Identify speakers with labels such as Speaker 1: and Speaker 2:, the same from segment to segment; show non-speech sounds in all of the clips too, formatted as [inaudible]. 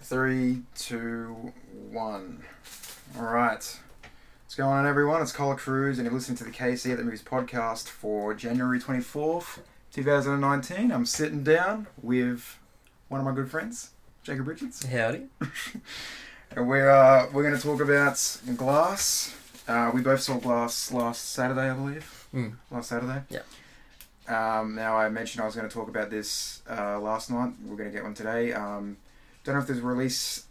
Speaker 1: Three, two, one. All right. What's going on, everyone? It's Cola Cruz, and you're listening to the KC at the Movies podcast for January 24th, 2019. I'm sitting down with one of my good friends, Jacob Richards,
Speaker 2: Howdy.
Speaker 1: and we're, uh, we're going to talk about Glass. Uh, we both saw Glass last Saturday, I believe.
Speaker 2: Mm.
Speaker 1: Last Saturday?
Speaker 2: Yep.
Speaker 1: Um, now, I mentioned I was going to talk about this uh, last night. We're going to get one today. Um, don't know if there's a release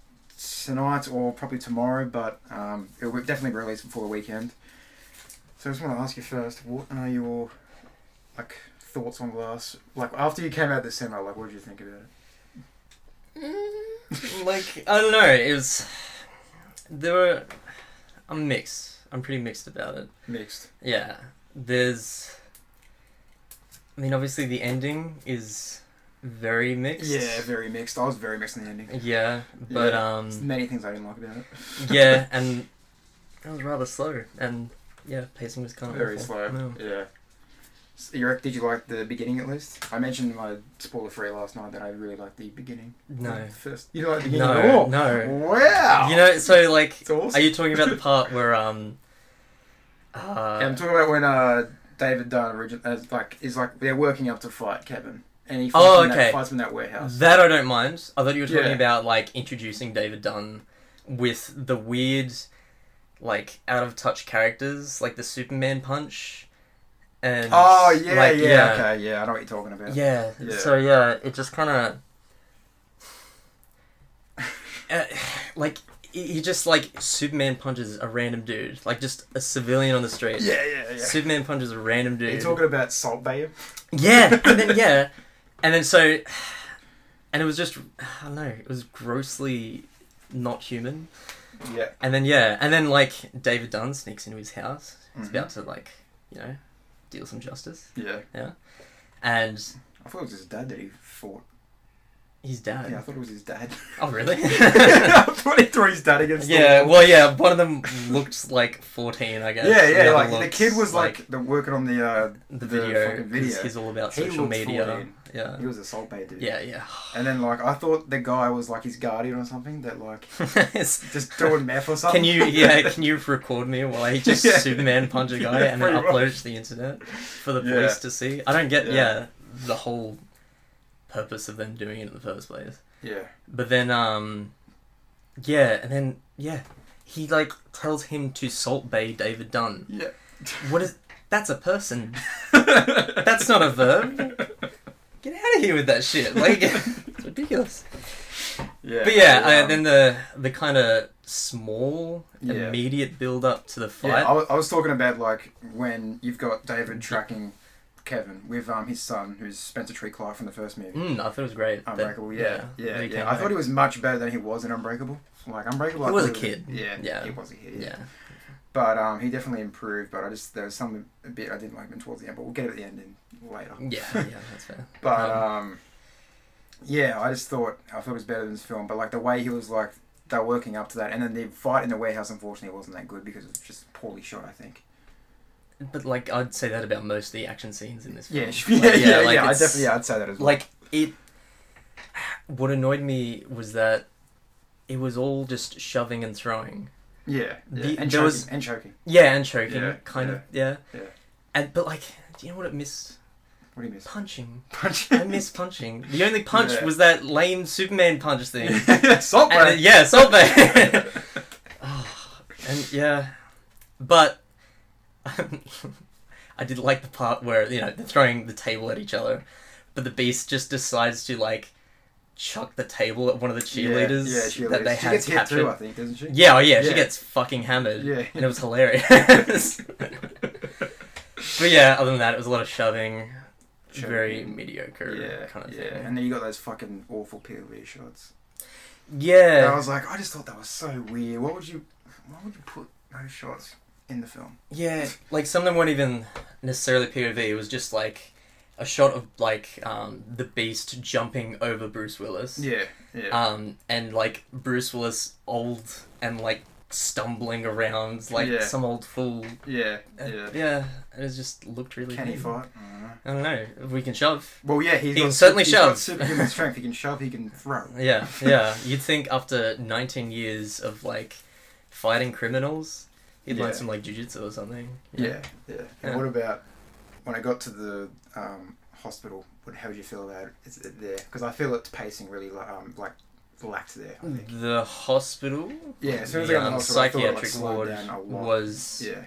Speaker 1: tonight or probably tomorrow, but um, it will definitely be released before the weekend. So I just want to ask you first, what are your like thoughts on Glass? Like after you came out of the cinema, like what did you think about it?
Speaker 2: like I don't know, it was there were I'm mixed. I'm pretty mixed about it.
Speaker 1: Mixed.
Speaker 2: Yeah. There's I mean obviously the ending is very mixed.
Speaker 1: Yeah, very mixed. I was very mixed in the ending.
Speaker 2: Yeah. But um
Speaker 1: [laughs] Many things I didn't like about it.
Speaker 2: yeah, and it was rather slow and yeah, pacing was kinda
Speaker 1: Very
Speaker 2: awful.
Speaker 1: slow.
Speaker 2: No.
Speaker 1: Yeah. So you rec- did you like the beginning at least? I mentioned in my spoiler free last night that I really liked the beginning.
Speaker 2: No.
Speaker 1: The First, you don't like the beginning
Speaker 2: No,
Speaker 1: at all.
Speaker 2: no.
Speaker 1: Wow.
Speaker 2: You know, so like
Speaker 1: It's awesome.
Speaker 2: are you talking about the part where
Speaker 1: [laughs]
Speaker 2: um uh,
Speaker 1: Yeah, I'm talking about when uh, David Dunn origin- uh, like is like they're working up to fight Kevin, and he fights,
Speaker 2: Oh,
Speaker 1: in, that,
Speaker 2: okay.
Speaker 1: fights in that warehouse.
Speaker 2: That I don't mind. I thought you were talking
Speaker 1: Yeah.
Speaker 2: about like introducing David Dunn with the weird, like out of touch characters, like the Superman punch, and
Speaker 1: oh yeah,
Speaker 2: like,
Speaker 1: yeah, okay, yeah. I know what you're talking about.
Speaker 2: yeah,
Speaker 1: Yeah.
Speaker 2: So yeah, it just kind of
Speaker 1: [laughs]
Speaker 2: uh, like he he just like Superman punches a random dude, like just a civilian on the street.
Speaker 1: yeah, yeah. yeah.
Speaker 2: Superman punches a random dude.
Speaker 1: You're talking about Salt Bay. [laughs]
Speaker 2: Yeah, and then, yeah, and then so, and it was just I don't know, it was grossly not human.
Speaker 1: Yeah.
Speaker 2: And then yeah, and then like David Dunn sneaks into his house. He's
Speaker 1: Mhm.
Speaker 2: about to like you know deal some justice,
Speaker 1: Yeah.
Speaker 2: and
Speaker 1: I thought it was his dad that he fought.
Speaker 2: his dad.
Speaker 1: Yeah, I thought it was his dad. [laughs]
Speaker 2: Oh really? [laughs]
Speaker 1: I thought he threw his dad against. the
Speaker 2: yeah.
Speaker 1: wall.
Speaker 2: Well, yeah. One of them looked like fourteen, I guess.
Speaker 1: Yeah,
Speaker 2: The
Speaker 1: yeah,
Speaker 2: other
Speaker 1: like the
Speaker 2: looks
Speaker 1: kid was like, the working on the uh the
Speaker 2: the video.
Speaker 1: fucking
Speaker 2: 'cause
Speaker 1: video.
Speaker 2: He's all about
Speaker 1: He
Speaker 2: social
Speaker 1: looked
Speaker 2: media.
Speaker 1: 14.
Speaker 2: Yeah.
Speaker 1: he was a salt bay dude.
Speaker 2: Yeah, yeah. [laughs]
Speaker 1: And then like I thought the guy was like his guardian or something that like
Speaker 2: It's-
Speaker 1: just
Speaker 2: [laughs]
Speaker 1: doing meth or something.
Speaker 2: Can you
Speaker 1: [laughs]
Speaker 2: yeah? Can you record me while I just
Speaker 1: Yeah.
Speaker 2: Superman punch a guy
Speaker 1: Yeah,
Speaker 2: and then
Speaker 1: pretty
Speaker 2: upload it to the internet for the
Speaker 1: Yeah.
Speaker 2: police to see? I don't get
Speaker 1: Yeah.
Speaker 2: yeah. the whole purpose of them doing it in the first place.
Speaker 1: Yeah.
Speaker 2: But then um, yeah, and then yeah, he like tells him to Salt Bay David Dunn.
Speaker 1: Yeah.
Speaker 2: What is that's a
Speaker 1: [laughs]
Speaker 2: person? That's not a verb. Get out of here with that shit!
Speaker 1: [laughs]
Speaker 2: Like it's ridiculous.
Speaker 1: Yeah. um,
Speaker 2: But yeah,
Speaker 1: I,
Speaker 2: uh, then the the kind of small
Speaker 1: Yeah.
Speaker 2: immediate build up to the fight.
Speaker 1: yeah, I, was, I was talking about like when you've got David tracking Kevin with um his son, who's Spencer Tree Clark from the first movie.
Speaker 2: Mm, I thought it was great. that-
Speaker 1: Unbreakable, yeah, yeah,
Speaker 2: that
Speaker 1: yeah.
Speaker 2: he came
Speaker 1: I thought
Speaker 2: back.
Speaker 1: he was much better than he was in Unbreakable. Like Unbreakable,
Speaker 2: He
Speaker 1: I
Speaker 2: was
Speaker 1: thought
Speaker 2: a
Speaker 1: it
Speaker 2: kid.
Speaker 1: yeah,
Speaker 2: Yeah.
Speaker 1: he was a kid. Yeah,
Speaker 2: Yeah.
Speaker 1: but um, he definitely improved. But I just there was some a bit I didn't like him towards the end. But we'll get it at the end in later.
Speaker 2: Yeah, yeah, that's fair.
Speaker 1: But
Speaker 2: Um,
Speaker 1: um, yeah, I just thought I thought it was better than this film. But like the way he was like they're working up to that, and then the fight in the warehouse unfortunately wasn't that good because it was just poorly shot. I think.
Speaker 2: But, like, I'd say that about most of the action scenes in this
Speaker 1: Yeah,
Speaker 2: film. [laughs]
Speaker 1: [laughs] yeah,
Speaker 2: Like,
Speaker 1: yeah, yeah.
Speaker 2: like,
Speaker 1: I
Speaker 2: it's-
Speaker 1: definitely yeah, I'd say that as well.
Speaker 2: Like, it. What annoyed me was that it was all just shoving and throwing.
Speaker 1: yeah, yeah.
Speaker 2: the-
Speaker 1: and
Speaker 2: there
Speaker 1: choking,
Speaker 2: was-
Speaker 1: and choking.
Speaker 2: Yeah, and choking,
Speaker 1: Yeah,
Speaker 2: kind of. Yeah.
Speaker 1: yeah.
Speaker 2: And, but, like, do you know what it missed?
Speaker 1: What do you miss?
Speaker 2: Punching.
Speaker 1: Punch.
Speaker 2: I missed punching. The only punch
Speaker 1: Yeah.
Speaker 2: was that lame Superman punch
Speaker 1: [laughs]
Speaker 2: thing.
Speaker 1: Salt
Speaker 2: And, uh,
Speaker 1: Bay.
Speaker 2: yeah, Salt
Speaker 1: [laughs]
Speaker 2: Bay. oh, and yeah, but [laughs] I did like the part where you know they're throwing the table at each other, but the beast just decides to like chuck the table at one of the cheerleaders,
Speaker 1: Yeah, yeah, cheerleaders.
Speaker 2: that they
Speaker 1: she
Speaker 2: had
Speaker 1: gets hit
Speaker 2: captured.
Speaker 1: too, I think, doesn't she?
Speaker 2: yeah, oh yeah,
Speaker 1: Yeah.
Speaker 2: she gets fucking hammered.
Speaker 1: Yeah.
Speaker 2: and it was hilarious. [laughs] but yeah, other than that, it was a lot of shoving, very
Speaker 1: Choking.
Speaker 2: mediocre
Speaker 1: Yeah,
Speaker 2: kind of
Speaker 1: yeah,
Speaker 2: thing.
Speaker 1: and then you got those fucking awful POV shots. And I
Speaker 2: yeah,
Speaker 1: was like, I just thought that was so weird. What would you, why would you put those shots in the film?
Speaker 2: Yeah, like some of them weren't even necessarily POV. It was just like a shot of like um, the Beast jumping over Bruce Willis.
Speaker 1: Yeah, yeah,
Speaker 2: Um, and like Bruce Willis old and like stumbling around like
Speaker 1: Yeah.
Speaker 2: some old fool.
Speaker 1: Yeah,
Speaker 2: And,
Speaker 1: yeah.
Speaker 2: yeah, it has just looked really.
Speaker 1: Can he
Speaker 2: weird.
Speaker 1: fight? I don't know.
Speaker 2: I don't know. If we can shove.
Speaker 1: Mm-hmm. Well, yeah, he's
Speaker 2: He
Speaker 1: got,
Speaker 2: can certainly
Speaker 1: he's got
Speaker 2: shove.
Speaker 1: superhuman strength. He can shove. He can throw.
Speaker 2: Yeah, yeah. You'd think after 19 years of like fighting criminals, he'd learn
Speaker 1: Yeah.
Speaker 2: some like jujitsu or something.
Speaker 1: Yeah, yeah. And
Speaker 2: Yeah.
Speaker 1: what about when I got to the um, hospital? What, how did you feel about it, Is it there? Because I feel its pacing really la- um, like lacked there.
Speaker 2: Hmm.
Speaker 1: I think.
Speaker 2: The hospital.
Speaker 1: Yeah, as soon as I
Speaker 2: the
Speaker 1: got in the
Speaker 2: um,
Speaker 1: hospital, I thought it, like,
Speaker 2: psychiatric
Speaker 1: slowed
Speaker 2: ward
Speaker 1: down a lot.
Speaker 2: was
Speaker 1: [laughs] Yeah,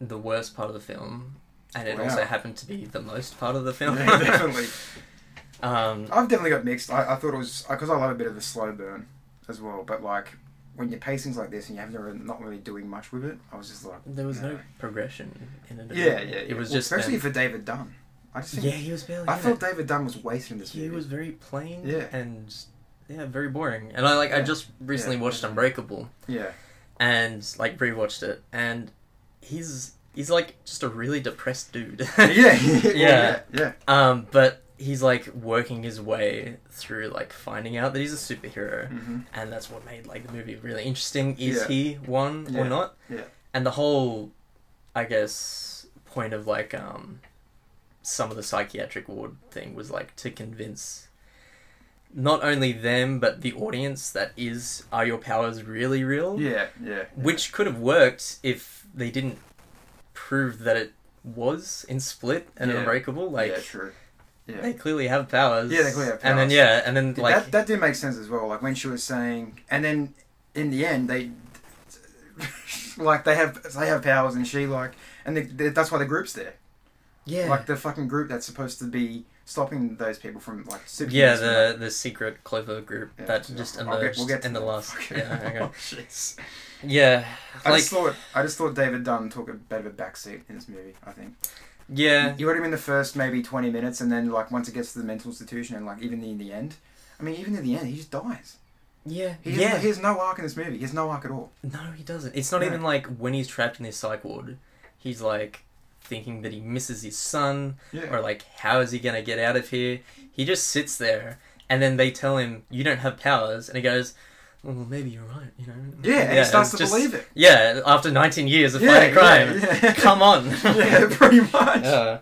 Speaker 2: the worst part of the film, and it
Speaker 1: Wow.
Speaker 2: also happened to be the most part of the film.
Speaker 1: yeah, definitely.
Speaker 2: [laughs] um,
Speaker 1: I've definitely got mixed. I, I thought it was because I love a bit of the slow burn as well. But like when your pacing's like this and you have no, not really doing much with it, I was just like,
Speaker 2: there was no
Speaker 1: No.
Speaker 2: progression in it. at
Speaker 1: yeah, yeah.
Speaker 2: all.
Speaker 1: yeah.
Speaker 2: It was
Speaker 1: Well,
Speaker 2: just
Speaker 1: especially for
Speaker 2: them-
Speaker 1: David Dunn. I just think,
Speaker 2: yeah, he was barely.
Speaker 1: I
Speaker 2: in
Speaker 1: felt
Speaker 2: it.
Speaker 1: David Dunn was wasted in this
Speaker 2: he
Speaker 1: movie.
Speaker 2: was very plain.
Speaker 1: Yeah.
Speaker 2: and yeah, very boring. And I like I
Speaker 1: Yeah.
Speaker 2: just recently
Speaker 1: Yeah.
Speaker 2: watched Unbreakable
Speaker 1: yeah, [laughs]
Speaker 2: and like rewatched it, and he's he's like just a really depressed dude.
Speaker 1: [laughs] yeah, yeah, yeah,
Speaker 2: [laughs] Yeah.
Speaker 1: yeah.
Speaker 2: Um, but he's like working his way through like finding out that he's a superhero.
Speaker 1: hmm
Speaker 2: and that's what made like the movie really interesting. Is
Speaker 1: Yeah.
Speaker 2: he one
Speaker 1: Yeah.
Speaker 2: or not?
Speaker 1: Yeah.
Speaker 2: And the whole, I guess, point of like um, some of the psychiatric ward thing was like to convince not only them but the audience that is are your powers really real?
Speaker 1: Yeah, yeah.
Speaker 2: Which could have worked if they didn't prove that it was in Split and
Speaker 1: Yeah.
Speaker 2: Unbreakable. Like
Speaker 1: yeah, true. Yeah.
Speaker 2: they clearly have powers.
Speaker 1: Yeah, they clearly have
Speaker 2: And then
Speaker 1: powers.
Speaker 2: yeah, and then
Speaker 1: Yeah,
Speaker 2: like
Speaker 1: that that did make sense as well. Like when she was saying, and then in the end they, [laughs] like they have they have powers, and she like, and the, the, that's why the group's there.
Speaker 2: yeah.
Speaker 1: Like the fucking group that's supposed to be stopping those people from like. super-
Speaker 2: Yeah, the the secret clever group
Speaker 1: Yeah,
Speaker 2: that
Speaker 1: yeah.
Speaker 2: just
Speaker 1: I'll
Speaker 2: emerged
Speaker 1: get- we'll get to
Speaker 2: in the
Speaker 1: that.
Speaker 2: last.
Speaker 1: Okay.
Speaker 2: Yeah, okay.
Speaker 1: [laughs] Oh, jeez.
Speaker 2: yeah,
Speaker 1: I
Speaker 2: like
Speaker 1: just thought I just thought David Dunn took a bit of a backseat in this movie. I think
Speaker 2: yeah,
Speaker 1: you got him in the first maybe twenty minutes, and then like once it gets to the mental institution, and like even in the end, I mean even in the end he just dies.
Speaker 2: yeah,
Speaker 1: He has,
Speaker 2: yeah.
Speaker 1: he has no arc in this movie. He has no arc at all.
Speaker 2: No, he doesn't. It's not
Speaker 1: No.
Speaker 2: even like when he's trapped in this psych ward, he's like thinking that he misses his son
Speaker 1: Yeah.
Speaker 2: or like how is he gonna get out of here? He just sits there, and then they tell him you don't have powers, and he goes. Well, maybe you're right, you know.
Speaker 1: Yeah, and he starts to
Speaker 2: it's just-
Speaker 1: believe it.
Speaker 2: Yeah, after 19 years of fighting crime,
Speaker 1: yeah.
Speaker 2: [laughs] come
Speaker 1: [laughs]
Speaker 2: on.
Speaker 1: yeah, pretty much.
Speaker 2: Yeah.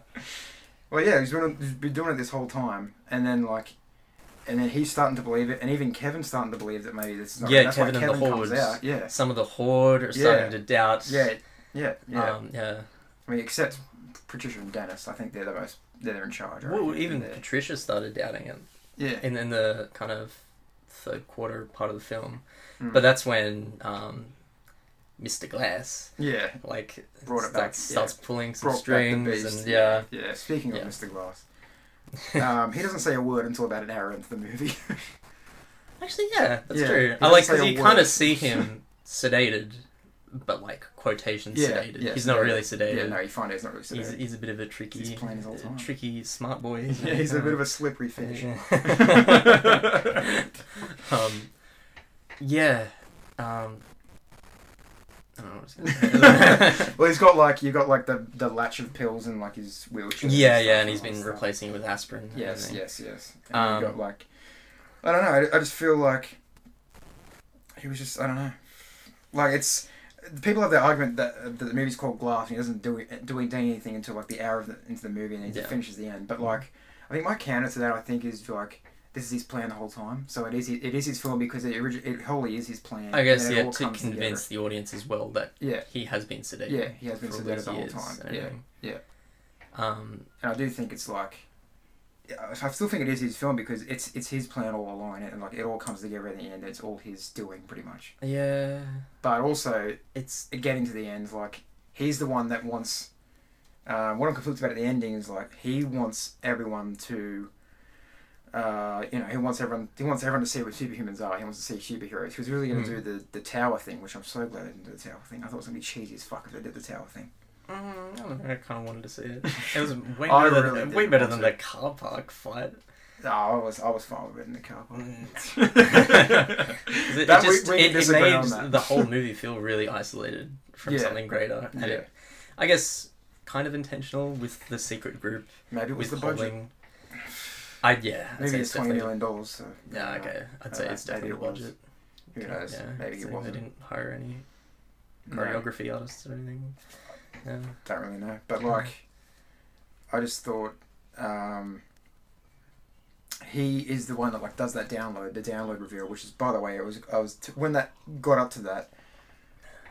Speaker 1: Well, yeah, he's been, he's been doing it this whole time, and then like, and then he's starting to believe it, and even Kevin's starting to believe that maybe this is not.
Speaker 2: Yeah,
Speaker 1: that's
Speaker 2: Kevin
Speaker 1: why
Speaker 2: and the
Speaker 1: Kevin comes
Speaker 2: Hordes.
Speaker 1: out. Yeah,
Speaker 2: some of the horde are
Speaker 1: Yeah.
Speaker 2: starting to doubt.
Speaker 1: yeah, yeah, yeah.
Speaker 2: Um, yeah.
Speaker 1: I mean, except Patricia and Dennis, I think they're the most they're in charge. I
Speaker 2: Well,
Speaker 1: reckon,
Speaker 2: even
Speaker 1: they're-
Speaker 2: Patricia started doubting him
Speaker 1: yeah,
Speaker 2: in, in the kind of third quarter part of the film.
Speaker 1: Mm.
Speaker 2: But that's when um, Mr. Glass
Speaker 1: yeah,
Speaker 2: like
Speaker 1: Brought it
Speaker 2: starts,
Speaker 1: back,
Speaker 2: starts pulling some
Speaker 1: Brought back
Speaker 2: strings
Speaker 1: the beast.
Speaker 2: and yeah.
Speaker 1: yeah. Speaking
Speaker 2: Yeah.
Speaker 1: of Mr.
Speaker 2: [laughs]
Speaker 1: Glass, um, he doesn't say a word until about an hour into the movie.
Speaker 2: Actually, yeah, that's
Speaker 1: Yeah, he
Speaker 2: true. I
Speaker 1: doesn't
Speaker 2: like
Speaker 1: say
Speaker 2: because
Speaker 1: a
Speaker 2: you kind
Speaker 1: word.
Speaker 2: of
Speaker 1: [laughs]
Speaker 2: see him sedated, but like quotation
Speaker 1: Yeah,
Speaker 2: sedated.
Speaker 1: yeah,
Speaker 2: he's not
Speaker 1: yeah.
Speaker 2: really sedated.
Speaker 1: yeah, no, you find out he's not really.
Speaker 2: he's,
Speaker 1: sedated.
Speaker 2: he's a bit of a tricky,
Speaker 1: He's playing his whole
Speaker 2: uh,
Speaker 1: time.
Speaker 2: tricky smart boy.
Speaker 1: [laughs]
Speaker 2: isn't
Speaker 1: yeah,
Speaker 2: he?
Speaker 1: he's a bit
Speaker 2: Um,
Speaker 1: of a slippery fish.
Speaker 2: Yeah. [laughs] um, yeah. Um, I don't know what I [laughs] was gonna say.
Speaker 1: [laughs] well, he's got like you got like the the latch of pills in like his wheelchair.
Speaker 2: yeah,
Speaker 1: stuff
Speaker 2: yeah, and he's
Speaker 1: all
Speaker 2: been
Speaker 1: that stuff.
Speaker 2: replacing it with aspirin. and
Speaker 1: Yes,
Speaker 2: everything.
Speaker 1: yes, yes. And
Speaker 2: Um,
Speaker 1: you got like, I don't know. I, I just feel like he was just I don't know. Like it's people have the argument that, that the movie's called Glass and he doesn't do it- do anything until like the hour of the, into the movie and he
Speaker 2: Yeah. Mm-hmm.
Speaker 1: just finishes the end. But like, I think my counter to that I think is like. This is his plan the whole time, so it is. It is his film because it, origi- it wholly is his plan.
Speaker 2: I guess
Speaker 1: and it
Speaker 2: yeah
Speaker 1: all
Speaker 2: to
Speaker 1: comes together.
Speaker 2: convince the audience as well that
Speaker 1: Yeah.
Speaker 2: he has been sedated.
Speaker 1: Yeah, he has been
Speaker 2: for all
Speaker 1: sedated
Speaker 2: these
Speaker 1: the whole
Speaker 2: years
Speaker 1: time.
Speaker 2: and
Speaker 1: Yeah,
Speaker 2: everything.
Speaker 1: yeah.
Speaker 2: Um,
Speaker 1: and I do think it's like, yeah, I still think it is his film because it's it's his plan all along, and like it all comes together at the end. It's all his doing, pretty much.
Speaker 2: yeah.
Speaker 1: But also
Speaker 2: It's
Speaker 1: getting to the end, like he's the one that wants. Um, what I'm conflicted about at the ending is like he wants everyone to. Uh, you know, he wants everyone. He wants everyone to see what superhumans are. He wants to see superheroes. He was really going
Speaker 2: Hmm.
Speaker 1: to do the, the tower thing, which I'm so glad they didn't do the tower thing. I thought it was going to be cheesy as fuck if they did the tower thing.
Speaker 2: mm, I, don't know, I kind of wanted to see it. It
Speaker 1: [laughs]
Speaker 2: was way
Speaker 1: I
Speaker 2: better, than-
Speaker 1: really
Speaker 2: way
Speaker 1: didn't
Speaker 2: better
Speaker 1: want
Speaker 2: than
Speaker 1: to.
Speaker 2: the car park fight.
Speaker 1: No, I was I was fine with it in the car. park. [laughs]
Speaker 2: [laughs] Mm. It,
Speaker 1: That
Speaker 2: it
Speaker 1: we-
Speaker 2: just
Speaker 1: we can
Speaker 2: it, it
Speaker 1: disagree
Speaker 2: made
Speaker 1: on that. [laughs]
Speaker 2: the whole movie feel really isolated from
Speaker 1: Yeah.
Speaker 2: something greater, and it, I guess kind of intentional with the secret group
Speaker 1: Maybe it was
Speaker 2: with
Speaker 1: the budget.
Speaker 2: holding. I yeah, I'd
Speaker 1: Maybe
Speaker 2: say
Speaker 1: it's twenty
Speaker 2: definitely-
Speaker 1: million dollars. So
Speaker 2: Yeah, okay, I'd
Speaker 1: Uh,
Speaker 2: say it's
Speaker 1: maybe
Speaker 2: definitely the
Speaker 1: it was.
Speaker 2: budget.
Speaker 1: who knows?
Speaker 2: Yeah,
Speaker 1: Maybe it
Speaker 2: it's like They
Speaker 1: wasn't.
Speaker 2: didn't hire any
Speaker 1: No.
Speaker 2: choreography artists or anything. Yeah.
Speaker 1: Don't really know, but like, I just thought um, he is the one that like does that download, the download reveal, which is by the way, it was I was t- when that got up to that.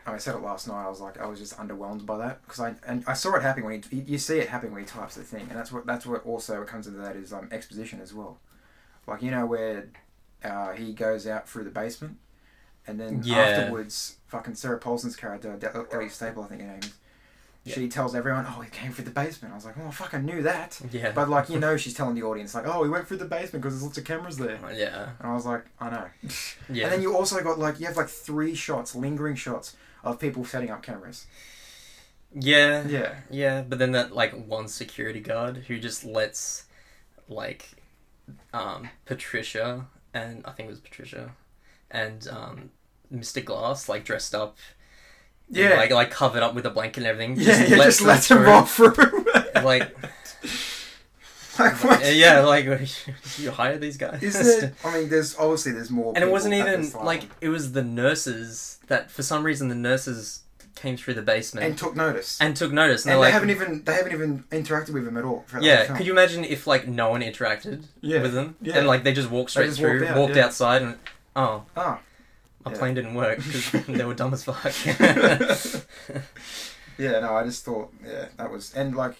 Speaker 1: I said it last night. I was like, I was just underwhelmed by that because I and I saw it happening when he, you see it happening when he types the thing, and that's what that's what also comes into that is um, exposition as well. Like you know where uh, he goes out through the basement, and then
Speaker 2: Yeah.
Speaker 1: afterwards, fucking Sarah Paulson's character, De- Ellie Staple, I think her name is,
Speaker 2: Yeah.
Speaker 1: she tells everyone, "Oh, he came through the basement." I was like, "Oh, I fucking knew that,"
Speaker 2: Yeah.
Speaker 1: but like you know, she's telling the audience like, "Oh, he went through the basement because there's lots of cameras there,"
Speaker 2: yeah.
Speaker 1: and I was like, "I know."
Speaker 2: Yeah.
Speaker 1: And then you also got like you have like three shots, lingering shots of people setting up cameras.
Speaker 2: yeah.
Speaker 1: Yeah.
Speaker 2: Yeah, but then that like one security guard who just lets like um Patricia and I think it was Patricia and um Mr. Glass like dressed up in,
Speaker 1: Yeah.
Speaker 2: like like covered up with a blanket and everything.
Speaker 1: yeah, yeah, just
Speaker 2: them
Speaker 1: let them
Speaker 2: through.
Speaker 1: off through. [laughs]
Speaker 2: Like
Speaker 1: like what?
Speaker 2: yeah, like [laughs] you hire these
Speaker 1: [laughs]
Speaker 2: guys.
Speaker 1: Is
Speaker 2: [laughs]
Speaker 1: it? I mean, there's obviously there's more.
Speaker 2: and it
Speaker 1: people
Speaker 2: wasn't
Speaker 1: at
Speaker 2: even
Speaker 1: this time.
Speaker 2: like it was the nurses that for some reason the nurses came through the basement
Speaker 1: and
Speaker 2: and,
Speaker 1: took notice.
Speaker 2: took notice
Speaker 1: And
Speaker 2: and, they're
Speaker 1: they
Speaker 2: like
Speaker 1: haven't even they haven't even interacted with him at all. throughout the whole
Speaker 2: Yeah,
Speaker 1: film.
Speaker 2: could you imagine if like no one interacted
Speaker 1: Yeah,
Speaker 2: with them
Speaker 1: yeah.
Speaker 2: and like they just walked straight
Speaker 1: just walked
Speaker 2: through, walked,
Speaker 1: out, yeah.
Speaker 2: outside, and oh,
Speaker 1: Ah,
Speaker 2: my
Speaker 1: Yeah.
Speaker 2: plane didn't work because they were dumb
Speaker 1: [laughs]
Speaker 2: as fuck. [laughs]
Speaker 1: yeah. No, I just thought yeah that was and like,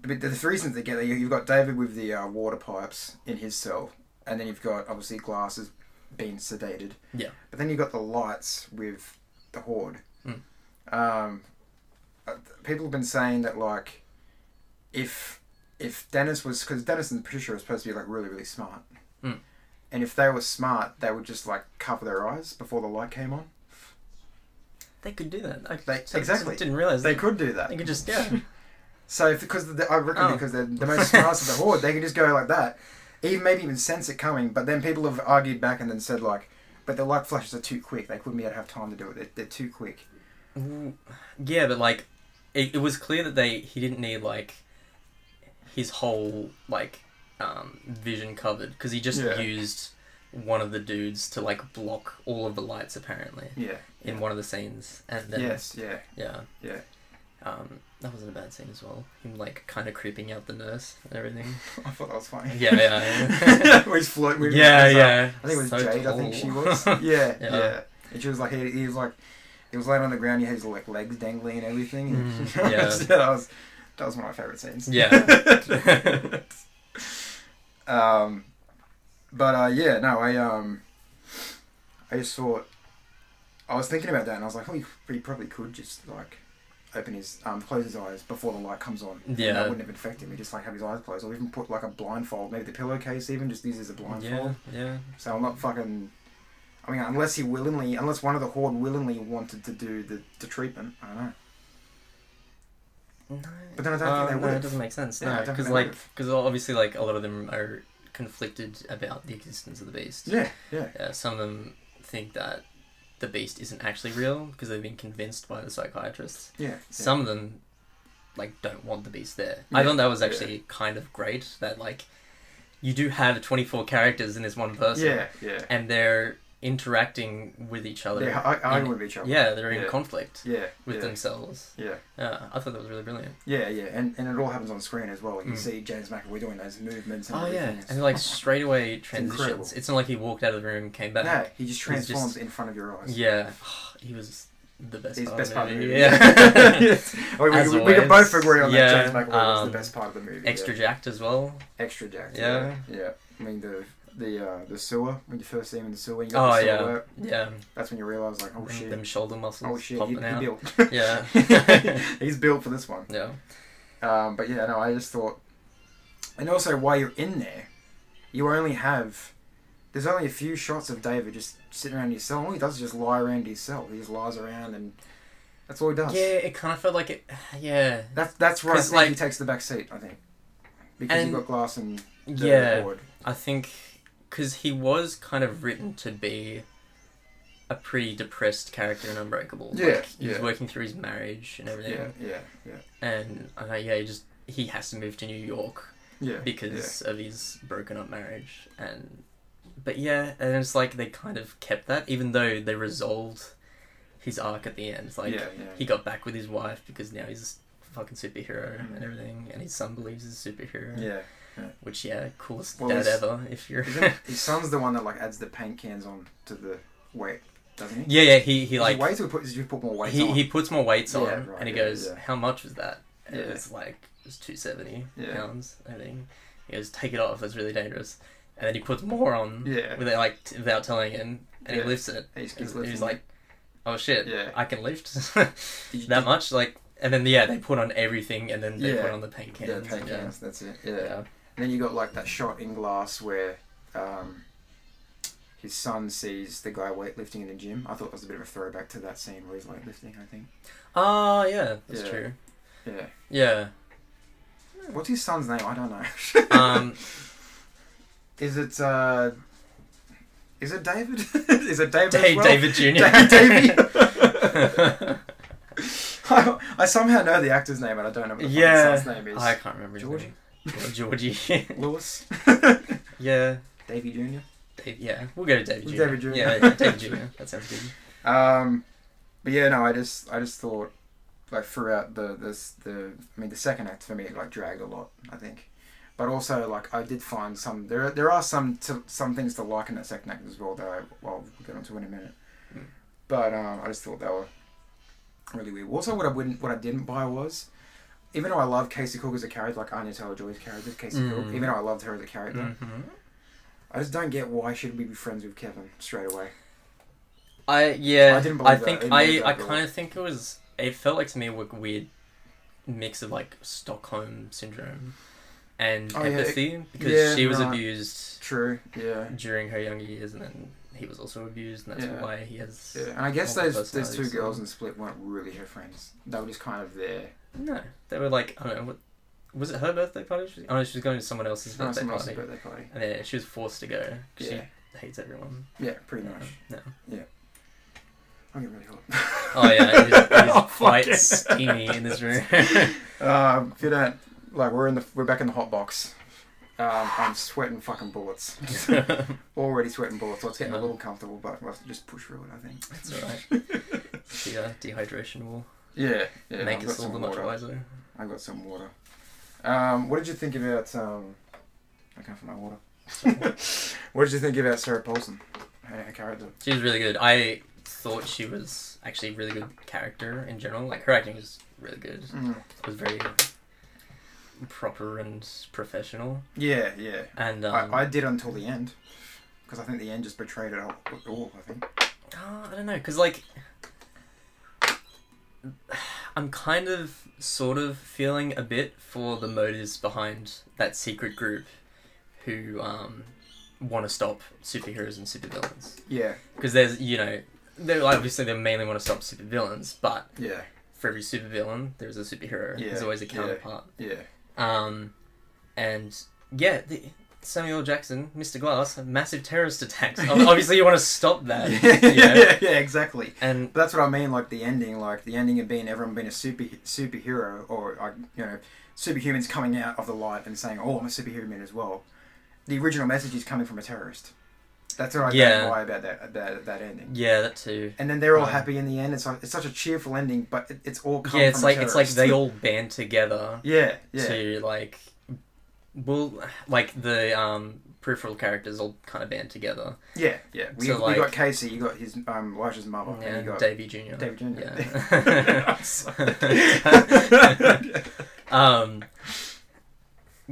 Speaker 1: but the three reasons they get there. you- You've got David with the uh, water pipes in his cell, and then you've got obviously glasses being sedated.
Speaker 2: Yeah.
Speaker 1: But then you've got the lights with the horde.
Speaker 2: Mm.
Speaker 1: Um, uh, people have been saying that like, if if Dennis was because Dennis and Patricia are supposed to be like really really smart.
Speaker 2: Mm.
Speaker 1: And if they were smart, they would just like cover their eyes before the light came on.
Speaker 2: they could do that. I
Speaker 1: They-
Speaker 2: so-
Speaker 1: exactly.
Speaker 2: so didn't realize
Speaker 1: They could do that.
Speaker 2: They could just yeah.
Speaker 1: So if, because the, I reckon
Speaker 2: Oh.
Speaker 1: because they're the most smartest of [laughs] the horde, they can just go like that. Even maybe even sense it coming. But then people have argued back and then said like, but the light flashes are too quick. They couldn't be able to have time to do it. They're, they're too quick.
Speaker 2: Ooh, yeah, but like it, it was clear that they he didn't need like his whole like um, vision covered because he just
Speaker 1: Yeah.
Speaker 2: used one of the dudes to like block all of the lights apparently
Speaker 1: Yeah.
Speaker 2: in one of the scenes and then
Speaker 1: Yes. Yeah.
Speaker 2: Yeah.
Speaker 1: Yeah.
Speaker 2: Um, that wasn't a bad scene as well. Him like kind of creeping out the nurse
Speaker 1: [laughs]
Speaker 2: and everything.
Speaker 1: [laughs] I thought that was funny.
Speaker 2: Yeah, yeah.
Speaker 1: [laughs] Where he's floating. with-
Speaker 2: yeah,
Speaker 1: with his, uh,
Speaker 2: yeah.
Speaker 1: I think it was
Speaker 2: So
Speaker 1: Jade. I think
Speaker 2: tall.
Speaker 1: she
Speaker 2: [laughs]
Speaker 1: was. Yeah, yeah.
Speaker 2: Yeah.
Speaker 1: And she was like, he, he was like, he was laying on the ground. He had his like legs dangling and everything. [laughs]
Speaker 2: Mm, yeah.
Speaker 1: So that was that was one of my favorite scenes.
Speaker 2: yeah.
Speaker 1: [laughs]
Speaker 2: [laughs]
Speaker 1: Um, but uh, yeah, no, I um, I just thought I was thinking about that, and I was like, oh, he, he probably could just like open his um, close his eyes before the light comes on. And
Speaker 2: Yeah.
Speaker 1: that wouldn't have affected him. He just like have his eyes closed, or even put like a blindfold, maybe the pillowcase, even just use it as a blindfold.
Speaker 2: yeah, yeah.
Speaker 1: So I'm not fucking. I mean, unless he willingly, unless one of the horde willingly wanted to do the, the treatment, I don't know.
Speaker 2: No.
Speaker 1: But then I don't think they
Speaker 2: Uh, no,
Speaker 1: would've.
Speaker 2: it doesn't make sense.
Speaker 1: Yeah, I
Speaker 2: no,
Speaker 1: don't think
Speaker 2: because
Speaker 1: they
Speaker 2: like,
Speaker 1: would've.
Speaker 2: because obviously like a lot of them are conflicted about the existence of the beast.
Speaker 1: Yeah, yeah,
Speaker 2: Yeah, some of them think that the beast isn't actually real because they've been convinced by the psychiatrists.
Speaker 1: yeah. yeah.
Speaker 2: some of them like don't want the beast there. I
Speaker 1: Yeah,
Speaker 2: thought that was
Speaker 1: yeah.
Speaker 2: actually kind of great that like you do have 24 characters in this one person
Speaker 1: yeah, yeah,
Speaker 2: and they're interacting with each other.
Speaker 1: yeah. I, I
Speaker 2: in-
Speaker 1: with each other.
Speaker 2: yeah, they're in
Speaker 1: Yeah.
Speaker 2: conflict
Speaker 1: yeah,
Speaker 2: with
Speaker 1: yeah,
Speaker 2: themselves.
Speaker 1: Yeah,
Speaker 2: Yeah, I thought that was really brilliant.
Speaker 1: yeah, yeah, and and it all happens on screen as well. You
Speaker 2: Mm.
Speaker 1: see James McAvoy doing those movements. And
Speaker 2: Oh yeah,
Speaker 1: everything. It's-
Speaker 2: and
Speaker 1: [laughs]
Speaker 2: like straight away transitions.
Speaker 1: incredible.
Speaker 2: It's, not like he walked out of the room, came back.
Speaker 1: no, he just
Speaker 2: he's
Speaker 1: transforms
Speaker 2: just-
Speaker 1: in front of your eyes.
Speaker 2: Yeah, [sighs] he was the best.
Speaker 1: He's
Speaker 2: part
Speaker 1: best
Speaker 2: of
Speaker 1: part of the movie. [laughs]
Speaker 2: Yeah, [laughs]
Speaker 1: Yes. I mean,
Speaker 2: As
Speaker 1: we, we can both
Speaker 2: always,
Speaker 1: agree on
Speaker 2: yeah,
Speaker 1: that. James McAvoy was
Speaker 2: um,
Speaker 1: the best part of the movie.
Speaker 2: extra jacked as well.
Speaker 1: yeah. extra jacked.
Speaker 2: Yeah.
Speaker 1: yeah, yeah. I mean the the uh, the sewer when you first see him in the sewer. You got
Speaker 2: Oh
Speaker 1: the sewer
Speaker 2: yeah,
Speaker 1: work,
Speaker 2: yeah.
Speaker 1: that's when you realise like, oh shit,
Speaker 2: Them shoulder muscles
Speaker 1: Oh shit, he,
Speaker 2: popping
Speaker 1: he
Speaker 2: out.
Speaker 1: built.
Speaker 2: Yeah.
Speaker 1: [laughs] He's built for this one.
Speaker 2: yeah.
Speaker 1: Um, but yeah, no, I just thought, and also while you're in there, you only have there's only a few shots of David just sitting around his cell. All he does is just lie around his cell. He just lies around, and that's all he does.
Speaker 2: Yeah, it kind of felt like it. [sighs] Yeah,
Speaker 1: That's that's where I
Speaker 2: 'Cause,
Speaker 1: think he
Speaker 2: like-
Speaker 1: takes the back seat. I think because
Speaker 2: And-
Speaker 1: you've got glass and the
Speaker 2: yeah.
Speaker 1: board.
Speaker 2: I think because he was kind of written to be a pretty depressed character in Unbreakable. Like,
Speaker 1: Yeah,
Speaker 2: he was
Speaker 1: yeah.
Speaker 2: working through his marriage and everything,
Speaker 1: Yeah, yeah, yeah,
Speaker 2: and uh, yeah, he just he has to move to New York
Speaker 1: yeah.
Speaker 2: because of his broken up marriage and. But yeah, and it's like they kind of kept that, even though they resolved his arc at the end. It's Like
Speaker 1: yeah, yeah.
Speaker 2: he got back with his wife because now he's a fucking superhero and everything, and his son believes he's a superhero.
Speaker 1: Mm. yeah.
Speaker 2: Which yeah, coolest
Speaker 1: Well,
Speaker 2: dad
Speaker 1: he's-
Speaker 2: ever. If you're
Speaker 1: Isn't his son's the one that like adds the paint cans on to the weight, doesn't he?
Speaker 2: [laughs] yeah, yeah, he he
Speaker 1: Is
Speaker 2: like
Speaker 1: it weights or put, did you put more weights
Speaker 2: he,
Speaker 1: on?
Speaker 2: he puts more weights
Speaker 1: Yeah,
Speaker 2: on
Speaker 1: right,
Speaker 2: and he
Speaker 1: yeah,
Speaker 2: goes
Speaker 1: yeah.
Speaker 2: how much was that and
Speaker 1: Yeah.
Speaker 2: it's like it's 270
Speaker 1: Yeah.
Speaker 2: pounds i think he goes take it off that's really dangerous and then he puts more on
Speaker 1: Yeah.
Speaker 2: without like t- without telling him and
Speaker 1: Yeah.
Speaker 2: he lifts it
Speaker 1: He's,
Speaker 2: he's,
Speaker 1: he's lifting
Speaker 2: he's like oh shit
Speaker 1: Yeah.
Speaker 2: i can lift [laughs]
Speaker 1: it. Did you-
Speaker 2: that much like and then yeah they put on everything and then they
Speaker 1: Yeah.
Speaker 2: put on the paint
Speaker 1: Yeah,
Speaker 2: cans
Speaker 1: paint
Speaker 2: yeah.
Speaker 1: cans. That's it. Yeah.
Speaker 2: Yeah.
Speaker 1: And then you got like that shot in glass where um, his son sees the guy weightlifting in the gym. I thought it was a bit of a throwback to that scene where he's weightlifting. I think.
Speaker 2: oh yeah that's
Speaker 1: Yeah.
Speaker 2: true
Speaker 1: Yeah. [laughs]
Speaker 2: yeah
Speaker 1: What's his son's name? I don't know.
Speaker 2: um
Speaker 1: is it? Uh, is it David? [laughs] is it David? as
Speaker 2: Da-
Speaker 1: well?
Speaker 2: david
Speaker 1: [laughs]
Speaker 2: junior
Speaker 1: Da-
Speaker 2: [laughs]
Speaker 1: Davey. [laughs] I, I somehow know the actor's name and I don't know what the
Speaker 2: Yeah. Oh,
Speaker 1: yeah. son's name is.
Speaker 2: i can't remember his
Speaker 1: Georgie?
Speaker 2: name.
Speaker 1: [laughs]
Speaker 2: georgie [laughs]
Speaker 1: Lewis.
Speaker 2: yeah
Speaker 1: Davey Junior.
Speaker 2: Dave, yeah, we'll go to David
Speaker 1: We'll
Speaker 2: Jr.
Speaker 1: David Jr.
Speaker 2: Yeah, yeah, David Jr.
Speaker 1: [laughs]
Speaker 2: That sounds good.
Speaker 1: Um, but yeah, no, I just I just thought like throughout the this the I mean the second act for me it, like dragged a lot I think, but also like I did find some there there are some to, some things to like in that second act as well that I well we'll get onto in a minute,
Speaker 2: Mm.
Speaker 1: but um, I just thought they were really weird. Also, what I wouldn't what I didn't buy was. Even though I love Casey Cook as a character, like Anya Taylor Joy's character, Casey Cook,
Speaker 2: Mm.
Speaker 1: even though I loved her as a character,
Speaker 2: hmm
Speaker 1: I just don't get why should we be friends with Kevin straight away.
Speaker 2: I yeah,
Speaker 1: I
Speaker 2: I,
Speaker 1: didn't believe that.
Speaker 2: think
Speaker 1: It made me
Speaker 2: I
Speaker 1: doubt
Speaker 2: I
Speaker 1: that.
Speaker 2: kind of think it was it felt like to me a w- weird mix of like Stockholm syndrome and
Speaker 1: Oh, yeah,
Speaker 2: empathy because
Speaker 1: yeah,
Speaker 2: she was
Speaker 1: right.
Speaker 2: abused
Speaker 1: True. Yeah.
Speaker 2: during her younger years and then he was also abused and that's
Speaker 1: Yeah.
Speaker 2: why he has
Speaker 1: Yeah, and I guess
Speaker 2: multiple
Speaker 1: those those two
Speaker 2: personalities,
Speaker 1: girls
Speaker 2: so-
Speaker 1: in Split weren't really her friends. They were just kind of there.
Speaker 2: no they were like I don't know what was it her birthday party she, oh no she was going to someone else's
Speaker 1: No,
Speaker 2: birthday
Speaker 1: someone else's
Speaker 2: party
Speaker 1: birthday party.
Speaker 2: and then she was forced to go 'cause
Speaker 1: Yeah,
Speaker 2: she hates everyone
Speaker 1: yeah, pretty much.
Speaker 2: no
Speaker 1: I'm getting really hot.
Speaker 2: Oh
Speaker 1: [laughs]
Speaker 2: yeah, it is, it is
Speaker 1: Oh, fuck
Speaker 2: quite
Speaker 1: it.
Speaker 2: steamy in
Speaker 1: [laughs]
Speaker 2: this room. [laughs]
Speaker 1: Um, if you don't like, we're in the we're back in the hot box. Um, I'm sweating fucking
Speaker 2: [laughs]
Speaker 1: bullets. [laughs] Already sweating bullets. So it's getting a
Speaker 2: Yeah.
Speaker 1: little comfortable, but let's just push through it. I think.
Speaker 2: it's alright. The uh, dehydration will
Speaker 1: Yeah, yeah.
Speaker 2: make
Speaker 1: I've
Speaker 2: us
Speaker 1: got some
Speaker 2: all the much
Speaker 1: water.
Speaker 2: wiser.
Speaker 1: I got some water. Um, what did you think about? Um, I can't find my water. [laughs] what did you think about Sarah Paulson? Her, her character.
Speaker 2: She was really good. I thought she was actually a really good character in general. Like her acting was really good.
Speaker 1: Mm.
Speaker 2: It was very proper and professional.
Speaker 1: Yeah, yeah.
Speaker 2: And um,
Speaker 1: I, I did until the end, because I think the end just betrayed it all. all I think.
Speaker 2: Uh, I don't know, because, like, I'm kind of, sort of feeling a bit for the motives behind that secret group who um, want to stop superheroes and supervillains.
Speaker 1: Yeah,
Speaker 2: Because there's, you know, they like, obviously they mainly want to stop supervillains, but
Speaker 1: yeah,
Speaker 2: for every supervillain, there's a superhero.
Speaker 1: Yeah,
Speaker 2: There's always a
Speaker 1: yeah.
Speaker 2: counterpart.
Speaker 1: yeah,
Speaker 2: Um, and, yeah, the, Samuel L. Jackson, Mr. Glass, massive
Speaker 1: [laughs]
Speaker 2: terrorist attacks. Ob- obviously, you want to stop that.
Speaker 1: yeah,
Speaker 2: you know?
Speaker 1: yeah, exactly.
Speaker 2: And
Speaker 1: But that's what I mean. Like the ending, like the ending of being everyone being a super superhero, or like you know, superhumans coming out of the light and saying, "Oh, I'm a superhuman as well." The original message is coming from a terrorist. That's what I
Speaker 2: Yeah.
Speaker 1: don't buy about that about that ending.
Speaker 2: Yeah, that too.
Speaker 1: And then they're all
Speaker 2: Um,
Speaker 1: happy in the end. It's like, it's such a cheerful ending, but it, it's all come
Speaker 2: yeah, it's
Speaker 1: from a
Speaker 2: like it's like
Speaker 1: terrorist.
Speaker 2: they all band together
Speaker 1: yeah yeah
Speaker 2: to like, well, like the um peripheral characters all kind of band together.
Speaker 1: Yeah, yeah. We,
Speaker 2: So, like-
Speaker 1: we got Casey, you got his um, Elijah's mother, and you
Speaker 2: yeah,
Speaker 1: got
Speaker 2: Davy Junior.
Speaker 1: David Jr. [laughs]
Speaker 2: Yeah. [laughs]
Speaker 1: I'm sorry.
Speaker 2: um.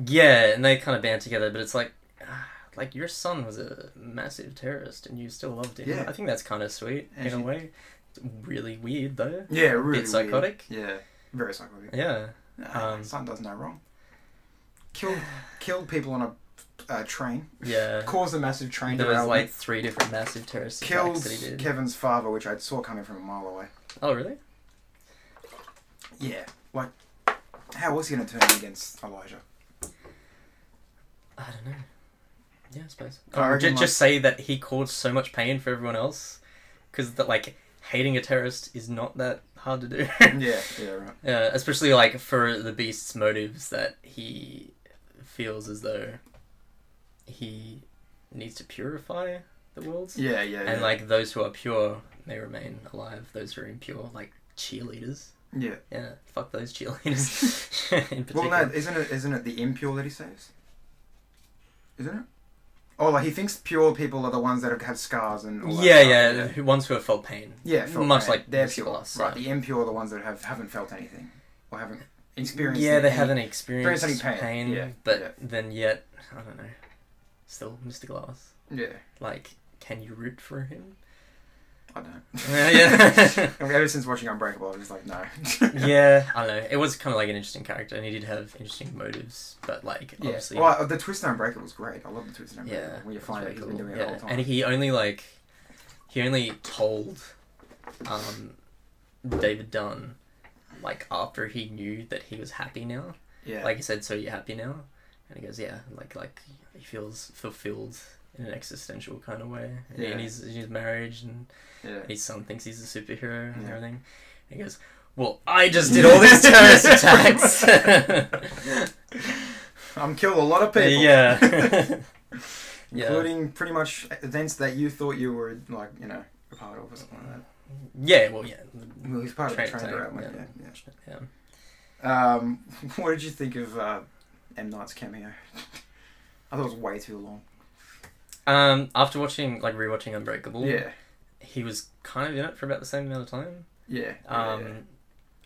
Speaker 2: Yeah, and they kind of band together, but it's like, ah, like your son was a massive terrorist, and you still loved him.
Speaker 1: Yeah.
Speaker 2: I think that's kind of sweet
Speaker 1: And
Speaker 2: in a
Speaker 1: she-
Speaker 2: way. It's really weird though.
Speaker 1: [laughs] yeah, really
Speaker 2: Bit psychotic.
Speaker 1: Weird. Yeah, very psychotic.
Speaker 2: Yeah.
Speaker 1: Nah,
Speaker 2: Um,
Speaker 1: son does no wrong. Killed killed people on a uh, train.
Speaker 2: Yeah.
Speaker 1: Caused a massive train
Speaker 2: There was
Speaker 1: derailment.
Speaker 2: like three different massive terrorist attacks
Speaker 1: killed
Speaker 2: that he did.
Speaker 1: Kevin's father, which I saw coming from a mile away.
Speaker 2: Oh really?
Speaker 1: Yeah, like how was he going to turn against Elijah?
Speaker 2: I don't know. Yeah, I suppose.
Speaker 1: I
Speaker 2: Or ju-
Speaker 1: reckon, like-
Speaker 2: just say that he caused so much pain for everyone else, because that like hating a terrorist is not that hard to do. [laughs]
Speaker 1: yeah, yeah, right.
Speaker 2: Yeah, especially like for the beast's motives that he feels as though he needs to purify the world,
Speaker 1: Yeah, yeah, yeah.
Speaker 2: and like those who are pure they remain alive. Those who are impure, like cheerleaders.
Speaker 1: Yeah.
Speaker 2: Yeah, fuck those cheerleaders. [laughs] in
Speaker 1: Well,
Speaker 2: particular.
Speaker 1: no, isn't it? Isn't it the impure that he saves? Isn't it? Oh, like he thinks pure people are the ones that have had scars and. All that
Speaker 2: yeah,
Speaker 1: stuff,
Speaker 2: yeah, who ones who have felt pain.
Speaker 1: Yeah, felt
Speaker 2: much
Speaker 1: pain.
Speaker 2: like
Speaker 1: they're
Speaker 2: this
Speaker 1: pure,
Speaker 2: class,
Speaker 1: right?
Speaker 2: yeah.
Speaker 1: The impure are the ones that have haven't felt anything or haven't experienced.
Speaker 2: yeah, they
Speaker 1: anything.
Speaker 2: haven't experienced
Speaker 1: any pain,
Speaker 2: pain,
Speaker 1: yeah,
Speaker 2: but
Speaker 1: yeah.
Speaker 2: then yet, I don't know. Still, Mr. Glass.
Speaker 1: Yeah,
Speaker 2: Like, can you root
Speaker 1: [laughs]
Speaker 2: for him? [laughs]
Speaker 1: I don't.
Speaker 2: Yeah, yeah.
Speaker 1: I mean, [laughs] Ever since watching Unbreakable, I was just like, no. [laughs]
Speaker 2: yeah, [laughs] I don't know. It was kind of like an interesting character, and he did have interesting motives, but like
Speaker 1: Yeah.
Speaker 2: obviously,
Speaker 1: Well, uh, the twist in Unbreakable was great. I love the twist in Unbreakable.
Speaker 2: yeah,
Speaker 1: When you
Speaker 2: it was
Speaker 1: find out
Speaker 2: very
Speaker 1: he's been
Speaker 2: cool.
Speaker 1: doing it
Speaker 2: yeah.
Speaker 1: the whole time.
Speaker 2: and he only like he only told um, David Dunn like after he knew that he was happy now.
Speaker 1: yeah.
Speaker 2: Like he said, so you're happy now, and he goes, yeah, like like he feels fulfilled in an existential kind of way, and
Speaker 1: Yeah.
Speaker 2: in his in his marriage and
Speaker 1: yeah.
Speaker 2: his son thinks he's a superhero and
Speaker 1: Yeah.
Speaker 2: everything. And he goes, Well, I just did
Speaker 1: [laughs]
Speaker 2: all these terrorist attacks.
Speaker 1: I'm killed a lot of [laughs] people. [laughs]
Speaker 2: yeah. yeah.
Speaker 1: Including pretty much events that you thought you were like, you know, a part of or something like that.
Speaker 2: Yeah, well, yeah.
Speaker 1: Well, he's part of the
Speaker 2: Train
Speaker 1: train
Speaker 2: attack,
Speaker 1: derailment.
Speaker 2: yeah.
Speaker 1: Yeah.
Speaker 2: yeah.
Speaker 1: yeah. Um, [laughs] what did you think of uh, M Night's cameo? [laughs] I thought it was way too long.
Speaker 2: Um, after watching, like, rewatching Unbreakable,
Speaker 1: Yeah.
Speaker 2: he was kind of in it for about the same amount of time.
Speaker 1: Yeah. yeah,
Speaker 2: Um,
Speaker 1: yeah.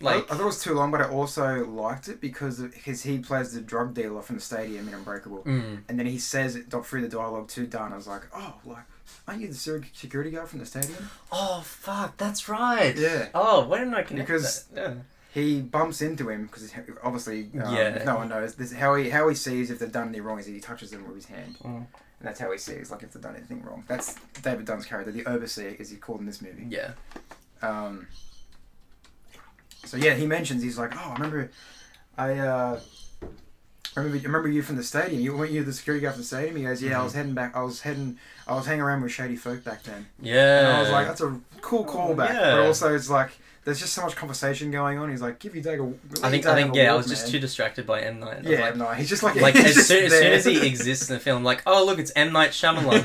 Speaker 2: Like,
Speaker 1: I, I thought it was too long, but I also liked it because because he plays the drug dealer from the stadium in Unbreakable,
Speaker 2: mm,
Speaker 1: and then he says it through the dialogue to Don. I was like, oh, like, aren't you the sec- security guard from the stadium?
Speaker 2: oh, fuck, that's right.
Speaker 1: Yeah.
Speaker 2: Oh, why didn't I connect
Speaker 1: Because-
Speaker 2: that? Yeah.
Speaker 1: He bumps into him because obviously, um,
Speaker 2: Yeah.
Speaker 1: if no one knows this. How he how he sees if they've done any wrong is he touches them with his hand,
Speaker 2: Mm.
Speaker 1: and that's how he sees like if they've done anything wrong. That's David Dunn's character, the overseer, as he's called in this movie.
Speaker 2: Yeah.
Speaker 1: Um, so yeah, he mentions he's like, oh, I remember, I uh, remember, remember you from the stadium. You weren't you the security guard from the stadium? He goes, yeah, I
Speaker 2: Mm-hmm.
Speaker 1: was heading back. I was heading. I was hanging around with shady folk back then.
Speaker 2: Yeah.
Speaker 1: And
Speaker 2: Oh,
Speaker 1: I was like, that's a cool callback.
Speaker 2: yeah.
Speaker 1: But also, it's like there's just so much conversation going on. He's like, give you Dag a.
Speaker 2: I think,
Speaker 1: Dag
Speaker 2: I
Speaker 1: a
Speaker 2: think, yeah, I
Speaker 1: walk,
Speaker 2: was just
Speaker 1: man."
Speaker 2: too distracted by M. Night. I was
Speaker 1: Yeah,
Speaker 2: like,
Speaker 1: no, he's just [laughs] like
Speaker 2: Like
Speaker 1: he's
Speaker 2: as
Speaker 1: just
Speaker 2: soon, as soon as
Speaker 1: there.
Speaker 2: he exists in the film, like oh look, it's M Night Shyamalan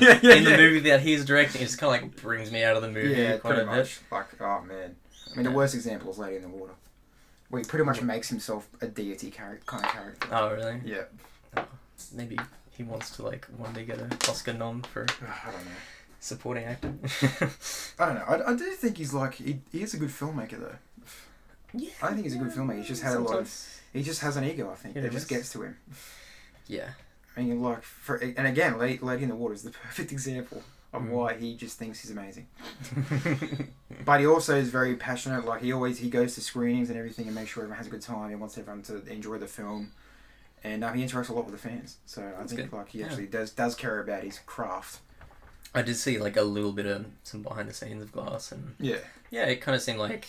Speaker 1: [laughs] Yeah, yeah,
Speaker 2: in the
Speaker 1: yeah.
Speaker 2: movie that he's directing. It just kind of like brings me out of the
Speaker 1: [laughs]
Speaker 2: movie
Speaker 1: Yeah,
Speaker 2: quite
Speaker 1: pretty
Speaker 2: a bit.
Speaker 1: much. Like, oh man. I mean, the
Speaker 2: Yeah.
Speaker 1: worst example is Lady in the Water, where he pretty much makes himself a deity char- kind of character.
Speaker 2: Oh really?
Speaker 1: Yeah,
Speaker 2: Maybe he wants to like one day get an Oscar nom for
Speaker 1: Ugh, [sighs] I don't know.
Speaker 2: supporting actor. [laughs]
Speaker 1: I don't know. I, I do think he's like he, he is a good filmmaker though.
Speaker 2: yeah,
Speaker 1: I think he's a good filmmaker. He's just had a lot of-
Speaker 2: sometimes.
Speaker 1: He just has an ego. I think
Speaker 2: Yeah,
Speaker 1: it
Speaker 2: he
Speaker 1: just
Speaker 2: is.
Speaker 1: gets to him.
Speaker 2: Yeah, [laughs]
Speaker 1: I mean, like for and again, Lady, Lady in the Water is the perfect example of
Speaker 2: Mm.
Speaker 1: why he just thinks he's amazing. But he also is very passionate. Like he always he goes to screenings and everything and makes sure everyone has a good time. He wants everyone to enjoy the film, and um, he interacts a lot with the fans. So I
Speaker 2: That's
Speaker 1: think
Speaker 2: good.
Speaker 1: like he
Speaker 2: Yeah.
Speaker 1: actually does does care about his craft.
Speaker 2: I did see like a little bit of some behind the scenes of Glass, and
Speaker 1: Yeah.
Speaker 2: yeah, it kind of seemed like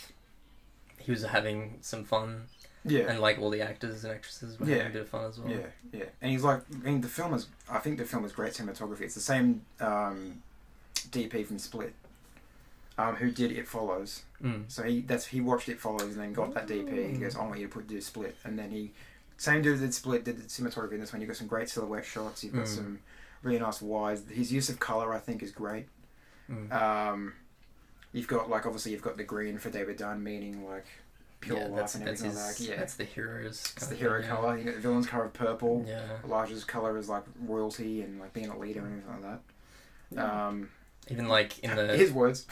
Speaker 2: he was having some fun,
Speaker 1: Yeah.
Speaker 2: and like all the actors and actresses were
Speaker 1: Yeah.
Speaker 2: having a bit of fun as well.
Speaker 1: Yeah, yeah, and he's like, I mean, the film is. I think the film is great cinematography. It's the same um, DP from Split, um, who did It Follows.
Speaker 2: Mm.
Speaker 1: So he that's he watched It Follows and then got that DP. He goes, I want you to put do Split, and then he same dude that did Split did the cinematography in this one. You've got some great silhouette shots. You've got
Speaker 2: Mm.
Speaker 1: some really nice wides. His use of color, I think, is great.
Speaker 2: Mm.
Speaker 1: Um, you've got like obviously you've got the green for David Dunn, meaning like pure
Speaker 2: yeah,
Speaker 1: life
Speaker 2: that's,
Speaker 1: and
Speaker 2: that's
Speaker 1: everything
Speaker 2: his,
Speaker 1: like that. Yeah,
Speaker 2: that's the hero's.
Speaker 1: it's the
Speaker 2: kinda
Speaker 1: hero
Speaker 2: thing, yeah.
Speaker 1: color. You got the villain's color of purple.
Speaker 2: Yeah.
Speaker 1: Elijah's color is like royalty and like being a leader and everything like that. Um,
Speaker 2: Even like
Speaker 1: [laughs]
Speaker 2: in the
Speaker 1: his
Speaker 2: [laughs]
Speaker 1: words.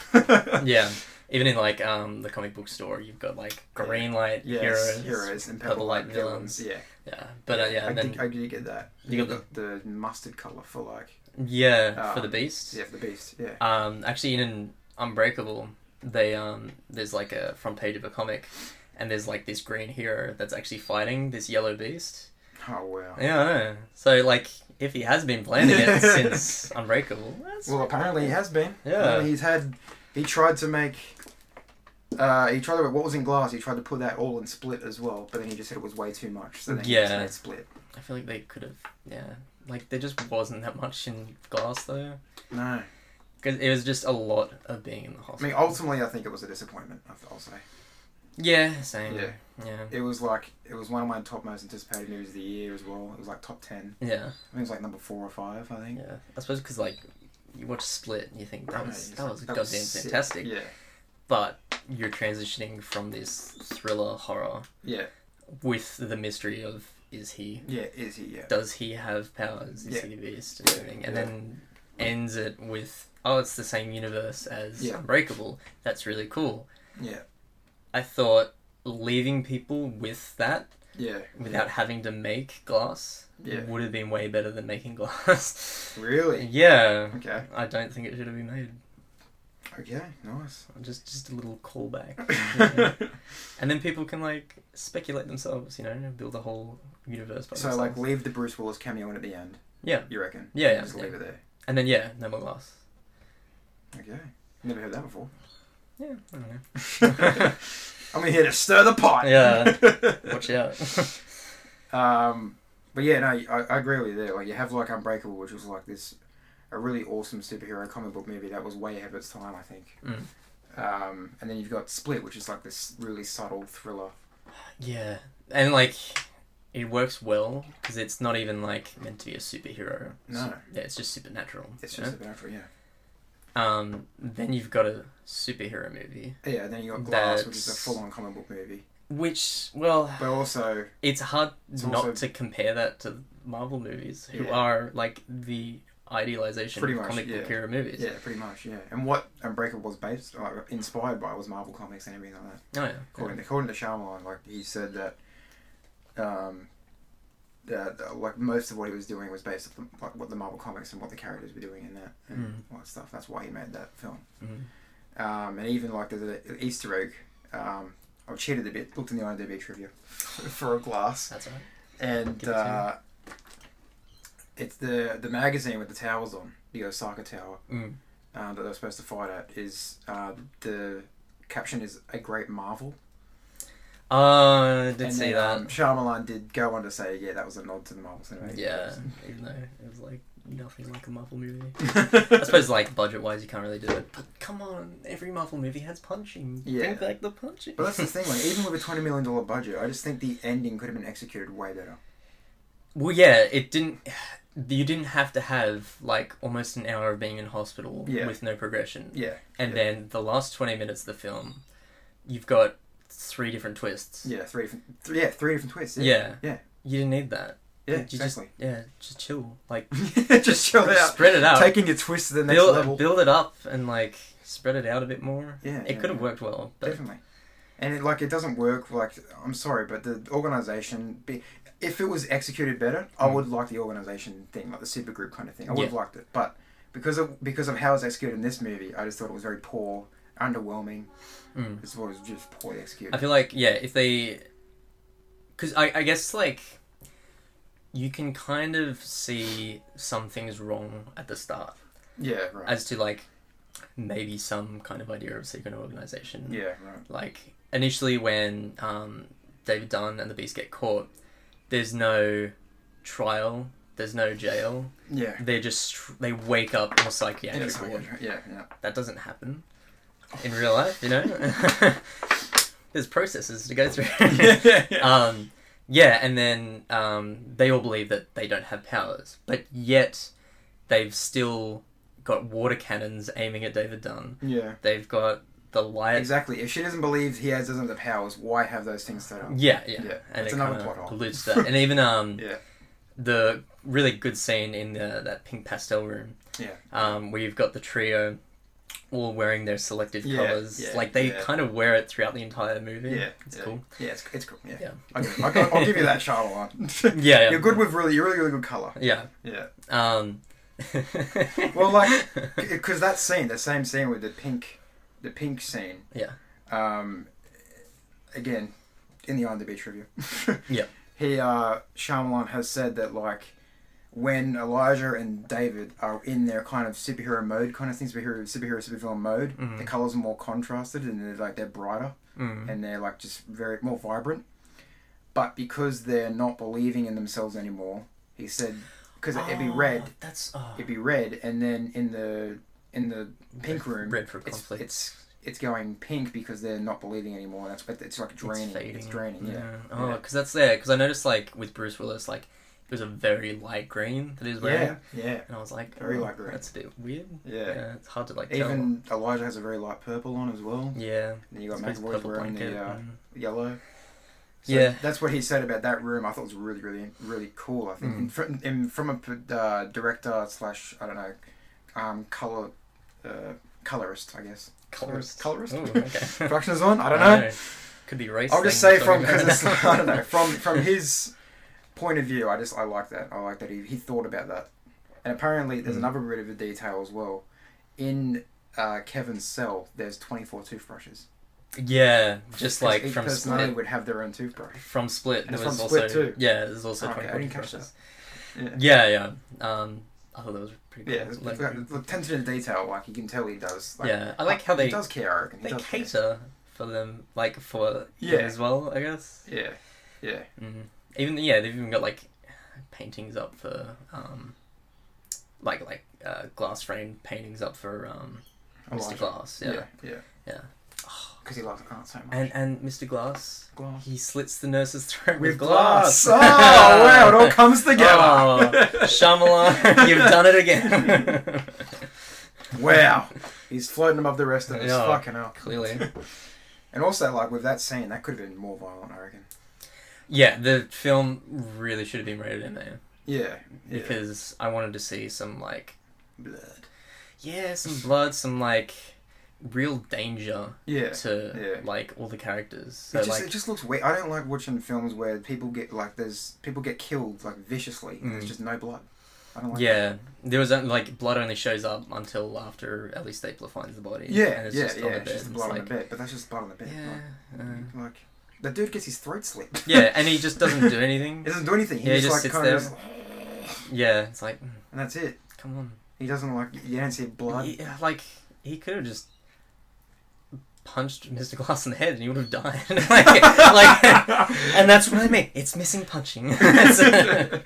Speaker 2: yeah, even in like um the comic book store, you've got like green light
Speaker 1: Yes,
Speaker 2: heroes.
Speaker 1: heroes, and purple light villains. Yeah,
Speaker 2: Yeah, but uh, yeah,
Speaker 1: I
Speaker 2: and then
Speaker 1: think I did get that.
Speaker 2: You
Speaker 1: You
Speaker 2: got
Speaker 1: got the, the mustard color for like
Speaker 2: yeah for the
Speaker 1: um,
Speaker 2: beast.
Speaker 1: yeah for the beast. Yeah,
Speaker 2: Um, actually, in Unbreakable, they um there's like a front page of a comic, and there's like this green hero that's actually fighting this yellow beast.
Speaker 1: oh wow.
Speaker 2: Yeah, I know. So like, if he has been planning
Speaker 1: [laughs]
Speaker 2: it since Unbreakable, that's
Speaker 1: Well, apparently he has been.
Speaker 2: Yeah.
Speaker 1: Apparently he's had. He tried to make. Uh, he tried to what was in glass. He tried to put that all in split as well, but then he just said it was way too much. So then he just
Speaker 2: Yeah.
Speaker 1: made split.
Speaker 2: I feel like they could have yeah. Like there just wasn't that much in Glass though.
Speaker 1: No,
Speaker 2: Because it was just a lot of being in the
Speaker 1: I mean
Speaker 2: hospital.
Speaker 1: ultimately I think it was a disappointment. I- I'll say.
Speaker 2: yeah, same.
Speaker 1: Yeah.
Speaker 2: Yeah. Yeah.
Speaker 1: It was like it was one of my top most anticipated movies of the year as well. It was like top ten.
Speaker 2: Yeah.
Speaker 1: I think it was like number four or five. I think.
Speaker 2: I suppose because, like, you watch Split and you think,
Speaker 1: I
Speaker 2: that
Speaker 1: don't
Speaker 2: was,
Speaker 1: know,
Speaker 2: that was
Speaker 1: that
Speaker 2: goddamn
Speaker 1: sick.
Speaker 2: fantastic.
Speaker 1: Yeah,
Speaker 2: but you're transitioning from this thriller horror
Speaker 1: Yeah,
Speaker 2: with the mystery of is he
Speaker 1: yeah, is he? Yeah,
Speaker 2: does he have powers? Is
Speaker 1: Yeah.
Speaker 2: he this and everything? And
Speaker 1: Yeah.
Speaker 2: then ends it with oh, it's the same universe as
Speaker 1: Yeah.
Speaker 2: Unbreakable. That's really cool.
Speaker 1: yeah,
Speaker 2: I thought leaving people with that
Speaker 1: yeah.
Speaker 2: without having to make glass
Speaker 1: Yeah.
Speaker 2: would have been way better than making glass. [laughs]
Speaker 1: Really?
Speaker 2: yeah.
Speaker 1: Okay.
Speaker 2: I don't think it should have been made.
Speaker 1: Okay. Nice.
Speaker 2: Just just a little
Speaker 1: [laughs]
Speaker 2: callback. and then people can like speculate themselves, you know, and build a whole universe [laughs] by
Speaker 1: so, like,
Speaker 2: themselves.
Speaker 1: leave the Bruce Willis cameo in at the end.
Speaker 2: Yeah.
Speaker 1: You reckon?
Speaker 2: Yeah, yeah,
Speaker 1: Just
Speaker 2: yeah.
Speaker 1: leave it there.
Speaker 2: and then yeah, no more glass.
Speaker 1: Okay. Never heard that
Speaker 2: [laughs]
Speaker 1: before.
Speaker 2: Yeah, I don't know.
Speaker 1: I'm here to stir the pot.
Speaker 2: Yeah. Watch
Speaker 1: [laughs]
Speaker 2: out. [laughs]
Speaker 1: Um, but yeah, no, I, I agree with you there. Like you have like Unbreakable, which was like this a really awesome superhero comic book movie that was way ahead of its time, I think.
Speaker 2: Mm.
Speaker 1: Um, and then you've got Split, which is like this really subtle thriller.
Speaker 2: yeah, and like it works well because it's not even like meant to be a superhero.
Speaker 1: No.
Speaker 2: yeah, it's just supernatural.
Speaker 1: It's
Speaker 2: you
Speaker 1: just
Speaker 2: know?
Speaker 1: supernatural, yeah.
Speaker 2: Um, then you've got a superhero movie,
Speaker 1: Yeah, and then you got Glass, which is a
Speaker 2: That's-
Speaker 1: full-on comic book movie,
Speaker 2: which well,
Speaker 1: but also
Speaker 2: it's hard
Speaker 1: It's
Speaker 2: not
Speaker 1: also-
Speaker 2: to compare that to Marvel movies, who
Speaker 1: Yeah.
Speaker 2: are like the idealization
Speaker 1: Pretty
Speaker 2: of
Speaker 1: much,
Speaker 2: comic book
Speaker 1: yeah.
Speaker 2: hero movies.
Speaker 1: yeah, pretty much, yeah. And what Unbreakable was based, like, inspired by, was Marvel comics and everything like that.
Speaker 2: Oh yeah,
Speaker 1: According, according to Shyamalan, like he said that, um, that uh, like most of what he was doing was based off the, like, what the Marvel comics and what the characters were doing in that and
Speaker 2: Mm.
Speaker 1: all that stuff. That's why he made that film.
Speaker 2: Mhm.
Speaker 1: Um, and even like there's an Easter egg. Um, I've cheated a bit. Looked in the IMDb trivia [laughs] for a glass,
Speaker 2: that's right.
Speaker 1: and
Speaker 2: Give it to me.
Speaker 1: uh, it's the the magazine with the towers on the Osaka Tower
Speaker 2: Mm.
Speaker 1: uh, that they're supposed to fight at is uh, the caption is a great marvel.
Speaker 2: Uh, I did
Speaker 1: And
Speaker 2: see
Speaker 1: then,
Speaker 2: that.
Speaker 1: Um, Shyamalan did go on to say, yeah, that was a nod to the Marvel Cinematic
Speaker 2: yeah,
Speaker 1: Universe.
Speaker 2: even though it was like nothing like a Marvel movie. [laughs] I suppose, like budget wise, you can't really do it. But come on, every Marvel movie has punching.
Speaker 1: Yeah.
Speaker 2: Bring back the punching.
Speaker 1: But that's the thing, like, even with a $20 million budget, I just think the ending could have been executed way better.
Speaker 2: [laughs] well, yeah, it didn't. You didn't have to have like almost an hour of being in hospital
Speaker 1: Yeah.
Speaker 2: with no progression,
Speaker 1: Yeah.
Speaker 2: and
Speaker 1: yeah.
Speaker 2: then the last twenty minutes of the film, you've got three different twists.
Speaker 1: Yeah, three different, th- yeah, three different twists. Yeah.
Speaker 2: Yeah.
Speaker 1: Yeah.
Speaker 2: You didn't need that.
Speaker 1: Yeah,
Speaker 2: you
Speaker 1: exactly.
Speaker 2: Just, yeah, just chill. Like
Speaker 1: [laughs] Just, chill out.
Speaker 2: spread it out.
Speaker 1: Taking your twist to the next
Speaker 2: build,
Speaker 1: level.
Speaker 2: build it up and like spread it out a bit more.
Speaker 1: Yeah,
Speaker 2: It
Speaker 1: yeah,
Speaker 2: could have
Speaker 1: yeah.
Speaker 2: worked well, but
Speaker 1: Definitely. And, it, like, it doesn't work, like, I'm sorry, but the organisation, be, if it was executed better, I would like the organisation thing, like the supergroup kind of thing. I would have
Speaker 2: Mm. Yeah.
Speaker 1: liked it. But because of, because of how it's executed in this movie, I just thought it was very poor, underwhelming.
Speaker 2: Mm.
Speaker 1: This was just poorly executed.
Speaker 2: I feel like yeah, if they, because I I guess like you can kind of see some things wrong at the start
Speaker 1: yeah, right.
Speaker 2: as to like maybe some kind of idea of secret organization.
Speaker 1: yeah, right.
Speaker 2: Like initially when um, David Dunn and the Beast get caught, there's no trial. There's no jail.
Speaker 1: Yeah.
Speaker 2: They just they wake up in a
Speaker 1: Yeah,
Speaker 2: psychiatric
Speaker 1: yeah,
Speaker 2: ward.
Speaker 1: yeah, yeah.
Speaker 2: [laughs]
Speaker 1: [laughs]
Speaker 2: That doesn't happen in real life, you know. [laughs] There's processes to go through.
Speaker 1: [laughs]
Speaker 2: um, yeah, and then um, they all believe that they don't have powers, but yet they've still got water cannons aiming at David Dunn.
Speaker 1: Yeah.
Speaker 2: They've got the light.
Speaker 1: Exactly. If she doesn't believe he has doesn't have the powers, why have those things set up?
Speaker 2: Yeah, yeah,
Speaker 1: Yeah,
Speaker 2: and
Speaker 1: that's
Speaker 2: it
Speaker 1: another
Speaker 2: kind
Speaker 1: plot hole.
Speaker 2: of
Speaker 1: [laughs]
Speaker 2: alludes to that. And even um,
Speaker 1: Yeah.
Speaker 2: the really good scene in the that pink pastel room.
Speaker 1: Yeah.
Speaker 2: Um, where you've got the trio all wearing their selective
Speaker 1: Yeah,
Speaker 2: colors.
Speaker 1: yeah,
Speaker 2: like they
Speaker 1: yeah.
Speaker 2: kind of wear it throughout the entire movie.
Speaker 1: Yeah,
Speaker 2: it's
Speaker 1: yeah.
Speaker 2: cool.
Speaker 1: Yeah, it's, it's cool. Yeah.
Speaker 2: Yeah.
Speaker 1: Okay, okay, I'll give you that,
Speaker 2: [laughs]
Speaker 1: Shyamalan.
Speaker 2: Yeah, yeah.
Speaker 1: You're good with really, you're really, really good color.
Speaker 2: Yeah.
Speaker 1: Yeah. [laughs]
Speaker 2: Um. [laughs]
Speaker 1: Well, like, because that scene, the same scene with the pink, the pink scene.
Speaker 2: Yeah.
Speaker 1: Um, again, in the IMDb [laughs] trivia.
Speaker 2: Yeah.
Speaker 1: He, uh, Shyamalan has said that like, when Elijah and David are in their kind of superhero mode, kind of thing, superhero, superhero, supervillain mode,
Speaker 2: Mhm.
Speaker 1: the colors are more contrasted and they're like they're brighter
Speaker 2: Mm.
Speaker 1: and they're like just very more vibrant. But because they're not believing in themselves anymore, he said, because it'd be
Speaker 2: Oh,
Speaker 1: red,
Speaker 2: That's oh,
Speaker 1: it'd be red, and then in the in the pink room,
Speaker 2: red for
Speaker 1: it's,
Speaker 2: conflict.
Speaker 1: it's it's going pink because they're not believing anymore. That's it's like draining. It's, draining. Yeah.
Speaker 2: Oh, because that's there. Because I noticed like with Bruce Willis, like it was a very light green that he was wearing,
Speaker 1: Yeah, yeah,
Speaker 2: and I was like,
Speaker 1: Very
Speaker 2: "Oh,
Speaker 1: light green."
Speaker 2: That's a bit weird. Yeah,
Speaker 1: yeah.
Speaker 2: it's hard to like tell.
Speaker 1: Even Elijah has a very light purple on as well.
Speaker 2: Yeah,
Speaker 1: Then you got
Speaker 2: it's basically
Speaker 1: McAvoy's wearing
Speaker 2: blanket
Speaker 1: the uh,
Speaker 2: and-
Speaker 1: yellow. So
Speaker 2: Yeah.
Speaker 1: that's what he said about that room. I thought it was really, really, really cool. I think,
Speaker 2: Mm.
Speaker 1: and, fr- and from a p- uh, director slash I don't know, um, color, uh, colorist, I guess.
Speaker 2: colorist.
Speaker 1: Colorist?
Speaker 2: Ooh,
Speaker 1: [laughs]
Speaker 2: okay.
Speaker 1: Production is on. I don't know.
Speaker 2: Could be race.
Speaker 1: I'll just
Speaker 2: thing
Speaker 1: say
Speaker 2: we're [laughs]
Speaker 1: from [laughs]
Speaker 2: talking
Speaker 1: because it's
Speaker 2: about.
Speaker 1: I don't know from from his point of view. I just I like that. I like that he he thought about that. And apparently, there's
Speaker 2: Mm.
Speaker 1: another bit of a detail as well. In uh, Kevin's cell, there's 24 toothbrushes.
Speaker 2: Yeah, just
Speaker 1: 'Cause
Speaker 2: like
Speaker 1: each
Speaker 2: from
Speaker 1: personality
Speaker 2: Split.
Speaker 1: would have their own toothbrush.
Speaker 2: From Split,
Speaker 1: And it's
Speaker 2: there was
Speaker 1: from
Speaker 2: also
Speaker 1: Split too. Oh,
Speaker 2: yeah, there's also
Speaker 1: Okay, I
Speaker 2: twenty four
Speaker 1: didn't catch
Speaker 2: brushes.
Speaker 1: Yeah.
Speaker 2: Yeah, yeah. Um, I thought that was pretty cool.
Speaker 1: Yeah, it's-
Speaker 2: Like,
Speaker 1: it's like, the attention to detail, like you can tell he does. Like,
Speaker 2: yeah, I like how they
Speaker 1: he does care. I reckon. He
Speaker 2: they
Speaker 1: does care.
Speaker 2: cater for them, like for
Speaker 1: Yeah.
Speaker 2: yeah. as well, I guess.
Speaker 1: Yeah, yeah,
Speaker 2: Mm. Even yeah, they've even got like paintings up for um, like like uh, glass frame paintings up for um, Mr.
Speaker 1: Elijah.
Speaker 2: Glass. Yeah,
Speaker 1: yeah, yeah. [sighs]
Speaker 2: yeah.
Speaker 1: Because he loves art so much.
Speaker 2: And and Mr. Glass,
Speaker 1: glass.
Speaker 2: he slits the nurse's throat with,
Speaker 1: With glass.
Speaker 2: [laughs]
Speaker 1: Oh wow! It all comes together.
Speaker 2: Oh, Shyamalan, [laughs] you've done it again.
Speaker 1: [laughs] Wow. He's floating above the rest of us.
Speaker 2: Yeah.
Speaker 1: Fucking up.
Speaker 2: Clearly.
Speaker 1: [laughs] And also, like with that scene, that could have been more violent. I reckon.
Speaker 2: Yeah, the film really should have been rated M, man,
Speaker 1: Yeah. yeah.
Speaker 2: because I wanted to see some like
Speaker 1: blood.
Speaker 2: yeah, some blood, some like real danger
Speaker 1: Yeah.
Speaker 2: to
Speaker 1: yeah.
Speaker 2: like all the characters. So
Speaker 1: It just,
Speaker 2: like
Speaker 1: it just looks weird. I don't like watching films where people get like there's people get killed like viciously. and There's
Speaker 2: Mm.
Speaker 1: just no blood. I don't like.
Speaker 2: yeah, there was only, like blood only shows up until after Ellie Stapler finds the body.
Speaker 1: Yeah,
Speaker 2: and it's
Speaker 1: yeah,
Speaker 2: just
Speaker 1: yeah.
Speaker 2: on the
Speaker 1: it's
Speaker 2: bed.
Speaker 1: just
Speaker 2: and
Speaker 1: the
Speaker 2: it's
Speaker 1: blood on
Speaker 2: like,
Speaker 1: the bed, but that's just blood on the bed.
Speaker 2: Yeah.
Speaker 1: Like, [laughs]
Speaker 2: uh,
Speaker 1: like, the dude gets his throat slit.
Speaker 2: yeah, and he just doesn't do anything.
Speaker 1: He doesn't do anything. He
Speaker 2: Yeah, he
Speaker 1: just,
Speaker 2: just
Speaker 1: like
Speaker 2: sits
Speaker 1: kind
Speaker 2: there.
Speaker 1: of, just,
Speaker 2: Yeah, it's like mm,
Speaker 1: and that's it.
Speaker 2: come on.
Speaker 1: He doesn't like you don't see blood.
Speaker 2: He- uh, like he could have just punched Mr. Glass in the head and he would have died. [laughs] [laughs] like, like, and that's [laughs] what I mean. It's missing punching. [laughs]
Speaker 1: [laughs]
Speaker 2: It's- uh,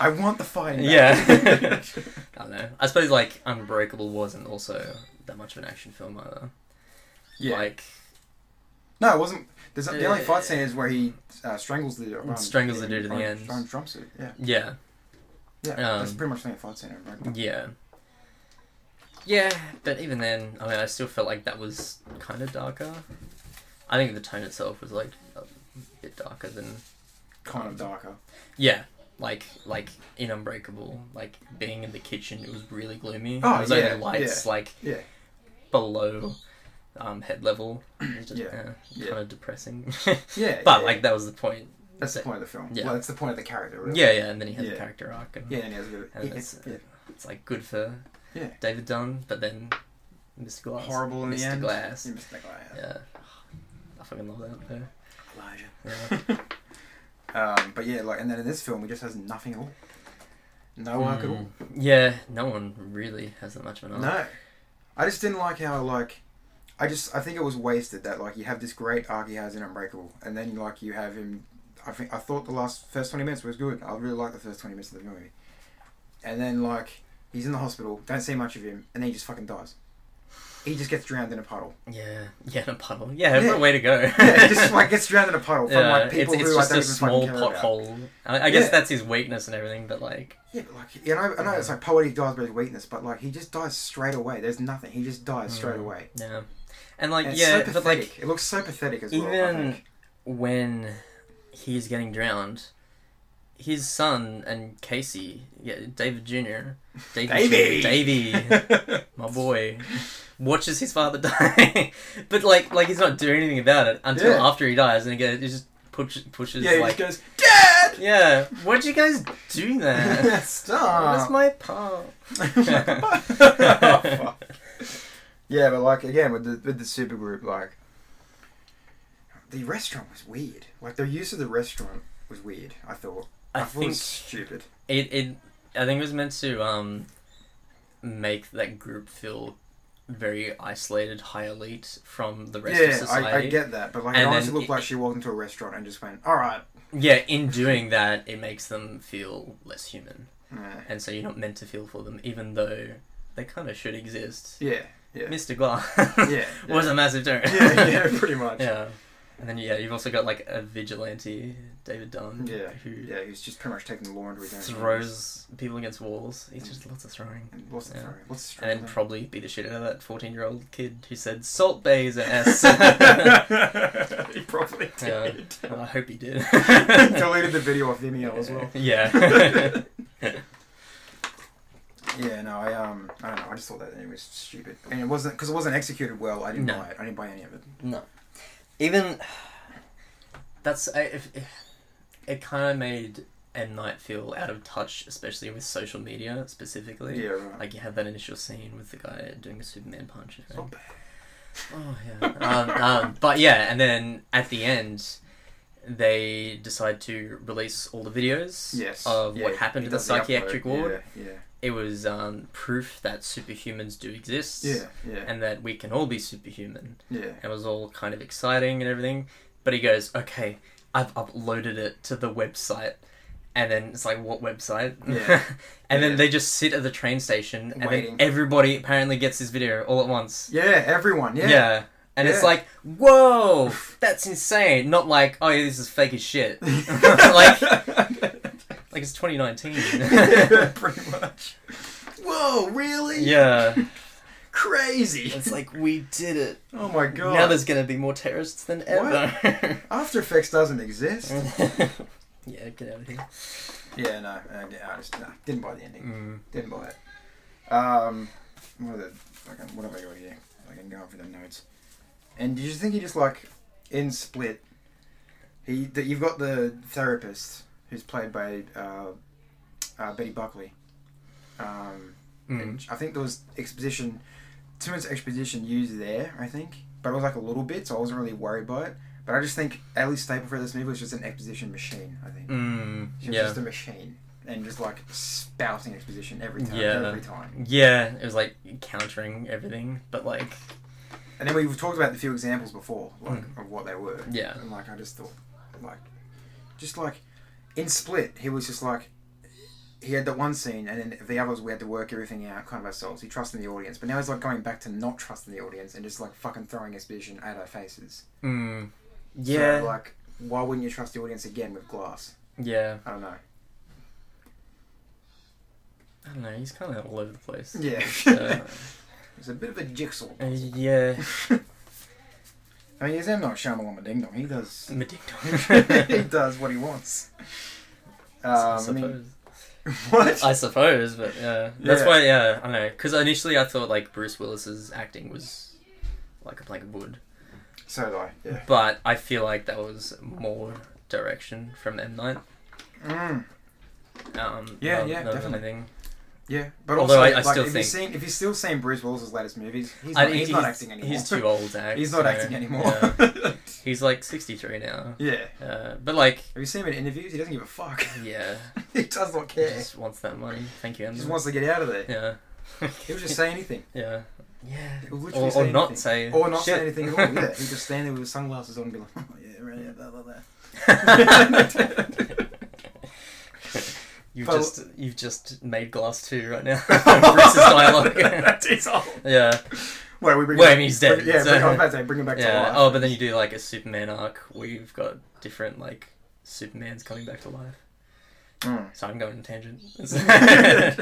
Speaker 1: I want the fighting.
Speaker 2: yeah. I don't know. I suppose like Unbreakable wasn't also that much of an action film either.
Speaker 1: yeah.
Speaker 2: Like
Speaker 1: [laughs] no, it wasn't. There's, the only
Speaker 2: Uh,
Speaker 1: fight scene is where he uh, strangles the um,
Speaker 2: Strangles the dude at the
Speaker 1: Iron-
Speaker 2: end.
Speaker 1: Iron drum suit. Yeah,
Speaker 2: yeah,
Speaker 1: yeah. that's
Speaker 2: Um,
Speaker 1: pretty much the only fight scene. Right?
Speaker 2: yeah. Yeah, but even then, I mean, I still felt like that was kind of darker. I think the tone itself was like a bit darker than
Speaker 1: Kind of darker.
Speaker 2: Yeah, like like in Unbreakable, like being in the kitchen, it was really gloomy.
Speaker 1: Oh,
Speaker 2: there was
Speaker 1: yeah,
Speaker 2: only lights like
Speaker 1: Yeah.
Speaker 2: below um, head level. It was just,
Speaker 1: Yeah,
Speaker 2: uh,
Speaker 1: yeah.
Speaker 2: kind of depressing. [laughs]
Speaker 1: Yeah.
Speaker 2: but
Speaker 1: yeah.
Speaker 2: like that was the point.
Speaker 1: that's the point of the film.
Speaker 2: yeah.
Speaker 1: Well, that's the point of the character. Really.
Speaker 2: Yeah, yeah, and then he has
Speaker 1: Yeah.
Speaker 2: a character arc, and
Speaker 1: Yeah, and he has a bit of-
Speaker 2: And
Speaker 1: yeah,
Speaker 2: that's-
Speaker 1: yeah.
Speaker 2: it's like good for
Speaker 1: Yeah.
Speaker 2: David Dunn, but then Mr. Glass,
Speaker 1: horrible in
Speaker 2: Mr.
Speaker 1: the end.
Speaker 2: Glass,
Speaker 1: Yeah, Mr. Glass.
Speaker 2: yeah. I fucking love that though.
Speaker 1: Elijah.
Speaker 2: Yeah.
Speaker 1: [laughs] Um, but yeah, like, and then in this film, he just has nothing at all. No arc at all.
Speaker 2: Mm. Yeah, no one really has that much of an arc.
Speaker 1: No, I just didn't like how like, I just I think it was wasted that like you have this great arc he has in Unbreakable, and then like you have him. I think I thought the last first twenty minutes was good. I really liked the first twenty minutes of the movie, and then like he's in the hospital, don't see much of him, and then he just fucking dies. He just gets drowned in a puddle. [laughs]
Speaker 2: Yeah, yeah, in a puddle. Yeah,
Speaker 1: Yeah.
Speaker 2: what a way to go.
Speaker 1: Yeah, he
Speaker 2: [laughs]
Speaker 1: just like gets drowned in a puddle from like people
Speaker 2: it's, it's
Speaker 1: who
Speaker 2: just
Speaker 1: I don't
Speaker 2: a
Speaker 1: even
Speaker 2: small
Speaker 1: fucking care about.
Speaker 2: pothole. I, I guess
Speaker 1: Yeah.
Speaker 2: that's his weakness and everything, but like,
Speaker 1: Yeah, but like you know, I know it's like poverty dies by his weakness, but like he just dies straight away. There's nothing. He just dies straight
Speaker 2: Mm.
Speaker 1: away.
Speaker 2: yeah, and like,
Speaker 1: And it's
Speaker 2: yeah,
Speaker 1: so
Speaker 2: but
Speaker 1: pathetic.
Speaker 2: like,
Speaker 1: it looks so pathetic as well. I
Speaker 2: even
Speaker 1: think.
Speaker 2: when he's getting drowned, his son and Casey, yeah, David Junior,
Speaker 1: Davey! [laughs]
Speaker 2: Davy, my boy, watches his father [laughs] die, but like, like he's not doing anything about it until
Speaker 1: Yeah.
Speaker 2: after he dies, and again, it just push, pushes,
Speaker 1: yeah, he
Speaker 2: like,
Speaker 1: just goes, Dad.
Speaker 2: yeah, why'd you guys
Speaker 1: [laughs]
Speaker 2: do that? That's
Speaker 1: Stop.
Speaker 2: [laughs] my part.
Speaker 1: yeah, but like again with the with the supergroup, like the restaurant was weird. Like their use of the restaurant was weird. I thought. I,
Speaker 2: I
Speaker 1: thought it
Speaker 2: think
Speaker 1: was stupid.
Speaker 2: it, it I think it was meant to um make that group feel very isolated, high elite from the rest of
Speaker 1: Yeah,
Speaker 2: society.
Speaker 1: I, I get that, but like it
Speaker 2: And
Speaker 1: honestly
Speaker 2: then
Speaker 1: looked
Speaker 2: it-
Speaker 1: like she walked into a restaurant and just went, "All right."
Speaker 2: Yeah, in doing that, it makes them feel less human,
Speaker 1: Yeah,
Speaker 2: and so you're not meant to feel for them, even though they kind of should exist.
Speaker 1: yeah, yeah,
Speaker 2: Mr. Glass
Speaker 1: [laughs]
Speaker 2: [laughs]
Speaker 1: yeah.
Speaker 2: was a massive turn. [laughs]
Speaker 1: yeah, yeah, pretty much.
Speaker 2: yeah. And then yeah, you've also got like a vigilante, David Dunn,
Speaker 1: Yeah.
Speaker 2: who
Speaker 1: Yeah, he's just pretty much taking the law into his own hands.
Speaker 2: throws people against walls. He's just lots of throwing.
Speaker 1: And What's the
Speaker 2: Yeah.
Speaker 1: throw? What's the stroke
Speaker 2: And then
Speaker 1: then?
Speaker 2: probably be the shit out of that 14 year old kid who said, Salt Bay is an
Speaker 1: [laughs]
Speaker 2: S. I
Speaker 1: he [laughs] probably
Speaker 2: Yeah. [laughs]
Speaker 1: did.
Speaker 2: hope he did.
Speaker 1: [laughs] Deleted the video off Vimeo as well.
Speaker 2: [laughs]
Speaker 1: [laughs]
Speaker 2: Yeah.
Speaker 1: Yeah, no, I um, I don't know. I just thought that it was stupid, and it wasn't because it wasn't executed well. I didn't
Speaker 2: No.
Speaker 1: buy it. I didn't buy any of it.
Speaker 2: no. Even. That's. I- If, if, it kind of made M. Night feel out of touch, especially with social media specifically.
Speaker 1: Yeah, right.
Speaker 2: Like you have that initial scene with the guy doing a Superman punch. and-
Speaker 1: Salt Bae.
Speaker 2: Oh yeah. um, um, but yeah, and then at the end, they decide to release all the videos
Speaker 1: yes.
Speaker 2: of what
Speaker 1: Yeah,
Speaker 2: happened
Speaker 1: he
Speaker 2: to the
Speaker 1: does upload.
Speaker 2: psychiatric ward.
Speaker 1: Yeah,
Speaker 2: It was um, proof that superhumans do exist,
Speaker 1: yeah, yeah, yeah.
Speaker 2: and that we can all be superhuman.
Speaker 1: yeah.
Speaker 2: It was all kind of exciting and everything. But he goes, "Okay, I've uploaded it to the website." And then it's like, what website?
Speaker 1: Yeah.
Speaker 2: [laughs] and then
Speaker 1: Yeah.
Speaker 2: they just sit at the train station, and
Speaker 1: Waiting.
Speaker 2: then everybody apparently gets this video all at once.
Speaker 1: Yeah, everyone.
Speaker 2: Yeah.
Speaker 1: Yeah.
Speaker 2: And it's
Speaker 1: Yeah.
Speaker 2: like, whoa, that's insane. Not like, oh, yeah, [laughs] this is fake as
Speaker 1: [laughs]
Speaker 2: shit. like, like
Speaker 1: [laughs]
Speaker 2: it's [laughs] 2019.
Speaker 1: Yeah, pretty much. Whoa, really?
Speaker 2: yeah.
Speaker 1: Crazy.
Speaker 2: It's like, we did it.
Speaker 1: Oh my god.
Speaker 2: Now there's going to be more terrorists than [laughs] ever.
Speaker 1: After Effects doesn't exist.
Speaker 2: yeah, get out of here.
Speaker 1: yeah, no. uh, yeah, I just nah, didn't buy the ending.
Speaker 2: Mm.
Speaker 1: Didn't buy it. Um, what are the fucking what have I got here? I can go over the notes. And do you think he just like in Split? He that you've got the therapist who's played by uh, uh, Betty Buckley. Um,
Speaker 2: Mm.
Speaker 1: and I think there was exposition. Too much exposition used there, I think, but it was like a little bit, so I wasn't really worried by it. But I just think Ellie Staple for this movie was just an exposition machine. I think.
Speaker 2: Mm.
Speaker 1: She was
Speaker 2: Yeah.
Speaker 1: just a machine and just like spouting exposition every time,
Speaker 2: Yeah.
Speaker 1: every time.
Speaker 2: Yeah, it was like countering everything, but like,
Speaker 1: And then we've talked about the few examples before, like
Speaker 2: Hmm.
Speaker 1: of what they were.
Speaker 2: yeah.
Speaker 1: And like I just thought, like, just like in Split, he was just like. He had that one scene, and then the others we had to work everything out kind of ourselves. He trusted the audience, but now he's like going back to not trusting the audience and just like fucking throwing exposition at our faces.
Speaker 2: Mm.
Speaker 1: So,
Speaker 2: Yeah.
Speaker 1: like, why wouldn't you trust the audience again with glass?
Speaker 2: yeah.
Speaker 1: I don't know.
Speaker 2: I don't know, he's kind of all over the place.
Speaker 1: Yeah.
Speaker 2: Uh,
Speaker 1: It's a bit of a jigsaw.
Speaker 2: uh, yeah.
Speaker 1: [laughs] I mean, he's M. Night Shyamalan Ding Dong. He does [laughs]
Speaker 2: [laughs]
Speaker 1: he
Speaker 2: Medicto.
Speaker 1: does what he wants. Um,
Speaker 2: [laughs] I
Speaker 1: I mean,
Speaker 2: suppose.
Speaker 1: [laughs] what?
Speaker 2: I suppose, but yeah, that's
Speaker 1: Yeah.
Speaker 2: why. Yeah, I don't know. Because initially I thought like Bruce Willis's acting was like a plank of wood,
Speaker 1: so do I. Yeah.
Speaker 2: but I feel like that was more direction from M Night.
Speaker 1: Mm,
Speaker 2: Um,
Speaker 1: Yeah,
Speaker 2: rather-
Speaker 1: yeah,
Speaker 2: rather than
Speaker 1: definitely.
Speaker 2: anything.
Speaker 1: yeah. But
Speaker 2: Although
Speaker 1: also,
Speaker 2: I- I
Speaker 1: like,
Speaker 2: still
Speaker 1: if
Speaker 2: think-
Speaker 1: you've seen, if you've still seen Bruce Willis's latest movies, he's
Speaker 2: I
Speaker 1: not,
Speaker 2: think
Speaker 1: he's not acting anymore.
Speaker 2: He's too old to act.
Speaker 1: He's not
Speaker 2: so,
Speaker 1: acting anymore.
Speaker 2: yeah.
Speaker 1: [laughs] Yeah.
Speaker 2: He's like sixty three now. Uh, but like,
Speaker 1: Have you seen him in interviews? He doesn't give a fuck.
Speaker 2: yeah,
Speaker 1: [laughs] he does not
Speaker 2: he
Speaker 1: care.
Speaker 2: just wants that money. Thank you,
Speaker 1: he
Speaker 2: Emma.
Speaker 1: just wants to get out of there.
Speaker 2: yeah.
Speaker 1: He'll just say anything.
Speaker 2: [laughs] yeah. Yeah.
Speaker 1: He'll
Speaker 2: Or,
Speaker 1: literally say
Speaker 2: or not
Speaker 1: anything.
Speaker 2: say.
Speaker 1: Or not
Speaker 2: shit.
Speaker 1: say anything at all. Yeah. He'll just stand there with his sunglasses on and be like, oh, yeah, right, yeah, blah, blah,
Speaker 2: [laughs]
Speaker 1: blah.
Speaker 2: You've
Speaker 1: But-
Speaker 2: just [laughs] you've just made glass two right now.
Speaker 1: [laughs]
Speaker 2: [laughs] Bruce's dialogue.
Speaker 1: It's all.
Speaker 2: yeah.
Speaker 1: Wait, we bring
Speaker 2: Well,
Speaker 1: him-
Speaker 2: I mean, he's dead,
Speaker 1: bring- yeah,
Speaker 2: so-
Speaker 1: bring, I was about to say, bring him back to
Speaker 2: Yeah.
Speaker 1: life.
Speaker 2: Oh, but then you do like a Superman arc where you've got different like Superman's coming back to life.
Speaker 1: Mm.
Speaker 2: So I'm going on
Speaker 1: [laughs]
Speaker 2: a tangent. [laughs]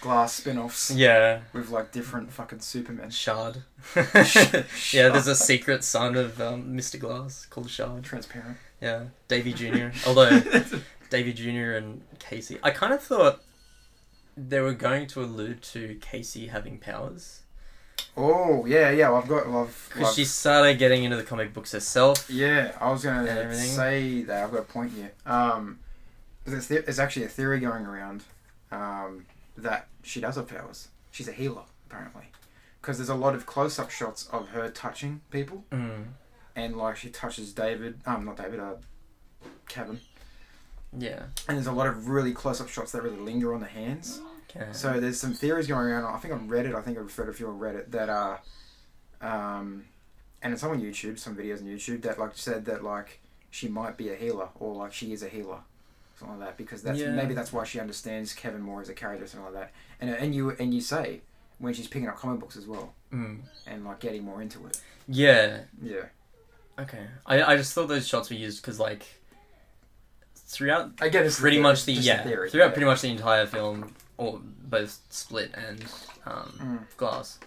Speaker 1: glass spin-offs
Speaker 2: yeah.
Speaker 1: with like different fucking
Speaker 2: [laughs]
Speaker 1: Supermen.
Speaker 2: Shard. yeah, there's a secret son of um, Mr. Glass called
Speaker 1: [laughs]
Speaker 2: Shard.
Speaker 1: Transparent.
Speaker 2: Yeah. Davy Jr. Although Davy Jr. and Casey. I kind of thought they were going to allude to Casey having powers
Speaker 1: Oh yeah, yeah. well, I've got. Well, I've, well,
Speaker 2: because
Speaker 1: I've-
Speaker 2: she started getting into the comic books herself.
Speaker 1: Yeah, I was
Speaker 2: And
Speaker 1: gonna
Speaker 2: everything.
Speaker 1: say that. I've got a point here. Um, there's, the- there's actually a theory going around um, that she does have powers. She's a healer apparently, because there's a lot of close-up shots of her touching people,
Speaker 2: Mm.
Speaker 1: and like she touches David. Um, not David. Uh, Kevin.
Speaker 2: Yeah.
Speaker 1: And there's a lot of really close-up shots that really linger on the hands.
Speaker 2: Okay.
Speaker 1: So there's some theories going around. I think on Reddit, I think I referred to a few on Reddit that are, um, and it's on YouTube, some videos on YouTube that like said that like she might be a healer or like she is a healer, something like that. Because that's
Speaker 2: Yeah.
Speaker 1: maybe that's why she understands Kevin more as a character, something like that. And and you and you say when she's picking up comic books as well
Speaker 2: Mm.
Speaker 1: and like getting more into it.
Speaker 2: Yeah.
Speaker 1: Yeah.
Speaker 2: Okay. I, I just thought those shots were used because like throughout
Speaker 1: I get it's
Speaker 2: pretty
Speaker 1: theory,
Speaker 2: much the
Speaker 1: just
Speaker 2: yeah
Speaker 1: theory,
Speaker 2: throughout
Speaker 1: yeah.
Speaker 2: pretty much the entire film or both split and um,
Speaker 1: Mm.
Speaker 2: glass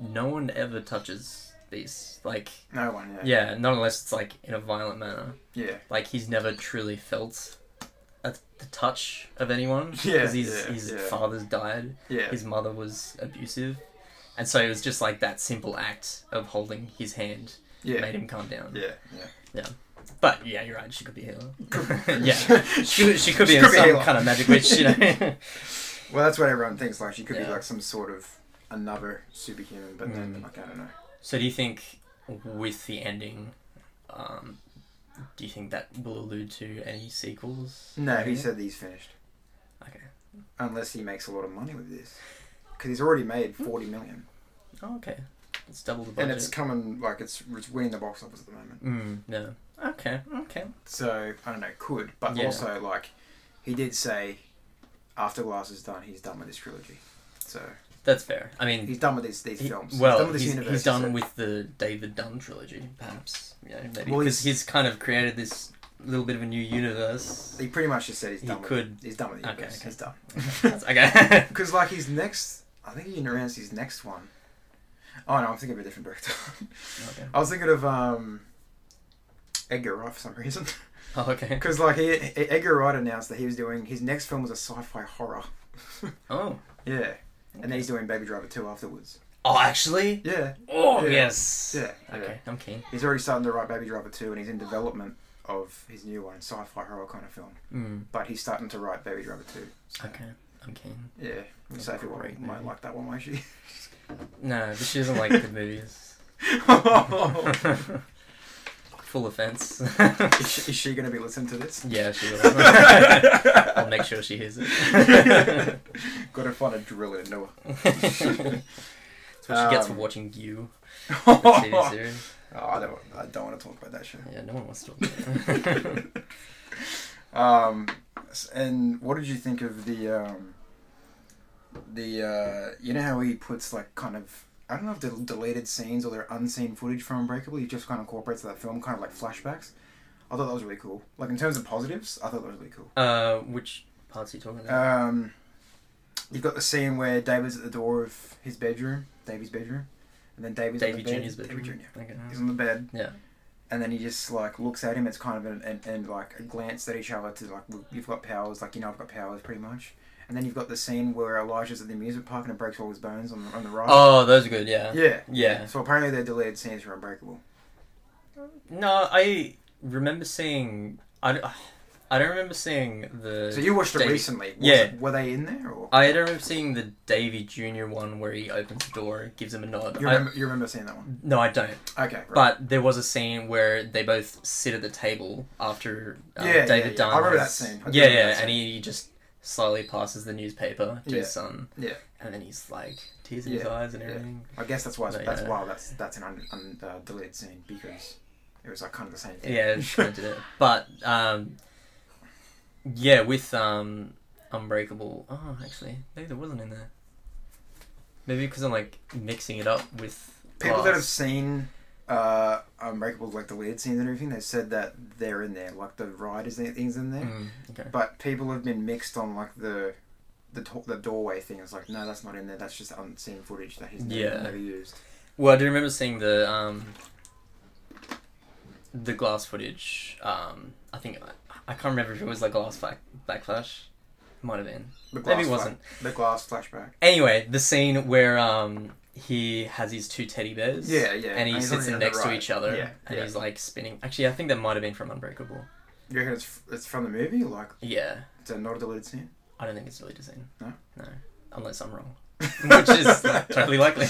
Speaker 2: no one ever touches these like
Speaker 1: No one. Yeah.
Speaker 2: yeah not unless it's like in a violent manner
Speaker 1: Yeah.
Speaker 2: like he's never truly felt a, the touch of anyone
Speaker 1: [laughs] Yeah,
Speaker 2: because his,
Speaker 1: yeah,
Speaker 2: his
Speaker 1: yeah.
Speaker 2: father's died
Speaker 1: Yeah.
Speaker 2: his mother was abusive and so it was just like that simple act of holding his hand
Speaker 1: Yeah.
Speaker 2: made him calm down
Speaker 1: Yeah. Yeah.
Speaker 2: but yeah, you're right. She could be a [laughs] healer.
Speaker 1: [laughs]
Speaker 2: yeah, she, she could be in
Speaker 1: could be
Speaker 2: some
Speaker 1: healer.
Speaker 2: kind of magic witch,
Speaker 1: [laughs]
Speaker 2: you know.
Speaker 1: Well, that's what everyone thinks. Like she could
Speaker 2: Yeah.
Speaker 1: be like some sort of another superhuman, but then
Speaker 2: Mm.
Speaker 1: like I don't know.
Speaker 2: so, do you think with the ending, um, do you think that will allude to any sequels?
Speaker 1: No, he
Speaker 2: Yeah.
Speaker 1: said he's finished.
Speaker 2: Okay.
Speaker 1: Unless he makes a lot of money with this, because he's already made forty million,
Speaker 2: Oh, okay. It's double the Hmm. budget.
Speaker 1: and it's coming like it's, it's winning the box office at the moment.
Speaker 2: Mm, yeah. Okay. Okay.
Speaker 1: So I don't know, could, but
Speaker 2: Yeah.
Speaker 1: also like he did say after Glass is done, he's done with this trilogy. So
Speaker 2: That's fair. I mean,
Speaker 1: he's done with these these
Speaker 2: he-
Speaker 1: films.
Speaker 2: well,
Speaker 1: he's done with this
Speaker 2: he's,
Speaker 1: universe.
Speaker 2: he's done
Speaker 1: so-
Speaker 2: with the David Dunn trilogy, perhaps. Yeah, maybe.
Speaker 1: Well,
Speaker 2: Because
Speaker 1: he's-
Speaker 2: he's kind of created this little bit of a new universe.
Speaker 1: He pretty much just said he's
Speaker 2: He
Speaker 1: done.
Speaker 2: could-
Speaker 1: With, he's done with the
Speaker 2: Okay,
Speaker 1: universe.
Speaker 2: okay.
Speaker 1: He's done.
Speaker 2: [laughs] That's- [laughs]
Speaker 1: [laughs]
Speaker 2: okay.
Speaker 1: Because like his next, I think he announced his next one. Oh no, I'm thinking of a different director. [laughs]
Speaker 2: okay.
Speaker 1: I was thinking of um, Edgar Wright for some reason. [laughs]
Speaker 2: Oh, okay.
Speaker 1: Because like he, E- Edgar Wright announced that he was doing his next film was a sci-fi horror. [laughs]
Speaker 2: Oh.
Speaker 1: Yeah, and then he's doing Baby Driver two afterwards.
Speaker 2: Oh, actually?
Speaker 1: Yeah,
Speaker 2: Oh,
Speaker 1: Yeah.
Speaker 2: yes.
Speaker 1: yeah.
Speaker 2: Okay, I'm keen.
Speaker 1: He's already starting to write Baby Driver two, and he's in development of his new one, sci-fi horror kind of film.
Speaker 2: Mm,
Speaker 1: But he's starting to write Baby Driver two. So,
Speaker 2: okay, I'm keen.
Speaker 1: Yeah, we
Speaker 2: That's
Speaker 1: say if you
Speaker 2: great,
Speaker 1: want, might
Speaker 2: man.
Speaker 1: like that one, won't
Speaker 2: [laughs]
Speaker 1: you? [laughs]
Speaker 2: No, but she doesn't like good movies. [laughs] Full offense.
Speaker 1: Oh. is, she, is she going to be listening to this?
Speaker 2: yeah, she will.
Speaker 1: [laughs]
Speaker 2: I'll make sure she hears
Speaker 1: [laughs]
Speaker 2: it.
Speaker 1: Got to find a drill in Noah.
Speaker 2: That's what she gets for
Speaker 1: Um,
Speaker 2: watching
Speaker 1: [laughs]
Speaker 2: you, the TV
Speaker 1: oh,
Speaker 2: series.
Speaker 1: I don't. I don't want to talk about that shit.
Speaker 2: Yeah, no one wants to talk about that.
Speaker 1: Um, s- and what did you think of the um, the uh, you know how he puts like kind of I don't know if they're deleted scenes or they're unseen footage from Unbreakable. He just kind of incorporates that film, kind of like flashbacks. I thought that was really cool. Like in terms of positives, I thought that was really cool.
Speaker 2: [laughs] uh, which parts are you talking about?
Speaker 1: Um, you've got the scene where David's at the door of his bedroom, Davy's bedroom, and then Davy's
Speaker 2: Davy
Speaker 1: on the bed.
Speaker 2: Junior's bedroom.
Speaker 1: Davy Junior.
Speaker 2: Okay.
Speaker 1: He's on the bed.
Speaker 2: Yeah.
Speaker 1: And then he just like looks at him. It's kind of an, an, and like a glance at each other to like "Look, you've got powers, like you know I've got powers, pretty much. And then you've got the scene where Elijah's at the amusement park and it breaks all his bones on the, on the ride.
Speaker 2: Oh, those are good. Yeah.
Speaker 1: yeah.
Speaker 2: Yeah.
Speaker 1: So apparently they're deleted scenes from Unbreakable.
Speaker 2: No, I remember seeing. I, I don't remember seeing the.
Speaker 1: So you watched it
Speaker 2: Davey-
Speaker 1: recently. Was
Speaker 2: Yeah.
Speaker 1: it- were they in there or?
Speaker 2: I don't remember seeing the Davy Junior one where he opens the door, gives him a nod.
Speaker 1: you
Speaker 2: Uh, I-
Speaker 1: remember, you remember seeing that one?
Speaker 2: no, I don't.
Speaker 1: Okay. Right.
Speaker 2: But there was a scene where they both sit at the table after um,
Speaker 1: Yeah, yeah,
Speaker 2: David
Speaker 1: yeah.
Speaker 2: Dunn.
Speaker 1: I remember
Speaker 2: has-
Speaker 1: that scene. I do
Speaker 2: yeah,
Speaker 1: remember
Speaker 2: yeah,
Speaker 1: that
Speaker 2: and he just slowly passes the newspaper to
Speaker 1: Yeah.
Speaker 2: his son,
Speaker 1: yeah.
Speaker 2: and then he's like tears in his
Speaker 1: Yeah,
Speaker 2: eyes and
Speaker 1: yeah.
Speaker 2: everything.
Speaker 1: I guess that's why
Speaker 2: But,
Speaker 1: that's
Speaker 2: yeah.
Speaker 1: why that's that's an un, un, uh, deleted scene because it was like kind of the same thing.
Speaker 2: Yeah,
Speaker 1: [laughs]
Speaker 2: it's kind of did it. But um, yeah, with um, Unbreakable. Oh, actually, maybe there wasn't in there. Maybe because I'm like mixing it up with
Speaker 1: People that
Speaker 2: Glass.
Speaker 1: have seen uh, Unbreakable, like the weird scenes and everything, they said that they're in there, like the ride is there, things in there.
Speaker 2: Mm, okay.
Speaker 1: But people have been mixed on like the the to- the doorway thing. It's like no, that's not in there. That's just unseen footage that he's never,
Speaker 2: Yeah.
Speaker 1: never used.
Speaker 2: Well, I do remember seeing the um, the glass footage. Um, I think I can't remember if it was like glass back, backflash. Might have been.
Speaker 1: The
Speaker 2: Maybe it
Speaker 1: fla-
Speaker 2: wasn't.
Speaker 1: the glass flashback.
Speaker 2: Anyway, the scene where um, he has his two teddy bears.
Speaker 1: Yeah, yeah.
Speaker 2: And he
Speaker 1: he's
Speaker 2: sits
Speaker 1: on
Speaker 2: them
Speaker 1: the
Speaker 2: next to
Speaker 1: right.
Speaker 2: each other,
Speaker 1: Yeah,
Speaker 2: and
Speaker 1: yeah.
Speaker 2: he's like spinning. Actually, I think that might have been from Unbreakable.
Speaker 1: You reckon it's, f- it's from the movie? Like
Speaker 2: Yeah,
Speaker 1: it's a not a deleted scene?
Speaker 2: I don't think it's really the same.
Speaker 1: No?
Speaker 2: no, unless I'm wrong, [laughs] which is like, totally likely.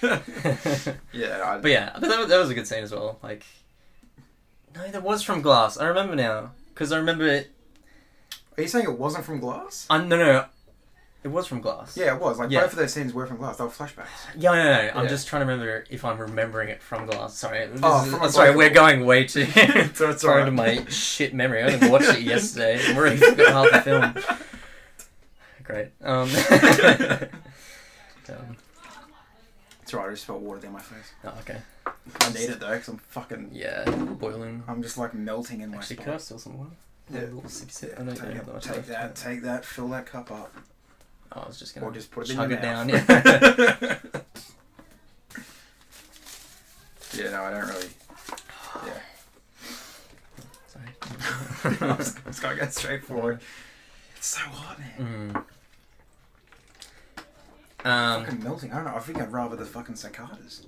Speaker 1: [laughs] yeah, I,
Speaker 2: But yeah, but that, that was a good scene as well. Like, no, that was from Glass. I remember now because I remember it.
Speaker 1: are you saying it wasn't from Glass?
Speaker 2: I no no, it was from Glass.
Speaker 1: Yeah, it was. Like
Speaker 2: Yeah.
Speaker 1: both of those scenes were from Glass. They were flashbacks.
Speaker 2: yeah, no, no. no. I'm
Speaker 1: Yeah.
Speaker 2: just trying to remember if I'm remembering it from Glass. Sorry, this
Speaker 1: Oh,
Speaker 2: is-
Speaker 1: from
Speaker 2: I'm sorry.
Speaker 1: Unbreakable.
Speaker 2: We're going way
Speaker 1: [laughs]
Speaker 2: too
Speaker 1: So it's
Speaker 2: far
Speaker 1: alright.
Speaker 2: into my shit memory. I only watched it yesterday. and We're already [laughs] forgot half the film.
Speaker 1: [laughs]
Speaker 2: Great. Um, [laughs] um,
Speaker 1: It's right. I just spilled water down my face.
Speaker 2: oh, okay.
Speaker 1: I need it though, because I'm fucking.
Speaker 2: Yeah, boiling.
Speaker 1: I'm just like melting in my
Speaker 2: Actually, could I
Speaker 1: spot.
Speaker 2: steal some water?
Speaker 1: Um, Yeah.
Speaker 2: A little sip, sip.
Speaker 1: Yeah,
Speaker 2: I don't
Speaker 1: take,
Speaker 2: have that much
Speaker 1: take
Speaker 2: left.
Speaker 1: that, take that, fill that cup up,
Speaker 2: Oh, I was just gonna
Speaker 1: or just put it
Speaker 2: chug
Speaker 1: in
Speaker 2: it
Speaker 1: your
Speaker 2: down.
Speaker 1: mouth. [laughs]
Speaker 2: Yeah.
Speaker 1: yeah, no, I don't really. Yeah.
Speaker 2: [laughs]
Speaker 1: [laughs]
Speaker 2: Sorry. [laughs]
Speaker 1: I'm just, I'm just gonna get straight forward. It's so hot, man.
Speaker 2: Mm. Um,
Speaker 1: fucking melting. I don't know. I think I'd rather the fucking cicadas.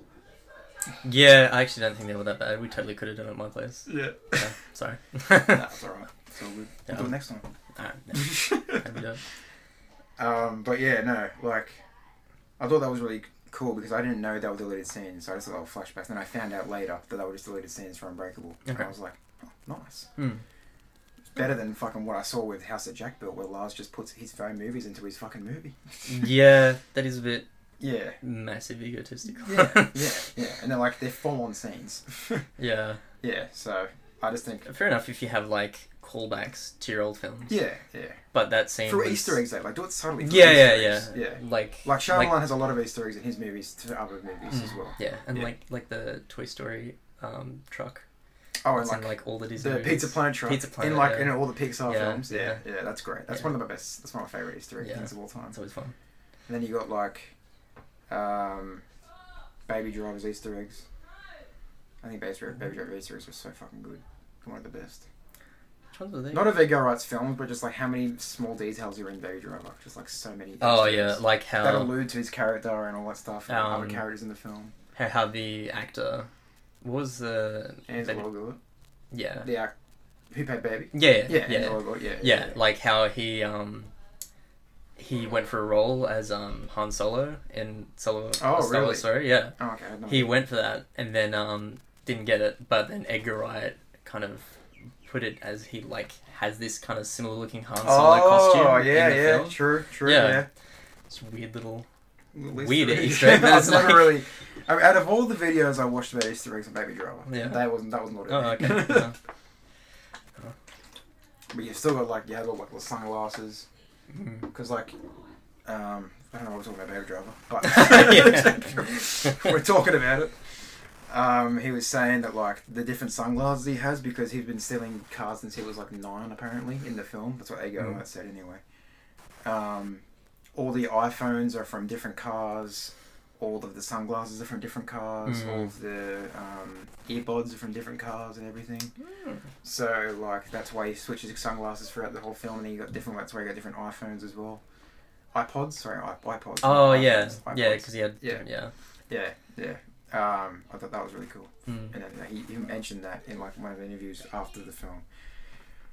Speaker 2: yeah, I actually don't think they were that bad. We totally could have done it at my place.
Speaker 1: [laughs] Yeah.
Speaker 2: Yeah, [laughs] sorry.
Speaker 1: That's all right. It's all good. We'll do it next time.
Speaker 2: Alright,
Speaker 1: [laughs]
Speaker 2: yeah. How'd we do it?
Speaker 1: Um, but yeah, no, like, I thought that was really cool because I didn't know they were deleted scenes, so I just thought they were flashbacks. Then I found out later that they were just deleted scenes from Unbreakable, and
Speaker 2: Okay.
Speaker 1: I was like, oh, nice.
Speaker 2: Mm.
Speaker 1: It's better than fucking what I saw with House that Jack built, where Lars just puts his own movies into his fucking movie.
Speaker 2: Yeah, that is a bit
Speaker 1: Yeah.
Speaker 2: massive egotistical.
Speaker 1: Yeah, yeah, yeah, and they're like they're full-on scenes.
Speaker 2: [laughs] yeah.
Speaker 1: yeah, so I just think,
Speaker 2: Fair enough if you have like callbacks to your old films.
Speaker 1: yeah, yeah,
Speaker 2: But that scene
Speaker 1: for
Speaker 2: was-
Speaker 1: Easter eggs, though, like do it subtly. for
Speaker 2: Yeah, yeah,
Speaker 1: Easter
Speaker 2: yeah,
Speaker 1: eggs. yeah.
Speaker 2: Like Hmm. Mm.
Speaker 1: Like Shyamalan has a lot of Easter eggs in his movies to other movies as well.
Speaker 2: Yeah, and
Speaker 1: Yeah.
Speaker 2: like like the Toy Story um truck.
Speaker 1: Oh, and
Speaker 2: That's
Speaker 1: like
Speaker 2: in like all the Disney
Speaker 1: the
Speaker 2: movies.
Speaker 1: Pizza Planet truck
Speaker 2: Pizza Planet,
Speaker 1: in like
Speaker 2: yeah.
Speaker 1: in all the Pixar
Speaker 2: Yeah,
Speaker 1: films. Yeah, yeah,
Speaker 2: yeah.
Speaker 1: that's great. That's
Speaker 2: Yeah.
Speaker 1: one of my best. That's one of my favorite Easter egg
Speaker 2: Yeah.
Speaker 1: things of all time.
Speaker 2: It's always fun.
Speaker 1: And then you got like, um, Baby Driver's Easter eggs. I think Baby Driver, Baby Driver Easter eggs are so fucking good. One of the best.
Speaker 2: Which ones were they?
Speaker 1: Not of Edgar Wright's films, but just like how many small details are in Baby Driver. Just like so many.
Speaker 2: oh
Speaker 1: Easter
Speaker 2: yeah,
Speaker 1: eggs
Speaker 2: like
Speaker 1: that
Speaker 2: how
Speaker 1: allude to his character and all that stuff. And other
Speaker 2: Um,
Speaker 1: characters in the film.
Speaker 2: how, how the actor what was the
Speaker 1: Ansel
Speaker 2: Baby-
Speaker 1: Elgort,
Speaker 2: yeah.
Speaker 1: the act who played Baby.
Speaker 2: Yeah, yeah,
Speaker 1: Yeah,
Speaker 2: yeah,
Speaker 1: Ansel Elgort. Yeah,
Speaker 2: Yeah, like how he um he went for a role as um Han Solo in Solo
Speaker 1: Oh,
Speaker 2: Star
Speaker 1: really?
Speaker 2: Wars Story. Yeah,
Speaker 1: Oh, okay. I had no
Speaker 2: he went for that and then um didn't get it, but then Edgar Wright kind of put it as he like has this kind of similar looking Han Solo costume.
Speaker 1: Oh yeah,
Speaker 2: in the
Speaker 1: yeah,
Speaker 2: film.
Speaker 1: true, true,
Speaker 2: Yeah.
Speaker 1: yeah.
Speaker 2: It's a weird little.
Speaker 1: Little
Speaker 2: Weird
Speaker 1: egg. [laughs]
Speaker 2: Easter egg, but
Speaker 1: I've
Speaker 2: it's
Speaker 1: never
Speaker 2: like-
Speaker 1: really. I mean, out of all the videos I watched about Easter eggs and Baby Driver,
Speaker 2: Yeah.
Speaker 1: that wasn't that was not it.
Speaker 2: Oh
Speaker 1: [laughs]
Speaker 2: okay. yeah.
Speaker 1: But you've still got like you have all like the sunglasses
Speaker 2: Mm.
Speaker 1: because like, um, I don't know what we're talking about Baby Driver, but
Speaker 2: [laughs]
Speaker 1: [laughs]
Speaker 2: Yeah.
Speaker 1: we're talking about it. Um, he was saying that like the different sunglasses he has because he's been stealing cars since he was like nine apparently in the film. That's what Ego
Speaker 2: Mm.
Speaker 1: Wright said anyway. Um, all the iPhones are from different cars. All of the sunglasses are from different cars.
Speaker 2: Mm.
Speaker 1: All of the um, earbuds are from different cars and everything. So like that's why he switches his sunglasses throughout the whole film, and he got different. That's why he got different iPhones as well. iPods, sorry, i- iPods.
Speaker 2: Oh
Speaker 1: iPhones,
Speaker 2: yeah,
Speaker 1: iPods.
Speaker 2: yeah, because he had
Speaker 1: Yeah.
Speaker 2: yeah, yeah.
Speaker 1: yeah, yeah. Um, I thought that was really cool,
Speaker 2: Mm.
Speaker 1: and then like, he, he mentioned that in like one of the interviews after the film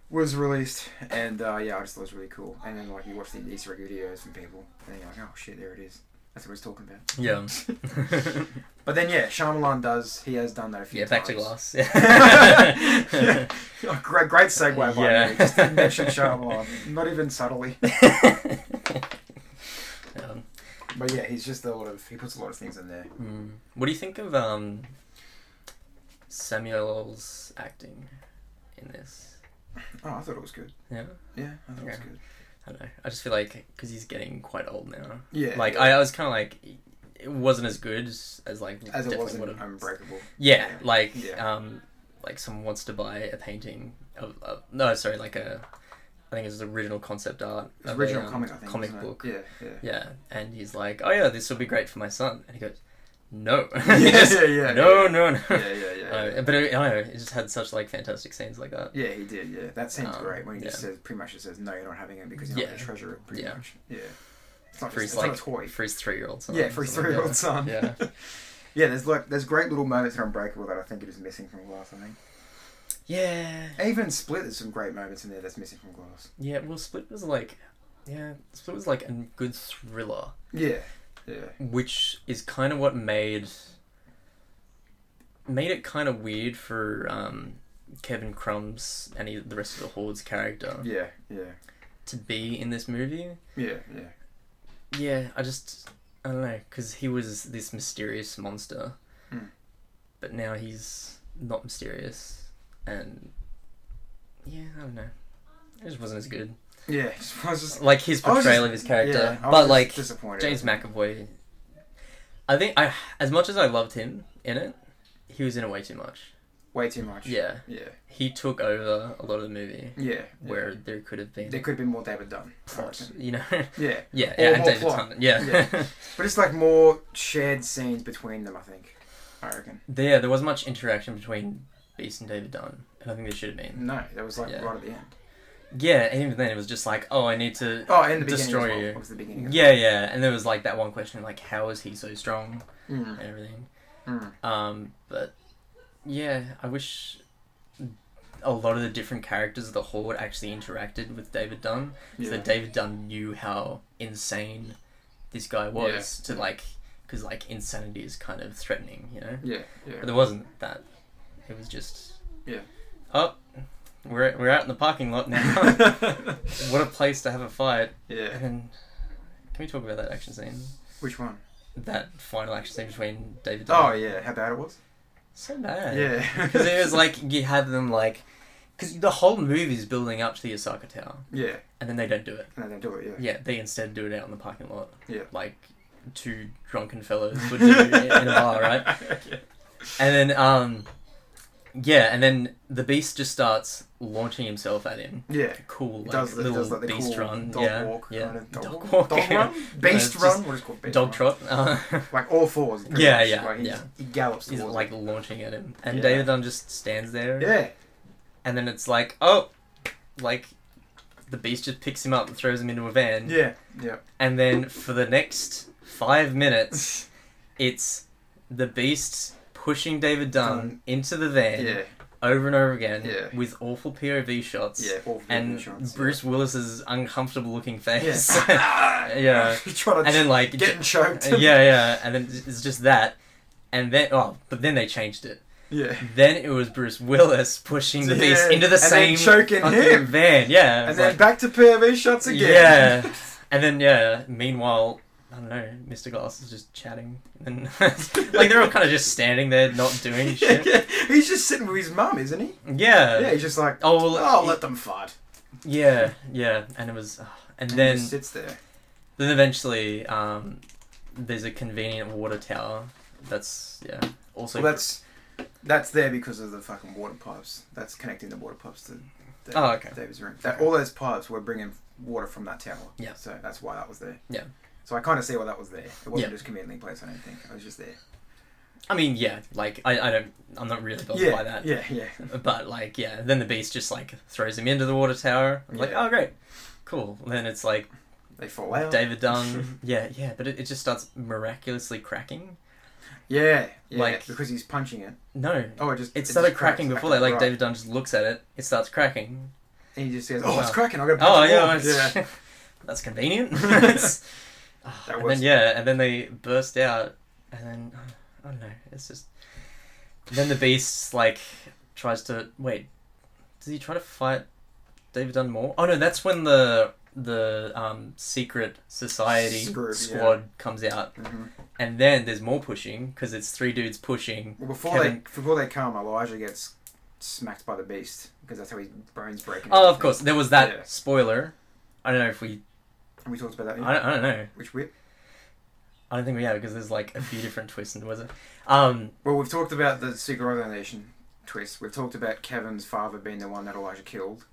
Speaker 1: was released, and uh, yeah, I just thought it was really cool. And then like you watch the Easter egg videos from people, and you're like, oh shit, there it is. That's what he's talking about. [laughs]
Speaker 2: yeah.
Speaker 1: But then yeah, Shyamalan does. He has done that a few
Speaker 2: Yeah,
Speaker 1: times.
Speaker 2: back to
Speaker 1: [laughs]
Speaker 2: glass. Yeah.
Speaker 1: yeah.
Speaker 2: [laughs]
Speaker 1: [laughs] Oh, great, great segue by
Speaker 2: Yeah.
Speaker 1: me. Just didn't mention Shyamalan, not even subtly.
Speaker 2: um,
Speaker 1: But yeah, he's just a lot of he puts a lot of things in there.
Speaker 2: mm. What do you think of um, Samuel's acting in this?
Speaker 1: Oh, I thought it was good.
Speaker 2: Yeah,
Speaker 1: Yeah, I thought it
Speaker 2: Okay.
Speaker 1: was good.
Speaker 2: I don't know. I just feel like because he's getting quite old now.
Speaker 1: Yeah,
Speaker 2: Like I, I was kind of like, it wasn't as good as like
Speaker 1: as it
Speaker 2: definitely
Speaker 1: was in
Speaker 2: would've-
Speaker 1: Unbreakable.
Speaker 2: Yeah, like
Speaker 1: Yeah.
Speaker 2: um, like someone wants to buy a painting of, of no, sorry, like a, I think it was original concept art.
Speaker 1: It's
Speaker 2: of a,
Speaker 1: original
Speaker 2: um,
Speaker 1: comic, I think.
Speaker 2: comic
Speaker 1: wasn't it?
Speaker 2: book.
Speaker 1: Yeah, yeah.
Speaker 2: Yeah, and he's like, "Oh yeah, this will be great for my son," and he goes, "No,
Speaker 1: [laughs] Yeah,
Speaker 2: [laughs] He just,
Speaker 1: yeah, yeah,
Speaker 2: no,
Speaker 1: yeah.
Speaker 2: no, no."
Speaker 1: Yeah, yeah,
Speaker 2: [laughs]
Speaker 1: yeah.
Speaker 2: Uh, but it, I don't know, it just had such like fantastic scenes like that.
Speaker 1: yeah, he did. Yeah, that seems
Speaker 2: Um,
Speaker 1: great when he just
Speaker 2: yeah.
Speaker 1: says pretty much just says no, you're not having it because you're not
Speaker 2: Yeah.
Speaker 1: going to treasure it. Pretty
Speaker 2: Yeah.
Speaker 1: much. Yeah, it's not
Speaker 2: For
Speaker 1: just,
Speaker 2: his
Speaker 1: it's
Speaker 2: like
Speaker 1: not a toy.
Speaker 2: for his three year old son.
Speaker 1: yeah, for
Speaker 2: or
Speaker 1: his
Speaker 2: something.
Speaker 1: three-year-old son.
Speaker 2: Yeah.
Speaker 1: [laughs] yeah. There's like there's great little moments in Unbreakable that I think it is missing from Glass. I think
Speaker 2: Yeah,
Speaker 1: even Split there's some great moments in there that's missing from Glass.
Speaker 2: yeah. Well, Split was like, yeah, Split was like a good thriller,
Speaker 1: Yeah, yeah.
Speaker 2: which is kind of what made made it kind of weird for um, Kevin Crumb's and he, the rest of the Horde's character
Speaker 1: Yeah, yeah,
Speaker 2: to be in this movie.
Speaker 1: yeah, yeah,
Speaker 2: Yeah, I just I don't know because he was this mysterious monster,
Speaker 1: Hmm.
Speaker 2: but now he's not mysterious, and yeah, I don't know. It just wasn't as good.
Speaker 1: yeah. [laughs] I was just,
Speaker 2: Like his
Speaker 1: I was
Speaker 2: portrayal
Speaker 1: just-
Speaker 2: of his character,
Speaker 1: yeah, I was
Speaker 2: but
Speaker 1: just
Speaker 2: like
Speaker 1: disappointed.
Speaker 2: James McAvoy, I think I as much as I loved him in it, he was in it way too much.
Speaker 1: Way too much.
Speaker 2: Yeah,
Speaker 1: Yeah.
Speaker 2: he took over a lot of the movie
Speaker 1: Yeah.
Speaker 2: where there could have been
Speaker 1: Hmm. There could have been more David Dunn. I
Speaker 2: plot,
Speaker 1: reckon.
Speaker 2: you know. [laughs]
Speaker 1: Yeah. Or
Speaker 2: yeah, yeah, and
Speaker 1: more
Speaker 2: David
Speaker 1: plot.
Speaker 2: Tennant. Yeah.
Speaker 1: Yeah.
Speaker 2: yeah.
Speaker 1: But it's like more shared scenes between them, I think. I reckon.
Speaker 2: there, there wasn't much interaction between Beast and David Dunn, and I think there should have been.
Speaker 1: No, that was like
Speaker 2: Yeah.
Speaker 1: right at the end.
Speaker 2: Yeah, and even then it was just like, oh, I need to.
Speaker 1: Oh, and the beginning
Speaker 2: Destroy
Speaker 1: as well.
Speaker 2: you.
Speaker 1: It was the beginning. as
Speaker 2: Yeah, yeah, and there was like that one question, like, how is he so strong
Speaker 1: well.
Speaker 2: and
Speaker 1: Mm,
Speaker 2: everything.
Speaker 1: mm.
Speaker 2: Um, but yeah, I wish a lot of the different characters of the Horde actually interacted with David Dunn.
Speaker 1: Yeah.
Speaker 2: So that David Dunn knew how insane this guy was to like, because like insanity is kind of threatening, you know.
Speaker 1: yeah. Yeah.
Speaker 2: But there wasn't that. It was just
Speaker 1: Yeah.
Speaker 2: Oh, we're we're out in the
Speaker 1: [laughs]
Speaker 2: parking lot now. [laughs] what a place to have a fight.
Speaker 1: yeah.
Speaker 2: And then, can we talk about that action scene?
Speaker 1: Which one?
Speaker 2: That final action scene between David. Dunn.
Speaker 1: Oh yeah, how bad it was.
Speaker 2: so bad.
Speaker 1: Yeah.
Speaker 2: [laughs] Because it
Speaker 1: [laughs]
Speaker 2: was like you have them like, because the whole movie is building up to the Osaka Tower,
Speaker 1: Yeah.
Speaker 2: and then they don't do it.
Speaker 1: No, they do it. Yeah.
Speaker 2: Yeah, they instead do it out in the parking lot.
Speaker 1: Yeah.
Speaker 2: Like two drunken fellows would do in a
Speaker 1: [laughs]
Speaker 2: bar, right? And then, um, yeah, and then the beast just starts launching himself at him.
Speaker 1: Yeah. It
Speaker 2: Cool, like
Speaker 1: does, the, it
Speaker 2: little
Speaker 1: does like the
Speaker 2: beast
Speaker 1: cool
Speaker 2: run,
Speaker 1: dog
Speaker 2: yeah,
Speaker 1: walk
Speaker 2: yeah,
Speaker 1: kind of dog,
Speaker 2: Dog
Speaker 1: walk.
Speaker 2: walk.
Speaker 1: Dog [laughs] run? Beast
Speaker 2: just
Speaker 1: run? What is it called? Beast
Speaker 2: [laughs] dog
Speaker 1: run.
Speaker 2: trot. Uh, [laughs]
Speaker 1: Like all fours. pretty
Speaker 2: Yeah,
Speaker 1: much.
Speaker 2: yeah,
Speaker 1: Like he
Speaker 2: yeah.
Speaker 1: just- He gallops
Speaker 2: he's
Speaker 1: towards
Speaker 2: like launching at him, and
Speaker 1: Yeah.
Speaker 2: David Dunn just stands there.
Speaker 1: it. Yeah.
Speaker 2: and then it's like, oh, like the beast just picks him up and throws him into a van,
Speaker 1: Yeah. Yeah.
Speaker 2: and then for the next
Speaker 1: [laughs]
Speaker 2: five minutes, it's the beast pushing David Dunn
Speaker 1: Dunn.
Speaker 2: into the van
Speaker 1: Yeah.
Speaker 2: over and over again
Speaker 1: Yeah.
Speaker 2: with awful POV shots.
Speaker 1: Yeah. All
Speaker 2: And
Speaker 1: insurance, yeah. [laughs]
Speaker 2: Bruce Willis's uncomfortable looking face. [laughs]
Speaker 1: Yeah.
Speaker 2: Yeah.
Speaker 1: He's trying to
Speaker 2: and then like
Speaker 1: getting [laughs] choked.
Speaker 2: [laughs] yeah, yeah, and then it's just that. And then oh, but then they changed it.
Speaker 1: Yeah.
Speaker 2: Then it was Bruce Willis pushing the
Speaker 1: Yeah,
Speaker 2: beast into the
Speaker 1: and then
Speaker 2: same
Speaker 1: choking
Speaker 2: fucking
Speaker 1: him.
Speaker 2: van. Yeah, it
Speaker 1: And
Speaker 2: was
Speaker 1: then
Speaker 2: like-
Speaker 1: back to POV shots again. [laughs]
Speaker 2: Yeah. And then yeah, meanwhile, I don't know, Mr. Glass is just chatting and [laughs] like they're all kind of just standing there not
Speaker 1: [laughs]
Speaker 2: doing
Speaker 1: Yeah,
Speaker 2: shit.
Speaker 1: yeah. He's just sitting with his mum, isn't he?
Speaker 2: Yeah.
Speaker 1: Yeah, he's just like,
Speaker 2: Oh, well,
Speaker 1: oh,
Speaker 2: it-
Speaker 1: let them fart.
Speaker 2: yeah, yeah, and it was [sighs] ah. and
Speaker 1: And
Speaker 2: then
Speaker 1: he just sits there.
Speaker 2: then eventually um there's a convenient water tower that's yeah, also
Speaker 1: Well, that's that's there because of the fucking water pipes. That's connecting the water pipes to David,
Speaker 2: Oh, okay.
Speaker 1: David's room. That,
Speaker 2: Okay.
Speaker 1: All those pipes were bringing water from that tower.
Speaker 2: Yeah.
Speaker 1: So that's why that was there.
Speaker 2: Yeah.
Speaker 1: So I kind of see why that was there. It wasn't
Speaker 2: Yeah.
Speaker 1: just conveniently placed. I don't think. It was just there.
Speaker 2: I mean, yeah, like I, I don't I'm not really bothered
Speaker 1: yeah.
Speaker 2: by that.
Speaker 1: Yeah. Yeah.
Speaker 2: But like, yeah, then the beast just like throws him into the water tower. I'm like,
Speaker 1: Yeah.
Speaker 2: oh great. Cool. And then it's like
Speaker 1: They fall out.
Speaker 2: David
Speaker 1: [laughs]
Speaker 2: Dunn. yeah, yeah, but it, it just starts miraculously cracking.
Speaker 1: Yeah. Yeah.
Speaker 2: Like-
Speaker 1: because he's punching it.
Speaker 2: No.
Speaker 1: Oh, it just
Speaker 2: It
Speaker 1: just
Speaker 2: started
Speaker 1: cracks
Speaker 2: cracking
Speaker 1: back
Speaker 2: before
Speaker 1: up,
Speaker 2: that. Like,
Speaker 1: right.
Speaker 2: David Dunn just looks at it, it starts cracking.
Speaker 1: And he just says, "Oh, it's
Speaker 2: Wow.
Speaker 1: cracking! I got to
Speaker 2: Oh,
Speaker 1: punch
Speaker 2: yeah.
Speaker 1: the wall." Yeah.
Speaker 2: it's- [laughs]
Speaker 1: [laughs]
Speaker 2: That's convenient. [laughs] It's- Ah,
Speaker 1: That
Speaker 2: and
Speaker 1: works.
Speaker 2: then, yeah, and then they burst out, and then, I don't know, it's just. Then the beast, like, tries to. Wait, does he try to fight David Dunn more? Oh, no, that's when the. The um, secret society
Speaker 1: Screw, yeah.
Speaker 2: squad comes out
Speaker 1: Mhm.
Speaker 2: And then there's more pushing because it's three dudes pushing.
Speaker 1: Well, before
Speaker 2: Kevin-
Speaker 1: they before they come, Elijah gets smacked by the beast because that's how his bones break. and
Speaker 2: Oh,
Speaker 1: everything.
Speaker 2: of course, there was that
Speaker 1: Yeah.
Speaker 2: spoiler. I don't know if we.
Speaker 1: And we talked about that.
Speaker 2: I don't, I don't know.
Speaker 1: Which we
Speaker 2: I don't think we have because there's like a few different twists and was it? Um,
Speaker 1: well, we've talked about the secret organization twist. We've talked about Kevin's father being the one that Elijah killed.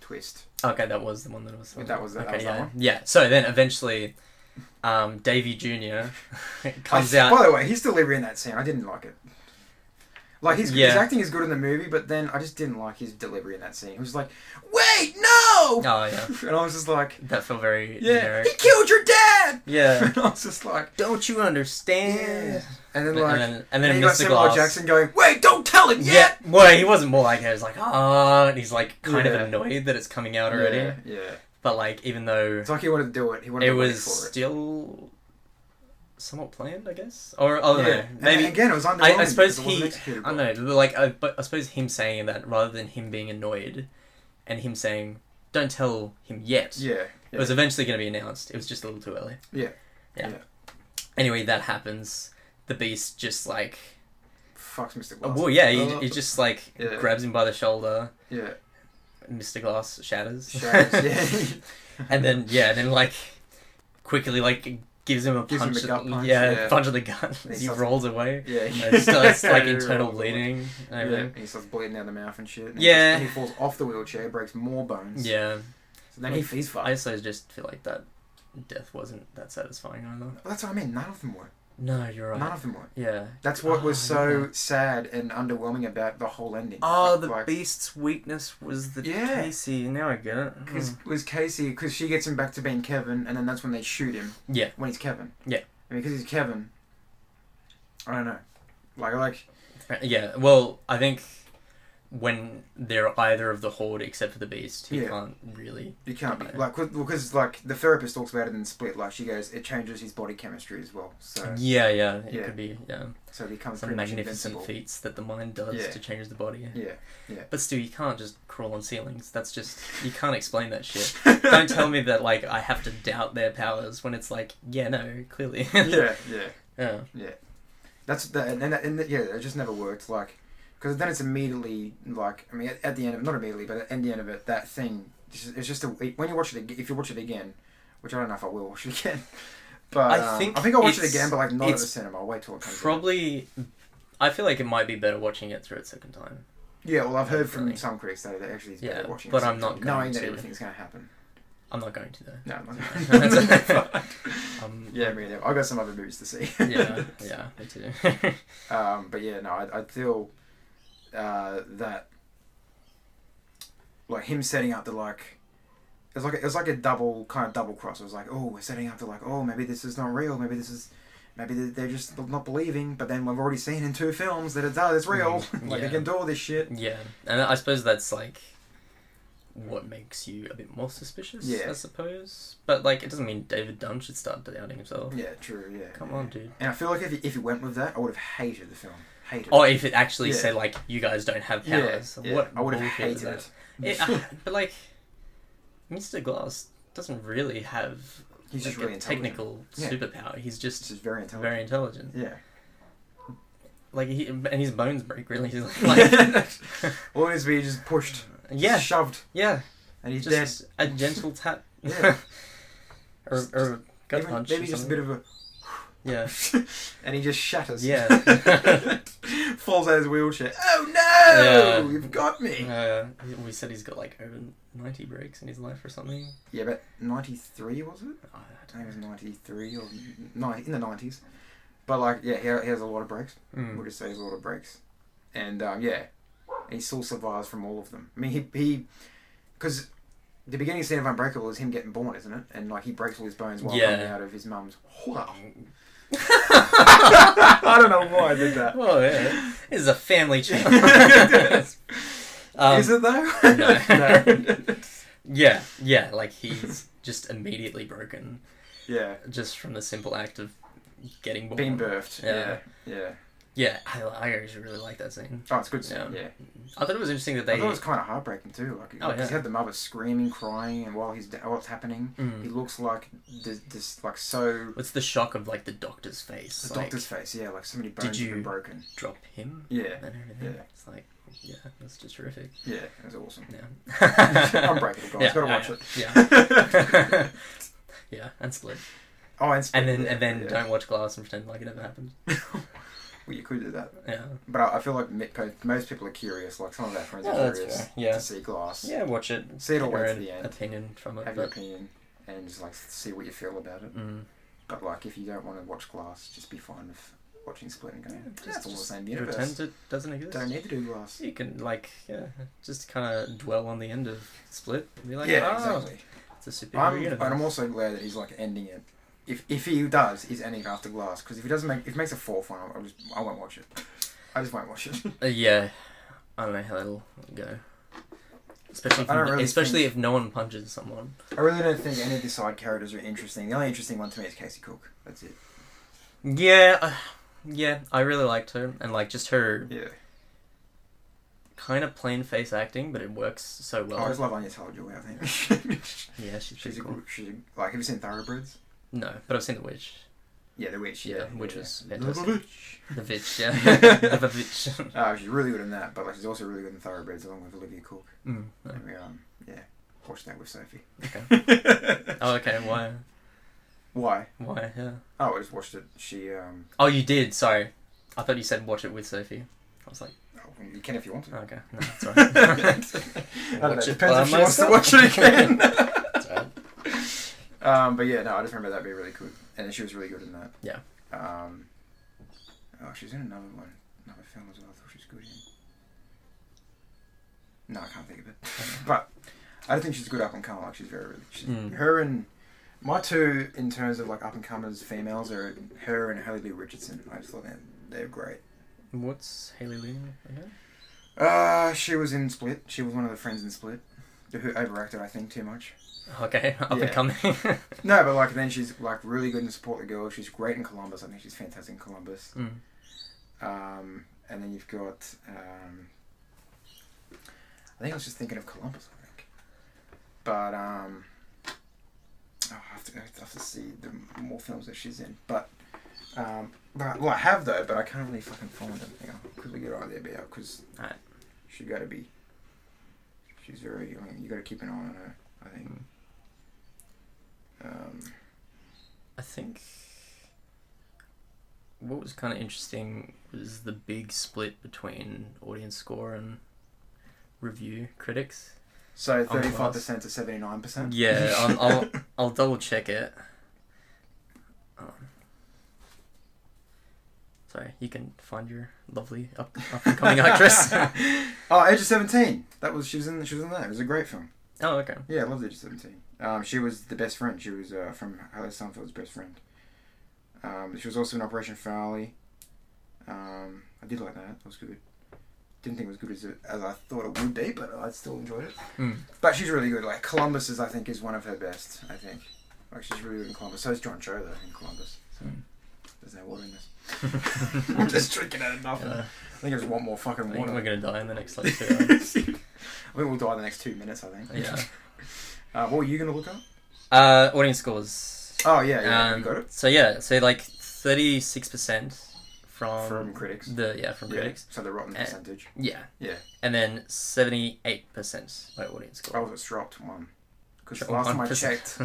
Speaker 1: Twist.
Speaker 2: okay, that was the one that was.
Speaker 1: That was- that
Speaker 2: okay,
Speaker 1: was
Speaker 2: yeah.
Speaker 1: that one.
Speaker 2: Yeah. So then eventually, um, Davy Junior [laughs] comes
Speaker 1: I-
Speaker 2: out.
Speaker 1: Oh, By the way, he's delivery in that scene. I didn't like it. Like his, his
Speaker 2: Yeah.
Speaker 1: acting is good in the movie, but then I just didn't like his delivery in that scene. He was like, "Wait, no!"
Speaker 2: Oh
Speaker 1: [laughs]
Speaker 2: yeah,
Speaker 1: And I was just like,
Speaker 2: that felt very
Speaker 1: "Yeah,
Speaker 2: generic.
Speaker 1: he killed your dad."
Speaker 2: Yeah.
Speaker 1: [laughs] and I was just like,
Speaker 2: Don't you
Speaker 1: "Yeah."
Speaker 2: understand?
Speaker 1: And then
Speaker 2: And,
Speaker 1: like.
Speaker 2: then, and
Speaker 1: And
Speaker 2: then
Speaker 1: you got
Speaker 2: Mr.
Speaker 1: Samuel L.
Speaker 2: Glass.
Speaker 1: Jackson going, wait, don't tell him
Speaker 2: Yeah.
Speaker 1: yet.
Speaker 2: Well, he wasn't more like that. He was like, ah, and he's like kind
Speaker 1: Yeah.
Speaker 2: of annoyed that it's coming out already.
Speaker 1: Yeah, yeah.
Speaker 2: But like, even though
Speaker 1: It's like he wanted to do it. He wanted
Speaker 2: it
Speaker 1: to
Speaker 2: was
Speaker 1: wait for it.
Speaker 2: still somewhat planned, I guess. Or I don't
Speaker 1: yeah.
Speaker 2: know,
Speaker 1: And
Speaker 2: Oh, maybe.
Speaker 1: again, it was
Speaker 2: I,
Speaker 1: underwhelming.
Speaker 2: I suppose
Speaker 1: because it wasn't
Speaker 2: he.
Speaker 1: executed
Speaker 2: I
Speaker 1: well.
Speaker 2: don't know, like, I, but I suppose him saying that rather than him being annoyed, and him saying, "Don't tell him yet."
Speaker 1: Yeah,
Speaker 2: It was eventually going to be announced. It was just a little too early.
Speaker 1: Yeah.
Speaker 2: Yeah.
Speaker 1: Yeah.
Speaker 2: Anyway, that happens. The beast just like,
Speaker 1: fucks Mr.
Speaker 2: oh,
Speaker 1: Glass.
Speaker 2: well, yeah, he,
Speaker 1: Oh.
Speaker 2: he just like
Speaker 1: Yeah.
Speaker 2: grabs him by the shoulder. [laughs]
Speaker 1: Yeah,
Speaker 2: Mr. Glass shatters. [laughs]
Speaker 1: shatters. yeah,
Speaker 2: and then yeah, then like quickly like gives him a
Speaker 1: Gives him
Speaker 2: punch.
Speaker 1: a gut punch,
Speaker 2: yeah,
Speaker 1: yeah.
Speaker 2: punch in the gut.
Speaker 1: He
Speaker 2: he
Speaker 1: starts- [laughs]
Speaker 2: rolls away.
Speaker 1: Yeah,
Speaker 2: And it
Speaker 1: [laughs]
Speaker 2: starts like
Speaker 1: He
Speaker 2: internal
Speaker 1: rolls away.
Speaker 2: bleeding. and
Speaker 1: Yeah,
Speaker 2: everything.
Speaker 1: and he starts bleeding out the mouth and shit. And
Speaker 2: Yeah.
Speaker 1: he, just- he falls off the wheelchair, breaks more bones.
Speaker 2: Yeah.
Speaker 1: so then he,
Speaker 2: If-
Speaker 1: he's fucked.
Speaker 2: I also just feel like that death wasn't that satisfying either.
Speaker 1: Well, that's what I mean. None of them were.
Speaker 2: No, you're
Speaker 1: None
Speaker 2: right.
Speaker 1: of them were.
Speaker 2: Yeah.
Speaker 1: That's what was
Speaker 2: Oh,
Speaker 1: so
Speaker 2: yeah.
Speaker 1: sad and underwhelming about the whole ending.
Speaker 2: Oh, the
Speaker 1: like,
Speaker 2: beast's weakness was the
Speaker 1: Yeah.
Speaker 2: Casey. Now I get it. Hmm.
Speaker 1: because was Casey because she gets him back to being Kevin, and then that's when they shoot him.
Speaker 2: Yeah.
Speaker 1: when he's Kevin.
Speaker 2: Yeah.
Speaker 1: and because he's Kevin. I don't know. Like, like
Speaker 2: Uh, Yeah, well, I think when they're either of the horde except for the beast, you
Speaker 1: Yeah.
Speaker 2: can't really.
Speaker 1: you can't be
Speaker 2: Okay.
Speaker 1: like because like the therapist talks about it in Split. Like she goes, it changes his body chemistry as well. So
Speaker 2: Yeah, yeah, it
Speaker 1: Yeah.
Speaker 2: could be. Yeah,
Speaker 1: so he becomes
Speaker 2: some
Speaker 1: pretty much
Speaker 2: magnificent
Speaker 1: invincible.
Speaker 2: feats that the mind does
Speaker 1: Yeah.
Speaker 2: to change the body.
Speaker 1: Yeah.
Speaker 2: But still, you can't just crawl on ceilings. That's just you can't explain that shit.
Speaker 1: [laughs]
Speaker 2: Don't tell me that like I have to doubt their powers when it's like, yeah, no, clearly.
Speaker 1: [laughs] yeah, yeah.
Speaker 2: yeah.
Speaker 1: That's the and and, and yeah, it just never worked. Like, because then it's immediately like I mean, at, at the end of not immediately, but at the end of it, that thing it's just- it's just a when you watch it ag- if you watch it again, which I don't know if I will watch it again, [laughs] but
Speaker 2: I
Speaker 1: um,
Speaker 2: think
Speaker 1: I think I'll watch it
Speaker 2: it's-
Speaker 1: again, but like not at the
Speaker 2: it's
Speaker 1: cinema. I'll wait till it comes. out.
Speaker 2: Probably, I feel like it might be better watching it through a second time.
Speaker 1: Yeah, well, I've heard from
Speaker 2: Really.
Speaker 1: some critics that it actually is better
Speaker 2: Yeah,
Speaker 1: watching.
Speaker 2: but
Speaker 1: it
Speaker 2: I'm not
Speaker 1: sometime, knowing
Speaker 2: going
Speaker 1: that
Speaker 2: to.
Speaker 1: everything's going to happen.
Speaker 2: I'm not going to though.
Speaker 1: No, I'm not
Speaker 2: [laughs]
Speaker 1: [laughs]
Speaker 2: That's- Um,
Speaker 1: yeah, me neither. I've got some other movies to see.
Speaker 2: yeah, yeah, me too. [laughs]
Speaker 1: [laughs] Um, but yeah, no, I, I feel uh, that like him setting up the like it's like a, it's like a double kind of double cross. It was like, oh, we're setting up the like, oh, maybe this is not real. Maybe this is maybe they- they're just not believing. But then we've already seen in two films that it's uh, it's real.
Speaker 2: Mm,
Speaker 1: like
Speaker 2: [laughs] yeah.
Speaker 1: they can do all this shit.
Speaker 2: Yeah, and I suppose that's like what makes you a bit more suspicious.
Speaker 1: Yeah.
Speaker 2: I suppose, but like it doesn't mean David Dunn should start doubting himself.
Speaker 1: Yeah, true. Yeah.
Speaker 2: Come on, dude.
Speaker 1: And I feel like if you, if you went with that, I would have hated the film. Hated.
Speaker 2: Or if it actually
Speaker 1: Yeah.
Speaker 2: said like you guys don't have
Speaker 1: yeah,
Speaker 2: powers,
Speaker 1: yeah.
Speaker 2: what
Speaker 1: I would have
Speaker 2: bullshit is
Speaker 1: hated it.
Speaker 2: that?
Speaker 1: [laughs]
Speaker 2: It- [laughs] uh, but like, Mr. Glass doesn't really have
Speaker 1: He's
Speaker 2: [laughs]
Speaker 1: just
Speaker 2: like,
Speaker 1: really
Speaker 2: a
Speaker 1: intelligent.
Speaker 2: technical
Speaker 1: Yeah.
Speaker 2: superpower. He's
Speaker 1: He's
Speaker 2: just
Speaker 1: just very intelligent.
Speaker 2: very intelligent.
Speaker 1: Yeah.
Speaker 2: Like he and his bones break
Speaker 1: [laughs]
Speaker 2: really. He's [laughs] like,
Speaker 1: All it is be just pushed,
Speaker 2: yeah,
Speaker 1: shoved,
Speaker 2: yeah.
Speaker 1: and he's dead.
Speaker 2: Just a gentle tap.
Speaker 1: Yeah.
Speaker 2: [laughs] or,
Speaker 1: Just-
Speaker 2: or a gut
Speaker 1: Even-
Speaker 2: punch.
Speaker 1: maybe
Speaker 2: or
Speaker 1: just a
Speaker 2: something.
Speaker 1: bit of a,
Speaker 2: Yeah.
Speaker 1: and he just shatters.
Speaker 2: Yeah.
Speaker 1: [laughs] falls out of his wheelchair. [laughs] Oh no!
Speaker 2: Yeah.
Speaker 1: You've got me.
Speaker 2: Uh, we said he's got like over 90 breaks in his life or something.
Speaker 1: Yeah, but ninety three was it?
Speaker 2: I
Speaker 1: I think it was ninety three or ninety in the nineties. But like, yeah, he, he has a lot of breaks.
Speaker 2: don't
Speaker 1: We'll
Speaker 2: know.
Speaker 1: just say he has a lot of breaks, and um, yeah, he still survives from all of them. I mean, he he, because. The beginning scene of Unbreakable is him getting born, isn't it? And like he breaks all his bones while
Speaker 2: Yeah.
Speaker 1: coming out of his mum's.
Speaker 2: [laughs]
Speaker 1: [laughs] I don't know why I did that.
Speaker 2: Well, Oh, yeah. This is
Speaker 1: [laughs]
Speaker 2: a family [laughs] Um, channel.
Speaker 1: Is
Speaker 2: um,
Speaker 1: it though?
Speaker 2: no.
Speaker 1: [laughs] No.
Speaker 2: [laughs] yeah, yeah. Like he's just immediately broken
Speaker 1: yeah.
Speaker 2: just from the simple act of getting born.
Speaker 1: Being birthed. Yeah.
Speaker 2: Yeah.
Speaker 1: yeah.
Speaker 2: Yeah, I, I actually really like that scene.
Speaker 1: Oh, it's good. Yeah.
Speaker 2: Yeah.
Speaker 1: yeah.
Speaker 2: I thought it was interesting that
Speaker 1: I
Speaker 2: they.
Speaker 1: thought it was kind of heartbreaking too. Like,
Speaker 2: Oh,
Speaker 1: like, he's
Speaker 2: yeah.
Speaker 1: had the mother screaming, crying, and while he's while it's happening,
Speaker 2: Mm.
Speaker 1: he looks like this, this like so.
Speaker 2: What's the shock of like the doctor's face?
Speaker 1: The
Speaker 2: like,
Speaker 1: doctor's face. Yeah, like so many bones have been
Speaker 2: you-
Speaker 1: broken.
Speaker 2: drop him
Speaker 1: Yeah.
Speaker 2: and everything.
Speaker 1: Yeah.
Speaker 2: It's like, yeah, that's just terrific.
Speaker 1: Yeah, it was
Speaker 2: [laughs]
Speaker 1: awesome.
Speaker 2: Yeah. [laughs]
Speaker 1: Unbreakable, guys. Gotta watch it.
Speaker 2: Yeah. [laughs] yeah, and split.
Speaker 1: Oh, and,
Speaker 2: And then
Speaker 1: yeah,
Speaker 2: and then
Speaker 1: yeah.
Speaker 2: don't watch Glass and pretend like it never happened.
Speaker 1: Well, you could do that,
Speaker 2: Yeah.
Speaker 1: but I, I feel like mi- most people are curious. Like some of our friends
Speaker 2: Yeah,
Speaker 1: are
Speaker 2: that's
Speaker 1: curious
Speaker 2: fair. Yeah.
Speaker 1: to see glass.
Speaker 2: Yeah, watch it.
Speaker 1: See it all
Speaker 2: Get your
Speaker 1: the way to the
Speaker 2: own
Speaker 1: end.
Speaker 2: Opinion from it.
Speaker 1: have your
Speaker 2: but,
Speaker 1: opinion and just like see what you feel about it.
Speaker 2: mm,
Speaker 1: But like, if you don't want to watch Glass, just be fine with watching Split and going.
Speaker 2: Yeah,
Speaker 1: just
Speaker 2: just-
Speaker 1: all the
Speaker 2: just
Speaker 1: same universe.
Speaker 2: pretend it doesn't exist.
Speaker 1: Don't need to do Glass.
Speaker 2: you can like yeah, just kind of dwell on the end of Split. and Be like,
Speaker 1: yeah,
Speaker 2: oh,
Speaker 1: exactly.
Speaker 2: It's a superhero
Speaker 1: I'm, and
Speaker 2: universe.
Speaker 1: I'm also glad that he's like ending it. If if he does, he's ending it after Glass. Because if he doesn't make, if he makes a fourth one, I'll just I won't watch it. I just won't watch it.
Speaker 2: Uh, yeah, I don't know how that'll go. Especially, if,
Speaker 1: I don't really
Speaker 2: especially if no one punches someone.
Speaker 1: I really don't think any of the side characters are interesting. The only interesting one to me is Casey Cook. That's it.
Speaker 2: Yeah, uh, yeah, I really liked her, and like just her
Speaker 1: Yeah.
Speaker 2: kind of plain face acting, but it works so
Speaker 1: I
Speaker 2: well.
Speaker 1: always Oh, love Anya Taylor Joy. I think
Speaker 2: yeah,
Speaker 1: she's
Speaker 2: she's pretty
Speaker 1: a
Speaker 2: cool.
Speaker 1: good. She's a, like, have you seen Thoroughbreds?
Speaker 2: No, but I've seen The Witch.
Speaker 1: Yeah, The Witch. Yeah,
Speaker 2: Yeah, Witch was
Speaker 1: The
Speaker 2: fantastic.
Speaker 1: Witch.
Speaker 2: The
Speaker 1: [laughs]
Speaker 2: Witch, yeah. [laughs] the Witch. [laughs]
Speaker 1: Uh, she's really good in that, but like she's also really good in Thoroughbreds along with Olivia Cook.
Speaker 2: mm, no.
Speaker 1: And we um yeah, watched that with Sophie.
Speaker 2: Oh, okay, why?
Speaker 1: [laughs] Why?
Speaker 2: Why? Yeah.
Speaker 1: Oh, I just watched it. She, um,
Speaker 2: Oh, you did. Sorry, I thought you said watch it with Sophie. I was like,
Speaker 1: oh, you can if you want to.
Speaker 2: oh, okay, no,
Speaker 1: [laughs] I
Speaker 2: sorry.
Speaker 1: don't know,
Speaker 3: Watch
Speaker 1: it
Speaker 3: it
Speaker 1: depends
Speaker 3: by
Speaker 1: if she wants to
Speaker 3: myself.
Speaker 1: watch it again. [laughs]
Speaker 3: So,
Speaker 1: um, but yeah, no, I just remember that being really cool, and she was really good in that.
Speaker 2: Yeah.
Speaker 1: Um, oh, she's in another one, another film as well. I thought she was good in. No, I can't think of it. [laughs] but I don't think she's good up and coming. Like she's very, really, she's,
Speaker 2: Mm.
Speaker 1: her and my two in terms of like up and comers females are her and Haley Richardson. I just thought man, they're great.
Speaker 2: What's Haley Lynn again?
Speaker 1: Uh, she was in Split. She was one of the friends in Split, who overacted I think too much.
Speaker 2: Okay, up
Speaker 1: Yeah.
Speaker 2: and coming. [laughs]
Speaker 1: No, but like then she's like really good in support the girl. She's great in Columbus. I think she's fantastic in Columbus.
Speaker 2: mm.
Speaker 1: Um, and then you've got um, I think I was just thinking of Columbus. I think, but um, oh, I have to I have to see the more films that she's in. But um, but well, I have though, but I can't really fucking find them. Hang on, because we get on there, because
Speaker 2: Alright.
Speaker 1: she got to be. She's very. I mean, you got to keep an eye on her. I think. Um,
Speaker 2: I think what was kind of interesting was the big split between audience score and review critics.
Speaker 1: so
Speaker 2: glass.
Speaker 1: thirty-five percent to seventy-nine percent.
Speaker 2: Yeah,
Speaker 1: [laughs]
Speaker 2: I'll, I'll I'll double check it. Um, sorry, you can find your lovely up up and coming
Speaker 1: [laughs]
Speaker 2: actress. [laughs]
Speaker 1: Oh, Age of Seventeen. That was she was in. She was in that. It was a great film.
Speaker 2: oh, okay.
Speaker 1: Yeah, I loved Age of Seventeen. Um, she was the best friend. She was uh, from Haley Steinfeld's best friend. Um, she was also in Operation Farley. Um, I did like that. That was good. Didn't think it was good as, as I thought it would be, but I still enjoyed it.
Speaker 2: Mm.
Speaker 1: But she's really good. Like Columbus is, I think, is one of her best. I think. Like she's really good in Columbus. So is John Cho though in Columbus. So
Speaker 2: Mm.
Speaker 1: there's no water in
Speaker 2: [laughs]
Speaker 1: this. I'm just drinking out of nothing.
Speaker 2: Yeah,
Speaker 1: I think I just want more fucking
Speaker 2: I
Speaker 1: water.
Speaker 2: think we're gonna die in the next
Speaker 1: [laughs]
Speaker 2: like two
Speaker 1: I
Speaker 2: hours.
Speaker 1: think we'll die in the next two minutes. I think.
Speaker 2: Yeah.
Speaker 1: Uh, what were you gonna look up?
Speaker 2: Uh, audience scores.
Speaker 1: Oh yeah, yeah,
Speaker 2: Um,
Speaker 1: you got it
Speaker 2: So yeah, so like thirty six percent from
Speaker 1: from critics.
Speaker 2: the yeah from
Speaker 1: Yeah,
Speaker 2: critics
Speaker 1: So the rotten
Speaker 2: Uh,
Speaker 1: percentage.
Speaker 2: yeah
Speaker 1: Yeah.
Speaker 2: and then seventy eight percent by audience
Speaker 1: Oh,
Speaker 2: score.
Speaker 1: it's dropped one. Because
Speaker 2: Dropped
Speaker 1: last time I
Speaker 2: 1%.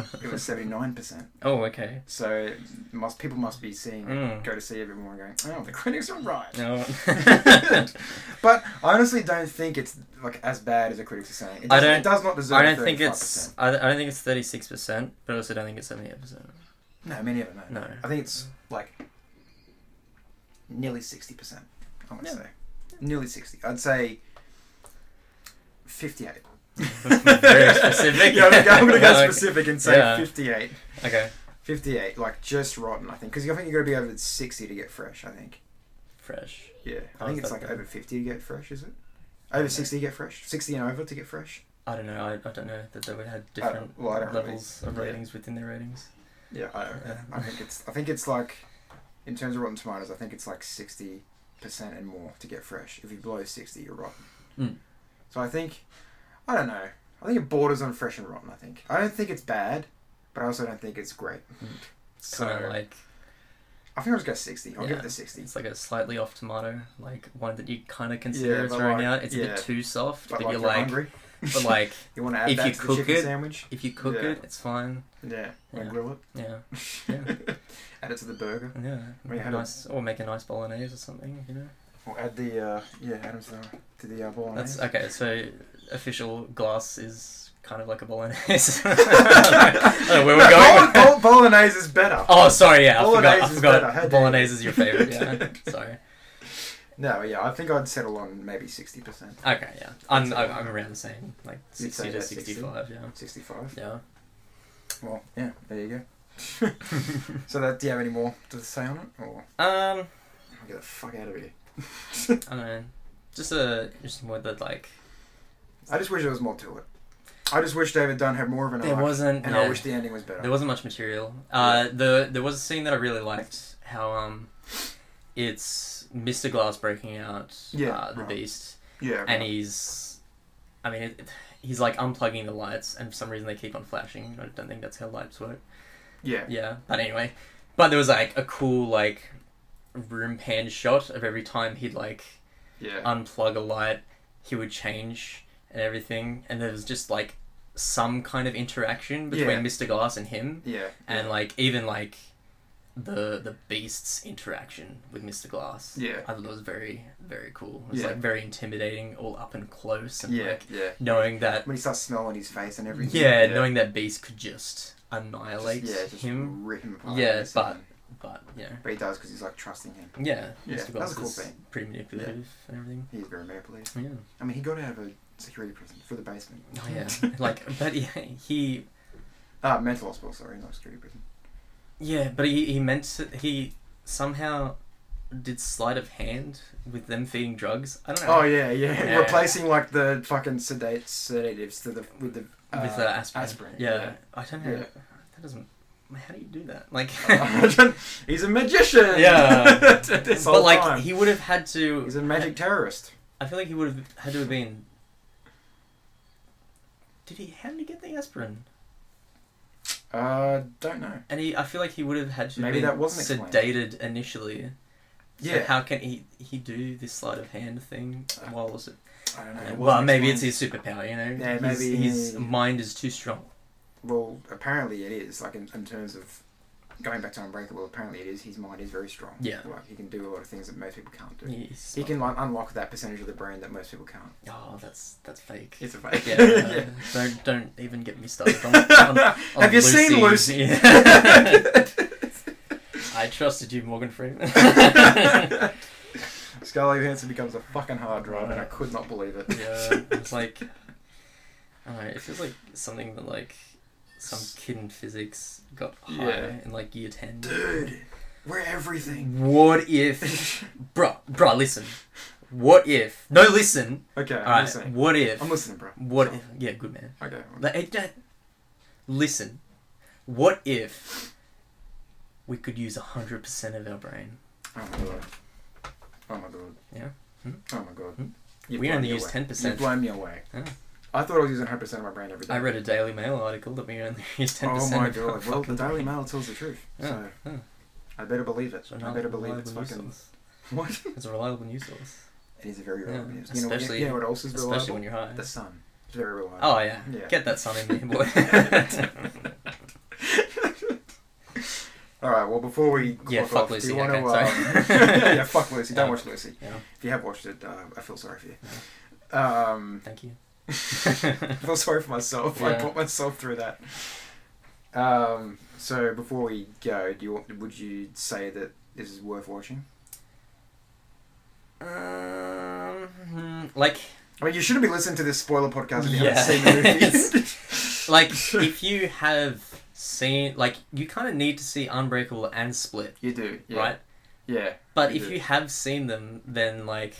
Speaker 1: checked,
Speaker 2: [laughs]
Speaker 1: it was seventy nine percent.
Speaker 2: Oh, okay.
Speaker 1: So it must people must be seeing
Speaker 2: Mm.
Speaker 1: go to see everyone going, oh, the critics are right.
Speaker 2: No.
Speaker 1: [laughs] But I honestly don't think it's like as bad as the critics are saying. It
Speaker 2: I
Speaker 1: does,
Speaker 2: don't-
Speaker 1: It does not deserve.
Speaker 2: I don't think
Speaker 1: 35%.
Speaker 2: it's. I, I don't think it's thirty six percent, but I also don't think it's seventy eight percent.
Speaker 1: No, many of them. No.
Speaker 2: No.
Speaker 1: I think it's like nearly sixty percent. I would
Speaker 2: Yeah.
Speaker 1: say nearly sixty. I'd say fifty-eight. [laughs]
Speaker 2: Very specific.
Speaker 1: yeah, I'm gonna go, I'm
Speaker 2: [laughs]
Speaker 1: gonna go
Speaker 2: Yeah, okay.
Speaker 1: specific and say
Speaker 2: Yeah.
Speaker 1: 58.
Speaker 2: Okay.
Speaker 1: 58, like just rotten, I think, because I think you got to be over 60 to get fresh. I think.
Speaker 2: Fresh.
Speaker 1: Yeah, I
Speaker 2: Oh,
Speaker 1: think
Speaker 2: is
Speaker 1: it's
Speaker 2: that
Speaker 1: like
Speaker 2: the-
Speaker 1: over 50 to get fresh, is it?
Speaker 2: Okay.
Speaker 1: Over 60 to get fresh, 60 and over to get fresh.
Speaker 2: I don't know. I, I don't know that they would have different
Speaker 1: Uh, well, I don't really-
Speaker 2: levels of
Speaker 1: yeah.
Speaker 2: ratings within their ratings.
Speaker 1: Yeah, I don't know.
Speaker 2: Yeah.
Speaker 1: I think it's. I think it's like, in terms of Rotten Tomatoes, I think it's like sixty percent and more to get fresh. If you below sixty, you're rotten.
Speaker 2: Mm.
Speaker 1: So I think, I don't know. I think it borders on fresh and rotten. I think. I don't think it's bad, but I also don't think it's great.
Speaker 2: It's kind
Speaker 1: So-
Speaker 2: of like
Speaker 1: I think I'll just go sixty. I'll give
Speaker 2: Yeah.
Speaker 1: it the sixty.
Speaker 2: it's like a slightly off tomato, like one that you kind of consider
Speaker 1: Yeah, but
Speaker 2: throwing
Speaker 1: like-
Speaker 2: out. It's a
Speaker 1: yeah.
Speaker 2: bit too soft, but,
Speaker 1: like,
Speaker 2: you're like,
Speaker 1: hungry.
Speaker 2: but like
Speaker 1: You want to add
Speaker 2: if
Speaker 1: that
Speaker 2: you
Speaker 1: to
Speaker 2: cook
Speaker 1: the chicken
Speaker 2: it-
Speaker 1: sandwich.
Speaker 2: if you
Speaker 1: [laughs]
Speaker 2: cook
Speaker 1: Yeah.
Speaker 2: it, it's fine.
Speaker 1: Yeah. Or
Speaker 2: Yeah.
Speaker 1: grill it.
Speaker 2: Yeah, Yeah.
Speaker 1: add it to the burger.
Speaker 2: yeah.
Speaker 1: We had a-
Speaker 2: nice, or make a nice bolognese or something. You know.
Speaker 1: Or add the uh, yeah, add it to the to the uh, bolognese.
Speaker 2: That's okay. So official glass is kind of like a
Speaker 1: [laughs]
Speaker 2: bolognese. [laughs] I don't know where we're
Speaker 1: No,
Speaker 2: going.
Speaker 1: bolo-
Speaker 2: with that.
Speaker 1: bolo- bolognese is better.
Speaker 2: Oh, sorry. Yeah, I
Speaker 1: Bolognese
Speaker 2: forgot. I
Speaker 1: is
Speaker 2: forgot.
Speaker 1: better, how dare
Speaker 2: Bolognese
Speaker 1: you.
Speaker 2: is your favorite.
Speaker 1: [laughs]
Speaker 2: Yeah. sorry.
Speaker 1: No, yeah, I think I'd settle on maybe sixty percent,
Speaker 2: Okay. Yeah. I'm I'm I'm around the same. Like
Speaker 1: You'd
Speaker 2: sixty
Speaker 1: say
Speaker 2: to
Speaker 1: about 60?
Speaker 2: sixty-five. Yeah.
Speaker 1: sixty-five.
Speaker 2: Yeah.
Speaker 1: Well, yeah, there you [laughs] go. so, that do you have any more to say on it, or
Speaker 2: Um.
Speaker 1: I'll get the fuck out of here?
Speaker 2: I don't know. Just a just more that like
Speaker 1: I just wish there was more to it. I just wish David Dunn had more of an
Speaker 2: there
Speaker 1: arc,
Speaker 2: wasn't
Speaker 1: and
Speaker 2: yeah,
Speaker 1: I wish the ending was better.
Speaker 2: there wasn't much material. Uh, the there was a scene that I really liked. How um, it's Mr. Glass breaking out
Speaker 1: Yeah,
Speaker 2: uh, the
Speaker 1: right.
Speaker 2: beast,
Speaker 1: yeah,
Speaker 2: and he's, I mean, it, he's like unplugging the lights, and for some reason they keep on flashing. I don't think that's how lights work.
Speaker 1: yeah,
Speaker 2: Yeah, but anyway, but there was like a cool like room pan shot of every time he'd like
Speaker 1: yeah.
Speaker 2: unplug a light, he would change and everything. And there was just like some kind of interaction between
Speaker 1: Yeah.
Speaker 2: Mr. Glass and him,
Speaker 1: Yeah.
Speaker 2: and like even like the the beast's interaction with Mr. Glass.
Speaker 1: Yeah.
Speaker 2: I thought it was very very cool. It's
Speaker 1: Yeah.
Speaker 2: like very intimidating, all up and close, and
Speaker 1: Yeah.
Speaker 2: like
Speaker 1: Yeah.
Speaker 2: knowing that
Speaker 1: When he starts smelling his face and everything.
Speaker 2: yeah, knowing that Beast could just annihilate
Speaker 1: Just- yeah, just
Speaker 2: him.
Speaker 1: rip him apart.
Speaker 2: Yeah,
Speaker 1: every
Speaker 2: but-
Speaker 1: second.
Speaker 2: But yeah,
Speaker 1: but he does because he's like trusting him.
Speaker 2: yeah,
Speaker 1: Yeah,
Speaker 2: Mr.
Speaker 1: that was
Speaker 2: Glass
Speaker 1: a cool
Speaker 2: is
Speaker 1: thing.
Speaker 2: pretty manipulative and everything.
Speaker 1: He's very manipulative.
Speaker 2: Yeah.
Speaker 1: [laughs] I mean, he got out of a security prison for the basement.
Speaker 2: Oh yeah,
Speaker 1: [laughs]
Speaker 2: like but yeah, he
Speaker 1: Ah, mental hospital. Sorry, not security prison.
Speaker 2: yeah, but he he meant to, he somehow did sleight of hand with them feeding drugs. I don't know.
Speaker 1: [laughs] Oh yeah, yeah.
Speaker 2: Yeah.
Speaker 1: Replacing like the fucking sedate sedatives to the with the uh,
Speaker 2: with the aspirin. Yeah. I don't know.
Speaker 1: Yeah.
Speaker 2: That doesn't. How do you do that? Like,
Speaker 1: [laughs]
Speaker 2: [laughs]
Speaker 1: he's a magician.
Speaker 2: Yeah.
Speaker 1: [laughs] this whole
Speaker 2: but like
Speaker 1: time.
Speaker 2: he would have had to.
Speaker 1: he's a magic terrorist.
Speaker 2: I feel like he would have had to have been. Did he? How did he get the aspirin?
Speaker 1: Uh, don't know.
Speaker 2: And he, I feel like he would have had to
Speaker 1: Maybe
Speaker 2: been
Speaker 1: that wasn't explained.
Speaker 2: sedated initially.
Speaker 1: Yeah,
Speaker 2: So how can he he do this sleight of hand thing while was it?
Speaker 1: I don't know. It
Speaker 2: well,
Speaker 1: wasn't
Speaker 2: maybe it's
Speaker 1: explained.
Speaker 2: his superpower. You know,
Speaker 1: Yeah,
Speaker 2: his,
Speaker 1: maybe-
Speaker 2: his mind is too strong.
Speaker 1: Well, apparently it is. Like in, in terms of going back to Unbreakable, apparently it is. His mind is very strong.
Speaker 2: Yeah.
Speaker 1: like he can do a lot of things that most people can't do.
Speaker 2: He's
Speaker 1: He can like unlock that percentage of the brain that most people can't.
Speaker 2: Oh, that's that's fake.
Speaker 1: [laughs] It's a fake.
Speaker 2: Yeah, uh, don't don't even get me started
Speaker 1: [laughs]
Speaker 2: on. on, on
Speaker 1: Have you seen Lucy?
Speaker 2: [laughs] Yeah. I trusted you,
Speaker 1: [laughs]
Speaker 2: Morgan Freeman. [laughs] yeah,
Speaker 1: Scarlett Johansson becomes a fucking hard drive, and I could not believe it.
Speaker 2: it's like I don't know. It feels like something that like some kid in physics got high
Speaker 1: Yeah.
Speaker 2: in like year ten.
Speaker 1: Dude, we're everything.
Speaker 2: What if, bruh, bruh, listen. What if? No, listen.
Speaker 1: Okay, I'm
Speaker 2: All right.
Speaker 1: listening.
Speaker 2: What if?
Speaker 1: I'm listening, bro.
Speaker 2: What?
Speaker 1: Sorry.
Speaker 2: If, yeah, good man.
Speaker 1: Okay.
Speaker 2: Like, it, don't- listen, what if we could use 100% of our brain?
Speaker 1: Oh my god. Oh my god.
Speaker 2: Yeah. Hmm?
Speaker 1: Oh my god.
Speaker 2: Hmm?
Speaker 1: You've
Speaker 2: we
Speaker 1: blown
Speaker 2: only
Speaker 1: me
Speaker 2: use
Speaker 1: away. You've
Speaker 2: 10%.
Speaker 1: blown me away.
Speaker 2: Oh.
Speaker 1: I thought I was using 100% of my brain every day.
Speaker 2: I read a Daily Mail article that we only [laughs] use 10%.
Speaker 1: Oh my
Speaker 2: of our
Speaker 1: god. Well, the
Speaker 2: fucking
Speaker 1: Daily
Speaker 2: brain.
Speaker 1: Mail tells the truth. So
Speaker 2: Yeah. yeah.
Speaker 1: I better believe it.
Speaker 2: So
Speaker 1: I
Speaker 2: now
Speaker 1: better
Speaker 2: it's a
Speaker 1: believe it's
Speaker 2: reliable news
Speaker 1: fucking.
Speaker 2: source.
Speaker 1: [laughs] What?
Speaker 2: It's a reliable news source,
Speaker 1: It is very
Speaker 2: Yeah,
Speaker 1: reliable. news. You know, what-
Speaker 2: especially-
Speaker 1: you know what else is reliable?
Speaker 2: especially when you're high.
Speaker 1: The sun. It's very reliable.
Speaker 2: Oh yeah.
Speaker 1: Yeah.
Speaker 2: get that sun in me,
Speaker 1: [laughs]
Speaker 2: boy.
Speaker 1: All right. Well, before we
Speaker 2: Yeah,
Speaker 1: clock
Speaker 2: fuck
Speaker 1: off,
Speaker 2: Lucy,
Speaker 1: do you want
Speaker 2: okay,
Speaker 1: to?
Speaker 2: sorry.
Speaker 1: Um, [laughs] yeah, fuck Lucy. Don't
Speaker 2: Yeah.
Speaker 1: watch Lucy.
Speaker 2: yeah,
Speaker 1: If you have watched it, uh, I feel sorry for you. Um, [laughs]
Speaker 2: thank you.
Speaker 1: I feel sorry for myself. I
Speaker 2: Yeah.
Speaker 1: put myself through that. Um, so before we go, do you want, would you say that this is worth watching?
Speaker 2: um, hmm, like
Speaker 1: I mean, you shouldn't be listening to this spoiler podcast if you
Speaker 2: Yeah.
Speaker 1: haven't seen the movie. [laughs]
Speaker 2: [laughs] like if you have seen like you kind of need to see Unbreakable and Split,
Speaker 1: you do, yeah.
Speaker 2: right?
Speaker 1: Yeah,
Speaker 2: But
Speaker 1: You
Speaker 2: if
Speaker 1: do.
Speaker 2: you have seen them, then like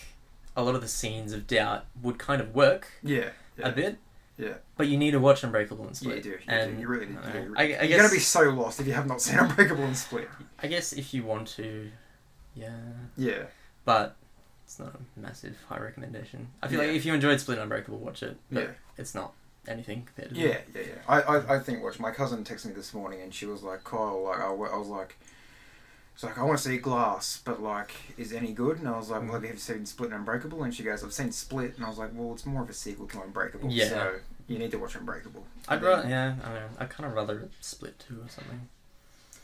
Speaker 2: a lot of the scenes of doubt would kind of work
Speaker 1: yeah, yeah.
Speaker 2: a bit.
Speaker 1: Yeah.
Speaker 2: But you need to watch Unbreakable and
Speaker 1: Yeah,
Speaker 2: Split.
Speaker 1: you do. You,
Speaker 2: and
Speaker 1: do. you really do.
Speaker 2: I,
Speaker 1: Yeah, you
Speaker 2: I,
Speaker 1: re-
Speaker 2: I
Speaker 1: You're gonna be
Speaker 2: guess.
Speaker 1: so lost if you have not seen [laughs] Unbreakable and Split.
Speaker 2: I guess if you want to, yeah.
Speaker 1: Yeah,
Speaker 2: But it's not a massive high recommendation. I feel
Speaker 1: Yeah.
Speaker 2: like if you enjoyed Split and Unbreakable, watch it. But
Speaker 1: yeah,
Speaker 2: It's not anything compared to
Speaker 1: yeah, yeah, yeah. I, I, I think watch. My cousin texted me this morning and she was like, "Kyle, like I, wa- I was like, it's like I want to see Glass, but like, is any good?" And I was like, "Well, have
Speaker 2: Mm-hmm.
Speaker 1: you seen Split and Unbreakable?" And she goes, "I've seen Split," and I was like, "Well, it's more of a sequel to Unbreakable,
Speaker 2: Yeah.
Speaker 1: so you need to watch Unbreakable."
Speaker 2: I'd
Speaker 1: And then
Speaker 2: rather, yeah, I don't know. I kind of rather Split 2 or something.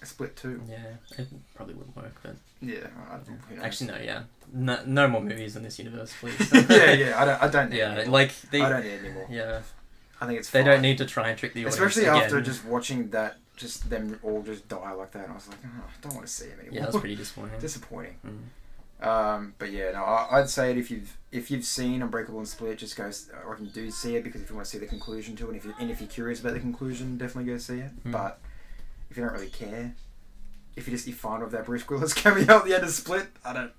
Speaker 1: Split Two.
Speaker 2: Yeah, it probably wouldn't work, but.
Speaker 1: Yeah, I, who knows?
Speaker 2: Actually, no, yeah. No, no more movies in this universe, please.
Speaker 1: [laughs] yeah, yeah. I don't. I don't. Need
Speaker 2: Yeah,
Speaker 1: anymore.
Speaker 2: like, they,
Speaker 1: I don't need anymore.
Speaker 2: yeah,
Speaker 1: I think it's.
Speaker 2: they
Speaker 1: fine.
Speaker 2: don't need to try and trick the audience.
Speaker 1: Especially
Speaker 2: again.
Speaker 1: after just watching that, just them all just die like that, and I was like, oh, I don't want to see him anymore.
Speaker 2: Yeah,
Speaker 1: [laughs]
Speaker 2: that's pretty disappointing.
Speaker 1: disappointing.
Speaker 2: Mm.
Speaker 1: Um, but yeah, no, I, I'd say it if you've if you've seen Unbreakable and Split, just go. s- Or if you do see it, because if you want to see the conclusion to it, and if you and if you're curious about the conclusion, definitely go see it.
Speaker 2: Mm.
Speaker 1: But if you don't really care, if you just you find with that Bruce Willis [laughs] cameo at the end of Split, I don't.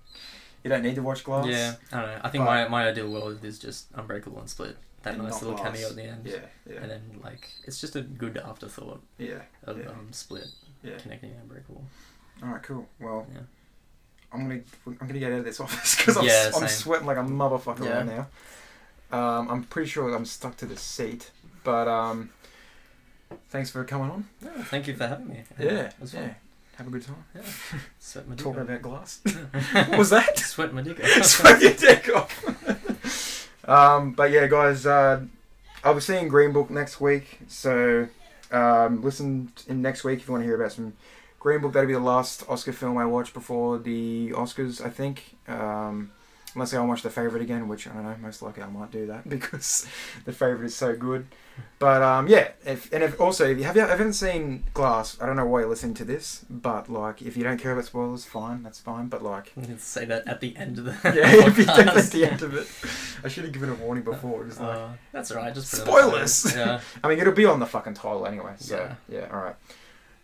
Speaker 1: You don't need to watch Glass.
Speaker 2: Yeah, I don't know. I think my,
Speaker 1: But-
Speaker 2: my ideal world is just Unbreakable and Split. That
Speaker 1: And
Speaker 2: nice
Speaker 1: not
Speaker 2: little
Speaker 1: Glass.
Speaker 2: cameo at the end.
Speaker 1: Yeah, yeah,
Speaker 2: And then, like, it's just a good afterthought
Speaker 1: yeah.
Speaker 2: of
Speaker 1: Yeah.
Speaker 2: um, Split
Speaker 1: Yeah. Oh.
Speaker 2: connecting Unbreakable.
Speaker 1: All right, cool. Well,
Speaker 2: Yeah.
Speaker 1: I'm gonna I'm gonna get out of this [laughs] office because I'm,
Speaker 2: Yeah,
Speaker 1: I'm
Speaker 2: same.
Speaker 1: sweating like a motherfucker
Speaker 2: Yeah.
Speaker 1: right now. Um, I'm pretty sure I'm stuck to the seat, but um, thanks for coming on.
Speaker 2: No, thank you for having me.
Speaker 1: Yeah,
Speaker 2: It was fun.
Speaker 1: yeah. Have a good time. [laughs]
Speaker 2: Sweat my dick
Speaker 1: Talking
Speaker 2: off.
Speaker 1: about glass. what [laughs] was
Speaker 2: [laughs]
Speaker 1: that? [laughs]
Speaker 2: Sweat my dick off.
Speaker 1: Swipe your dick off. um, but yeah, guys, uh, I'll be seeing Green Book next week, so um, listen in next week if you want to hear about some Green Book. That'll be the last Oscar film I watch before the Oscars, I think. Um, unless I watch The Favourite again, which I don't know, most likely I might do that [laughs] because The Favourite is so good. But um, yeah, if, and if also if you have you haven't seen Glass, I don't know why you're listening to this, but like if you don't care about spoilers, fine, that's fine. But like
Speaker 2: You can say that at the end of the
Speaker 1: yeah, [laughs]
Speaker 2: [laughs]
Speaker 1: if you don't at
Speaker 2: podcast.
Speaker 1: the end of it, I should have given a warning before. Just like,
Speaker 2: Uh, that's alright. Just put it up
Speaker 1: Spoilers!
Speaker 2: there. Yeah.
Speaker 1: I mean, it'll be on the fucking title anyway. So yeah, all right,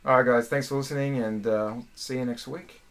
Speaker 1: all right, guys. Thanks for listening, and uh, see you next week.